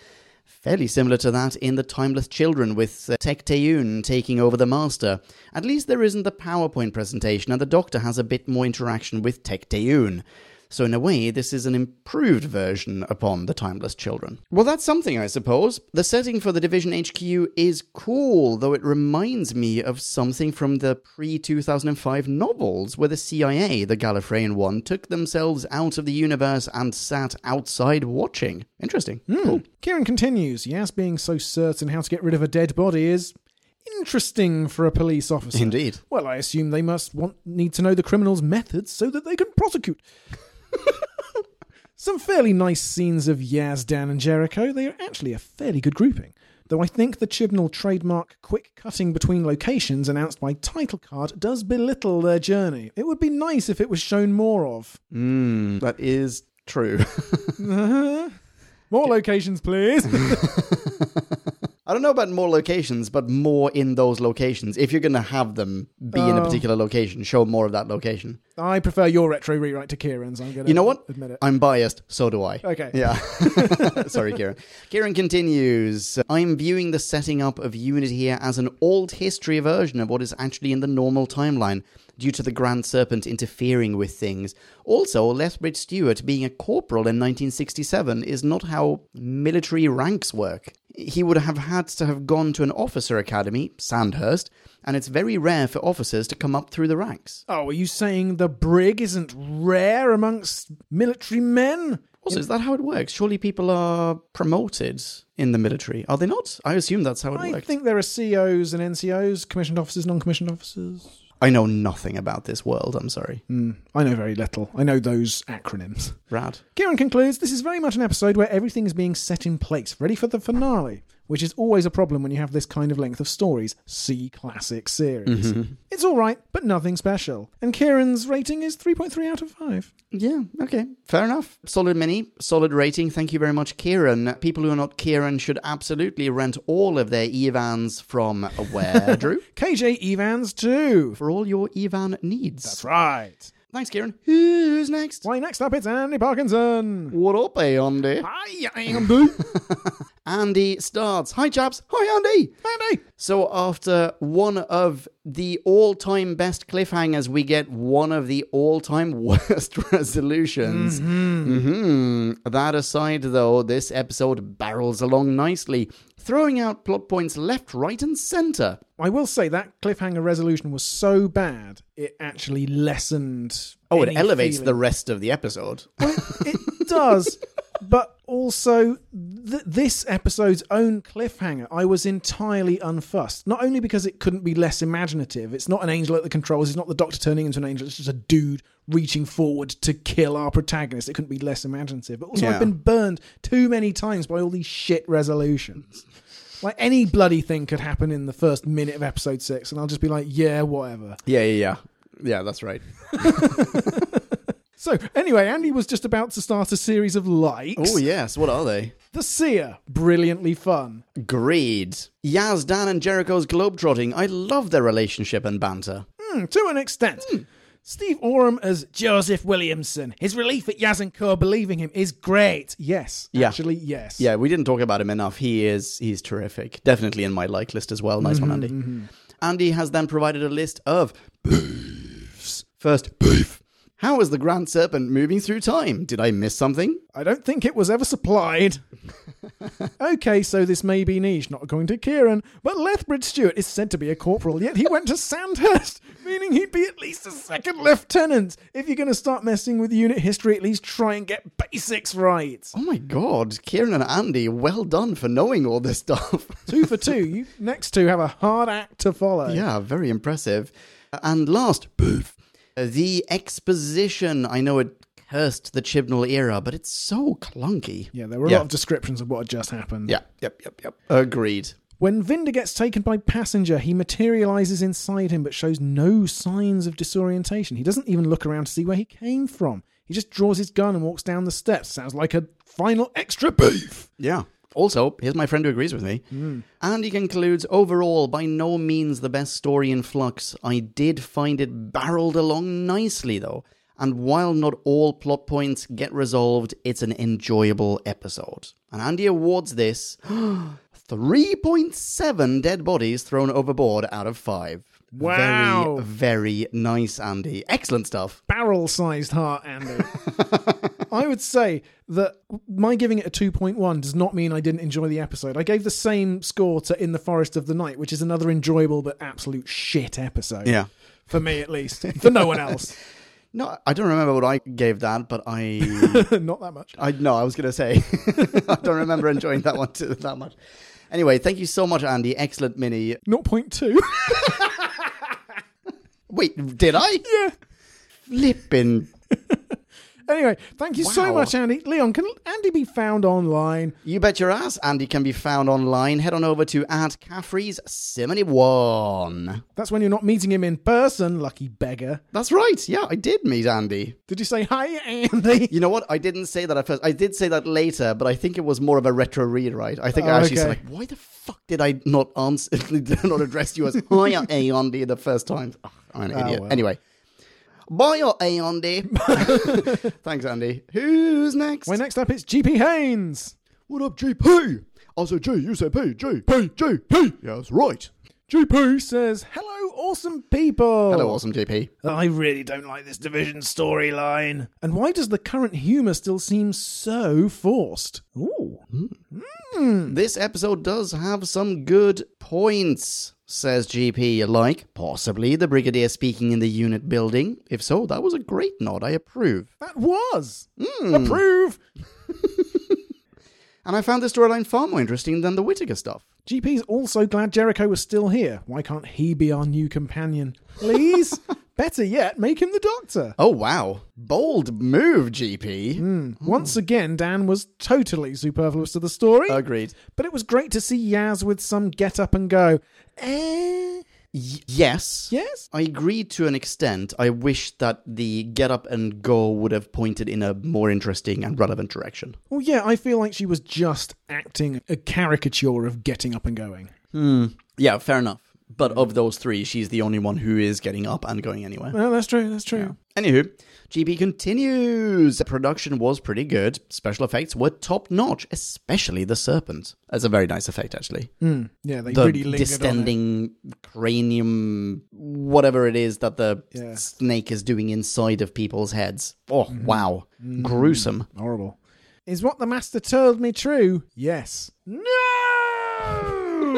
[SPEAKER 1] fairly similar to that in The Timeless Children, with uh, Tek Teyun taking over the Master. At least there isn't the PowerPoint presentation, and the Doctor has a bit more interaction with Tek Teyun. So, in a way, this is an improved version upon The Timeless Children. Well, that's something, I suppose. The setting for the Division HQ is cool, though it reminds me of something from the pre 2005 novels, where the CIA, the Gallifreyan one, took themselves out of the universe and sat outside watching. Interesting. Cool.
[SPEAKER 2] Kieran continues, Yaz being so certain how to get rid of a dead body is interesting for a police officer.
[SPEAKER 1] Indeed.
[SPEAKER 2] Well, I assume they must want need to know the criminal's methods so that they can prosecute. Some fairly nice scenes of Yaz, Dan, and Jericho. They are actually a fairly good grouping. Though I think the Chibnall trademark quick cutting between locations announced by title card does belittle their journey. It would be nice if it was shown more of. (laughs)
[SPEAKER 1] Mm, that is true. (laughs)
[SPEAKER 2] More locations, please.
[SPEAKER 1] I don't know about more locations, but more in those locations. If you're going to have them be in a
[SPEAKER 2] Oh.
[SPEAKER 1] particular location, show more of that location.
[SPEAKER 2] I prefer your retro rewrite to Kieran's. I'm gonna
[SPEAKER 1] You know what?
[SPEAKER 2] Admit it.
[SPEAKER 1] I'm biased, so do I.
[SPEAKER 2] Okay.
[SPEAKER 1] Yeah. (laughs) Sorry, Kieran. Kieran continues I'm viewing the setting up of Unit here as an old history version of what is actually in the normal timeline. due to the Grand Serpent interfering with things. Also, Lethbridge Stewart being a corporal in 1967 is not how military ranks work. He would have had to have gone to an officer academy, Sandhurst, and it's very rare for officers to come up through the ranks.
[SPEAKER 2] Oh, are you saying the brig isn't rare amongst military men?
[SPEAKER 1] Also, is that how it works? Surely people are promoted in the military, are they not? I assume that's how it
[SPEAKER 2] I
[SPEAKER 1] works.
[SPEAKER 2] think there are COs and NCOs, commissioned officers, non commissioned officers.
[SPEAKER 1] I know nothing about this world, I'm sorry.
[SPEAKER 2] I know very little. I know those acronyms.
[SPEAKER 1] Rad.
[SPEAKER 2] Kieran concludes this is very much an episode where everything is being set in place, ready for the finale, which is always a problem when you have this kind of length of stories. See classic series.
[SPEAKER 1] Mm-hmm.
[SPEAKER 2] It's all right, but nothing special. And Kieran's rating is 3.3 out of 5.
[SPEAKER 1] Yeah, okay. Fair enough. Solid mini, solid rating. Thank you very much, Kieran. People who are not Kieran should absolutely rent all of their Evans from (laughs) where, Drew?
[SPEAKER 2] KJ Evans, too.
[SPEAKER 1] For all your Evan needs.
[SPEAKER 2] That's right.
[SPEAKER 1] Thanks, Kieran. Who's next?
[SPEAKER 2] Why, next up, it's Andy Parkinson.
[SPEAKER 1] What up, eh, Andy?
[SPEAKER 2] Hi,
[SPEAKER 1] (laughs)
[SPEAKER 2] Andy.
[SPEAKER 1] Andy starts. Hi, chaps. Hi, Andy.
[SPEAKER 2] Andy.
[SPEAKER 1] So, after one of the all time best cliffhangers, we get one of the all time (laughs) worst resolutions. Mhm. That aside, though, this episode barrels along nicely, throwing out plot points left, right, and center.
[SPEAKER 2] I will say that cliffhanger resolution was so bad it actually lessened.
[SPEAKER 1] Oh, it
[SPEAKER 2] any
[SPEAKER 1] elevates the
[SPEAKER 2] feeling.
[SPEAKER 1] rest of the episode.
[SPEAKER 2] It does, but also th- this episode's own cliffhanger, I was entirely unfussed. Not only because it couldn't be less imaginative. It's not an angel at the controls. It's not the Doctor turning into an angel. It's just a dude reaching forward to kill our protagonist. It couldn't be less imaginative. But also,
[SPEAKER 1] Yeah.
[SPEAKER 2] I've been burned too many times by all these shit resolutions. Like any bloody thing could happen in the first minute of episode six, and I'll just be like, yeah, whatever.
[SPEAKER 1] (laughs) Yeah, yeah, yeah. Yeah, that's right.
[SPEAKER 2] So anyway, Andy was just about to start a series of likes.
[SPEAKER 1] Oh, yes. What are they?
[SPEAKER 2] The Seer, brilliantly fun. (clears throat)
[SPEAKER 1] Greed. Yaz, Dan, and Jericho's globetrotting. I love their relationship and banter.
[SPEAKER 2] Hmm, to an extent. Steve Oram as Joseph Williamson. His relief at Yaz and Co believing him is great. Yes.
[SPEAKER 1] Yeah.
[SPEAKER 2] Actually, yes.
[SPEAKER 1] Yeah, we didn't talk about him enough. He is he's terrific. Definitely in my like list as well. Nice one, Andy. Andy has then provided a list of beefs. First beef. How is the Grand Serpent moving through time? Did I miss something?
[SPEAKER 2] I don't think it was
[SPEAKER 1] (laughs)
[SPEAKER 2] ever supplied. okay, so this may be niche, not going to Kieran, but Lethbridge Stewart is said to be a corporal, yet he went to Sandhurst, (laughs) meaning he'd be at least a second lieutenant. If you're going to start messing with unit history, at least try and get basics right.
[SPEAKER 1] Oh my god, Kieran and Andy, well done for knowing all this (laughs) stuff.
[SPEAKER 2] two for two. You next two have a hard act to follow.
[SPEAKER 1] (laughs) yeah, very impressive. And last beef. The exposition. I know it cursed the Chibnall era, but it's so clunky.
[SPEAKER 2] Yeah, there were a
[SPEAKER 1] Yeah.
[SPEAKER 2] lot of descriptions of what had just happened.
[SPEAKER 1] Yeah, yep, yep, yep. Agreed.
[SPEAKER 2] When Vinda gets taken by passenger, he materializes inside him but shows no signs of disorientation. He doesn't even look around to see where he came from. He just draws his gun and walks down the steps. Sounds like a final extra beef.
[SPEAKER 1] Yeah. Hmm. Also, here's my friend who agrees with me. Andy concludes overall, by no means the best story in flux. I did find it barreled along nicely, though. And while not all plot points get resolved, it's an enjoyable episode. And Andy awards this (gasps) 3.7 dead bodies thrown overboard out of 5.
[SPEAKER 2] Wow.
[SPEAKER 1] Very, very nice, Andy. Excellent stuff.
[SPEAKER 2] Barrel sized heart,
[SPEAKER 1] (laughs)
[SPEAKER 2] Andy. I would say that my giving it a 2.1 does not mean I didn't enjoy the episode. I gave the same score to In the Forest of the Night, which is another enjoyable but absolute shit episode.
[SPEAKER 1] Yeah.
[SPEAKER 2] for me at least for no one else (laughs)
[SPEAKER 1] No, I don't remember what I gave that, but I. (laughs)
[SPEAKER 2] not that much
[SPEAKER 1] I no, I was gonna say (laughs) I don't remember enjoying that one too, that much. Anyway, thank you so much, Andy. Excellent mini.
[SPEAKER 2] 0.2
[SPEAKER 1] Wait, did I? Yeah. Flipping.
[SPEAKER 2] (laughs) anyway thank you so
[SPEAKER 1] Wow.
[SPEAKER 2] much andy leon can andy be found online
[SPEAKER 1] You bet your ass. Andy can be found online. Head on over to at Caffrey's Simony One.
[SPEAKER 2] that's when you're not meeting him in person lucky beggar
[SPEAKER 1] That's right. Yeah, I did meet Andy.
[SPEAKER 2] did you say hi
[SPEAKER 1] (laughs)
[SPEAKER 2] andy
[SPEAKER 1] You know what? I didn't say that at first. I did say that later, but I think it was more of a retro rewrite. I think
[SPEAKER 2] Oh,
[SPEAKER 1] I actually said
[SPEAKER 2] okay.
[SPEAKER 1] like, "Why the fuck did I not answer? (laughs) did I not address you as hi, Andy?" The first time. Ugh, I'm an idiot.
[SPEAKER 2] well.
[SPEAKER 1] Anyway, bye, your Andy. (laughs) Thanks, Andy. Who's next?
[SPEAKER 2] Why next up it's gp haynes
[SPEAKER 1] What up, GP? I said G, you said P, G, P, G, P. Yeah, that's right.
[SPEAKER 2] gp says hello awesome people.
[SPEAKER 1] Hello, awesome GP.
[SPEAKER 2] I really don't like this division storyline. And why does the current humour still seem so forced? Ooh.
[SPEAKER 1] This episode does have some good points, says GP, like possibly the Brigadier speaking in the unit building. If so, that was a great nod. I approve.
[SPEAKER 2] That was.
[SPEAKER 1] Hmm.
[SPEAKER 2] Approve.
[SPEAKER 1] And I found this storyline far more interesting than the Whittaker stuff.
[SPEAKER 2] GP's also glad Jericho was still here. Why can't he be our new companion?
[SPEAKER 1] (laughs)
[SPEAKER 2] Please? Better yet, make him the doctor.
[SPEAKER 1] Oh, wow. Bold move, GP.
[SPEAKER 2] Once again, Dan was totally superfluous to the story,
[SPEAKER 1] Agreed.
[SPEAKER 2] but it was great to see Yaz with some get up and go. Eh,
[SPEAKER 1] Y- yes.
[SPEAKER 2] yes?
[SPEAKER 1] I agree to an extent. I wish that the get up and go would have pointed in a more interesting and relevant direction.
[SPEAKER 2] Well, yeah, I feel like she was just acting a caricature of getting up and
[SPEAKER 1] (laughs)
[SPEAKER 2] going.
[SPEAKER 1] Hmm. Yeah, fair enough. But of those three, she's the only one who is getting up and going anywhere.
[SPEAKER 2] No, Oh, that's true, that's true.
[SPEAKER 1] Anywho, GB continues. The production was pretty good. Special effects were top notch, especially the serpent. That's a very nice effect, actually.
[SPEAKER 2] Hmm. Yeah, they
[SPEAKER 1] The
[SPEAKER 2] really lingered on it.
[SPEAKER 1] distending cranium, whatever it is that the
[SPEAKER 2] Yeah.
[SPEAKER 1] snake is doing inside of people's heads. Oh, wow. Gruesome.
[SPEAKER 2] Horrible. Is what the master told me true? Yes. No! (laughs)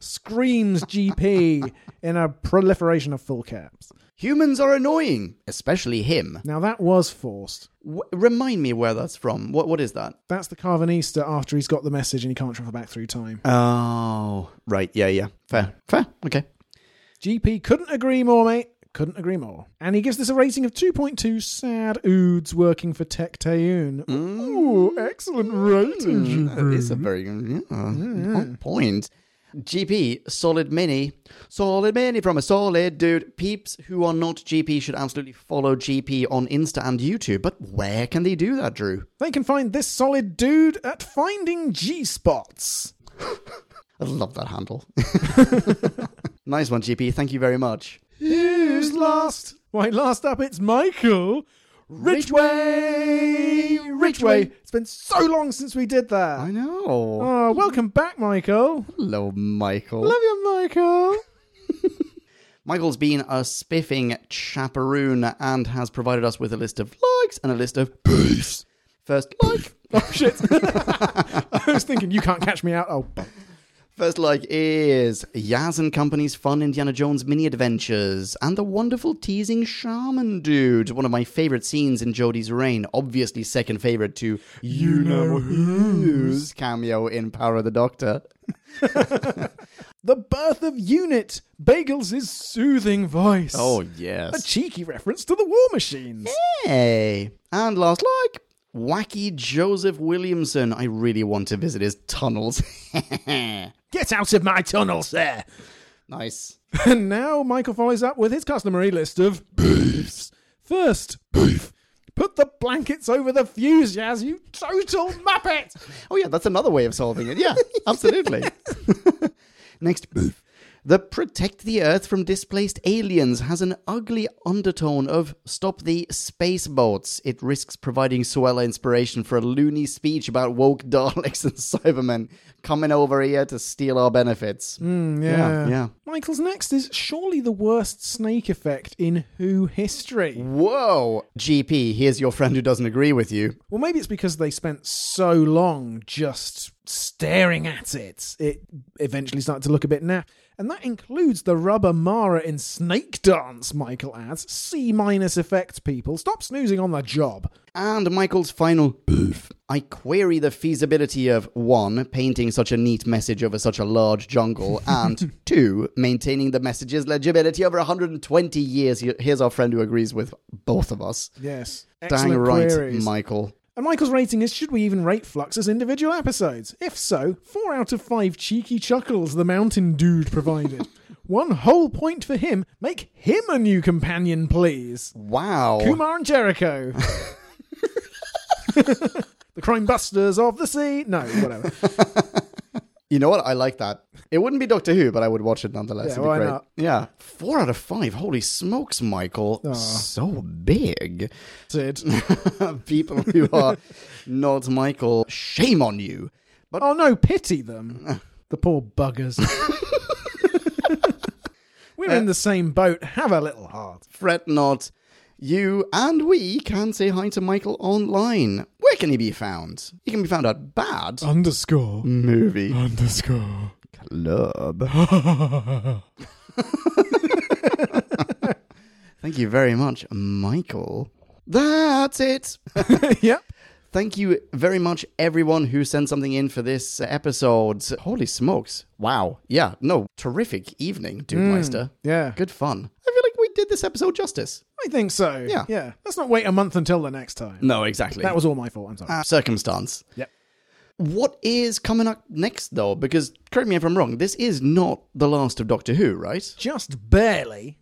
[SPEAKER 2] Screams GP in a proliferation of full caps.
[SPEAKER 1] Humans are annoying, especially him.
[SPEAKER 2] Now that was forced.
[SPEAKER 1] W- remind me where that's from. What What is that?
[SPEAKER 2] That's the Carvanista after he's got the message and he can't travel back through time.
[SPEAKER 1] Oh, right. Yeah, yeah. Fair. Fair. Okay.
[SPEAKER 2] GP couldn't agree more, mate. Couldn't agree more. And he gives this a rating of 2.2 sad oods working for Tech Tayun. Ooh, excellent rating, GP.
[SPEAKER 1] It's a very yeah, on point. GP, solid mini. Solid mini from a solid dude. Peeps who are not GP should absolutely follow GP on Insta and YouTube. But where can they do that, Drew?
[SPEAKER 2] They can find this solid dude at Finding G Spots.
[SPEAKER 1] I love that handle. nice one, GP. Thank you very much.
[SPEAKER 2] Who's last? Why, last up, it's Michael. Richway! Richway! It's been so long since we did
[SPEAKER 1] I
[SPEAKER 2] that.
[SPEAKER 1] know.
[SPEAKER 2] Oh, welcome back, Michael.
[SPEAKER 1] Hello, Michael.
[SPEAKER 2] Love you, Michael.
[SPEAKER 1] Michael's been a spiffing chaperoon and has provided us with a list of likes and a list of beefs. First like.
[SPEAKER 2] Oh, shit. (laughs) I was thinking, you can't catch me out. Oh,
[SPEAKER 1] First like is Yaz and Company's fun Indiana Jones mini adventures and the wonderful teasing shaman dude. One of my favorite scenes in Jodie's reign. Obviously, second favorite to you know who's cameo in Power of the Doctor.
[SPEAKER 2] The Birth of Unit, Bagels' soothing voice. A
[SPEAKER 1] Oh, yes,
[SPEAKER 2] cheeky reference to the War Machines.
[SPEAKER 1] hey! And last like wacky Joseph Williamson. I really want to visit his tunnels.
[SPEAKER 2] (laughs)
[SPEAKER 1] (laughs)
[SPEAKER 2] Get out of my tunnel, sir.
[SPEAKER 1] nice.
[SPEAKER 2] (laughs) And now Michael follows up with his customary list of beefs. First, beef. Put the blankets over the fuse, Yaz, you total muppet!
[SPEAKER 1] Oh yeah, that's another way of solving it. Yeah, absolutely. (laughs) Next move. The Protect the Earth from Displaced Aliens has an ugly undertone of Stop the Space Boats. It risks providing Suella inspiration for a loony speech about woke (laughs) Daleks and Cybermen coming over here to steal our benefits. yeah, yeah.
[SPEAKER 2] Michael's next is surely the worst snake effect in Who history.
[SPEAKER 1] Whoa! GP, here's your friend who doesn't agree with you.
[SPEAKER 2] Well, maybe it's because they spent so long just staring at it. It eventually started to look a bit naff. And that includes the rubber Mara in Snake Dance, Michael adds. C minus effect, people. Stop snoozing on the job.
[SPEAKER 1] And Michael's final boof. I query the feasibility of one, painting such a neat message over such a large
[SPEAKER 2] (laughs)
[SPEAKER 1] jungle, and two, maintaining the message's legibility over 120 years. Here's our friend who agrees with both of us.
[SPEAKER 2] Yes.
[SPEAKER 1] Dang
[SPEAKER 2] Excellent
[SPEAKER 1] right,
[SPEAKER 2] queries.
[SPEAKER 1] Michael.
[SPEAKER 2] and Michael's rating is should we even rate Flux as individual episodes? If so, four out of five cheeky chuckles the mountain
[SPEAKER 1] (laughs)
[SPEAKER 2] dude provided. One whole point for him. Make him a new companion, please.
[SPEAKER 1] Wow.
[SPEAKER 2] Kumar and Jericho. (laughs) the crime busters of the sea. No, whatever.
[SPEAKER 1] You know what? I like that. It wouldn't be Doctor Who, but I would watch it nonetheless.
[SPEAKER 2] Yeah,
[SPEAKER 1] It'd be
[SPEAKER 2] why
[SPEAKER 1] great.
[SPEAKER 2] not?
[SPEAKER 1] Yeah. Four out of five. Holy smokes, Michael.
[SPEAKER 2] Ah.
[SPEAKER 1] So big.
[SPEAKER 2] Did.
[SPEAKER 1] (laughs) People who
[SPEAKER 2] (laughs)
[SPEAKER 1] are not Michael, shame on you. But
[SPEAKER 2] Oh no, pity them. The poor buggers. We're in the same boat. Have a little heart.
[SPEAKER 1] Fret not. You and we can say hi to Michael online. Where can he be found? He can be found at Bad
[SPEAKER 2] Underscore.
[SPEAKER 1] Movie
[SPEAKER 2] Underscore.
[SPEAKER 1] Club. (laughs) Thank you very much, Michael. That's it.
[SPEAKER 2] (laughs) yep.
[SPEAKER 1] Thank you very much, everyone who sent something in for this episode. Holy smokes. Wow. Yeah, no, terrific evening, Dude Meister.
[SPEAKER 2] Yeah.
[SPEAKER 1] Good fun. I feel like we did this episode justice.
[SPEAKER 2] I think so.
[SPEAKER 1] Yeah.
[SPEAKER 2] Yeah. Let's not wait a month until the next time.
[SPEAKER 1] No, exactly.
[SPEAKER 2] That was all my fault. I'm sorry.
[SPEAKER 1] circumstance.
[SPEAKER 2] Yep.
[SPEAKER 1] What is coming up next, though? Because, correct me if I'm wrong, this is not the last of Doctor Who, right?
[SPEAKER 2] Just barely.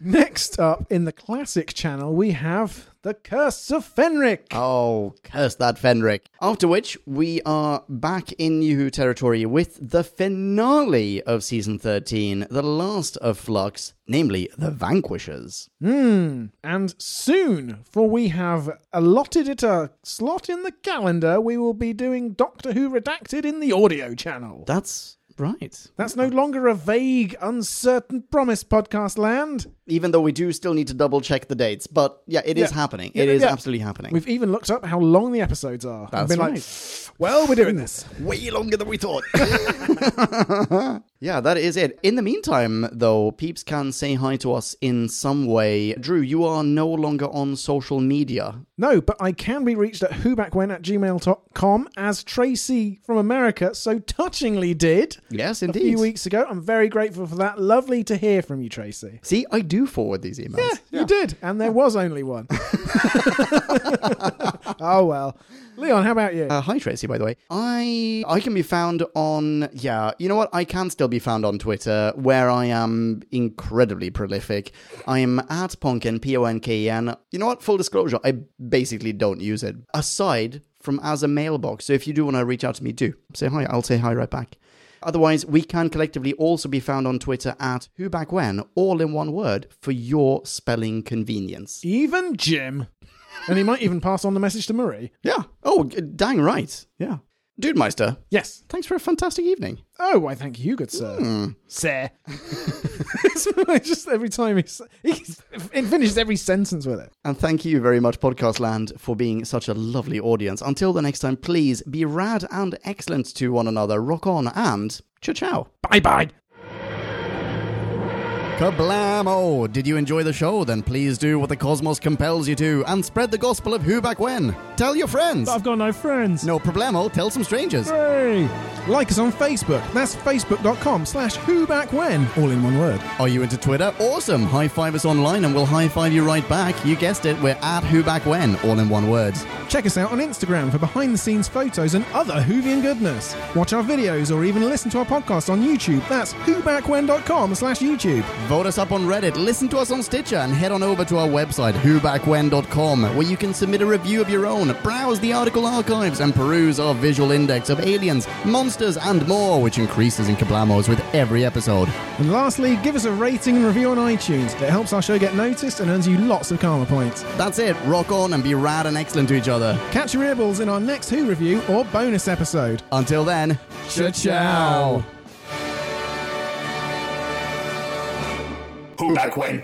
[SPEAKER 2] next up in the classic channel, we have The Curse of Fenric.
[SPEAKER 1] Oh, curse that Fenric. After which, we are back in New Who territory with the finale of season 13, the last of Flux, namely the Vanquishers.
[SPEAKER 2] And soon, for we have allotted it a slot in the calendar, we will be doing Doctor Who Redacted in the audio channel.
[SPEAKER 1] That's right.
[SPEAKER 2] That's no longer a vague, uncertain promise, podcast land.
[SPEAKER 1] Even though we do still need to double check the dates, but yeah, it is
[SPEAKER 2] Yeah.
[SPEAKER 1] happening.
[SPEAKER 2] Yeah,
[SPEAKER 1] It is
[SPEAKER 2] yeah.
[SPEAKER 1] absolutely happening.
[SPEAKER 2] We've even looked up how long the episodes are.
[SPEAKER 1] That's
[SPEAKER 2] I've been like, well, we're doing this.
[SPEAKER 1] way longer than we thought. yeah, that is it. In the meantime, though, peeps can say hi to us in some way. Drew, you are no longer on social media.
[SPEAKER 2] No, but I can be reached at whobackwhen at gmail.com as Tracy from America so touchingly did
[SPEAKER 1] Yes,
[SPEAKER 2] a
[SPEAKER 1] indeed.
[SPEAKER 2] few weeks ago. I'm very grateful for that. Lovely to hear from you, Tracy.
[SPEAKER 1] See, I do forward these emails.
[SPEAKER 2] Yeah, (laughs) you did. And there was
[SPEAKER 6] (laughs)
[SPEAKER 2] only one. (laughs) oh, well. Leon, how about you?
[SPEAKER 1] Uh, hi Tracy, by the way. I I can be found on yeah. You know what? I can still be found on Twitter, where I am incredibly prolific. I am at Ponken P O N K E N. You know what? Full disclosure, I basically don't use it aside from as a mailbox. So if you do want to reach out to me, do say hi. I'll say hi right back. Otherwise, we can collectively also be found on Twitter at who back when, all in one word, for your spelling convenience.
[SPEAKER 2] even Jim. And he might even pass on the message to Marie.
[SPEAKER 1] Yeah. Oh, g- dang right. Yeah. Dude Meister,
[SPEAKER 2] Yes.
[SPEAKER 1] thanks for a fantastic evening.
[SPEAKER 2] Oh, I thank you, good sir.
[SPEAKER 1] Hmm.
[SPEAKER 2] Sir. (laughs) It's just every time he, s- he s- it finishes every sentence with it.
[SPEAKER 1] And thank you very much, Podcast Land, for being such a lovely audience. Until the next time, please be rad and excellent to one another. Rock on and ciao ciao.
[SPEAKER 5] Bye bye.
[SPEAKER 1] Kablamo! Did you enjoy the show? Then please do what the cosmos compels you to and spread the gospel of who back when. Tell your friends.
[SPEAKER 6] I've got no friends.
[SPEAKER 1] No problemo, tell some strangers.
[SPEAKER 6] Hey.
[SPEAKER 2] Like us on Facebook. That's facebook.com slash who back when. All in one word.
[SPEAKER 1] Are you into Twitter? Awesome! High five us online and we'll high five you right back. You guessed it, we're at who back when, all in one word.
[SPEAKER 2] Check us out on Instagram for behind the scenes photos and other Whovian goodness. Watch our videos or even listen to our podcast on YouTube. That's whobackwhen.com slash YouTube.
[SPEAKER 1] Vote us up on Reddit, listen to us on Stitcher, and head on over to our website, whobackwhen.com, where you can submit a review of your own, browse the article archives, and peruse our visual index of aliens, monsters, and more, which increases in kablamos with every episode.
[SPEAKER 2] And lastly, give us a rating and review on iTunes. It helps our show get noticed and earns you lots of karma points.
[SPEAKER 1] That's it, rock on and be rad and excellent to each other.
[SPEAKER 2] Catch your earballs in our next Who review or bonus episode.
[SPEAKER 1] Until then,
[SPEAKER 2] Cha-chao.
[SPEAKER 3] Who back when?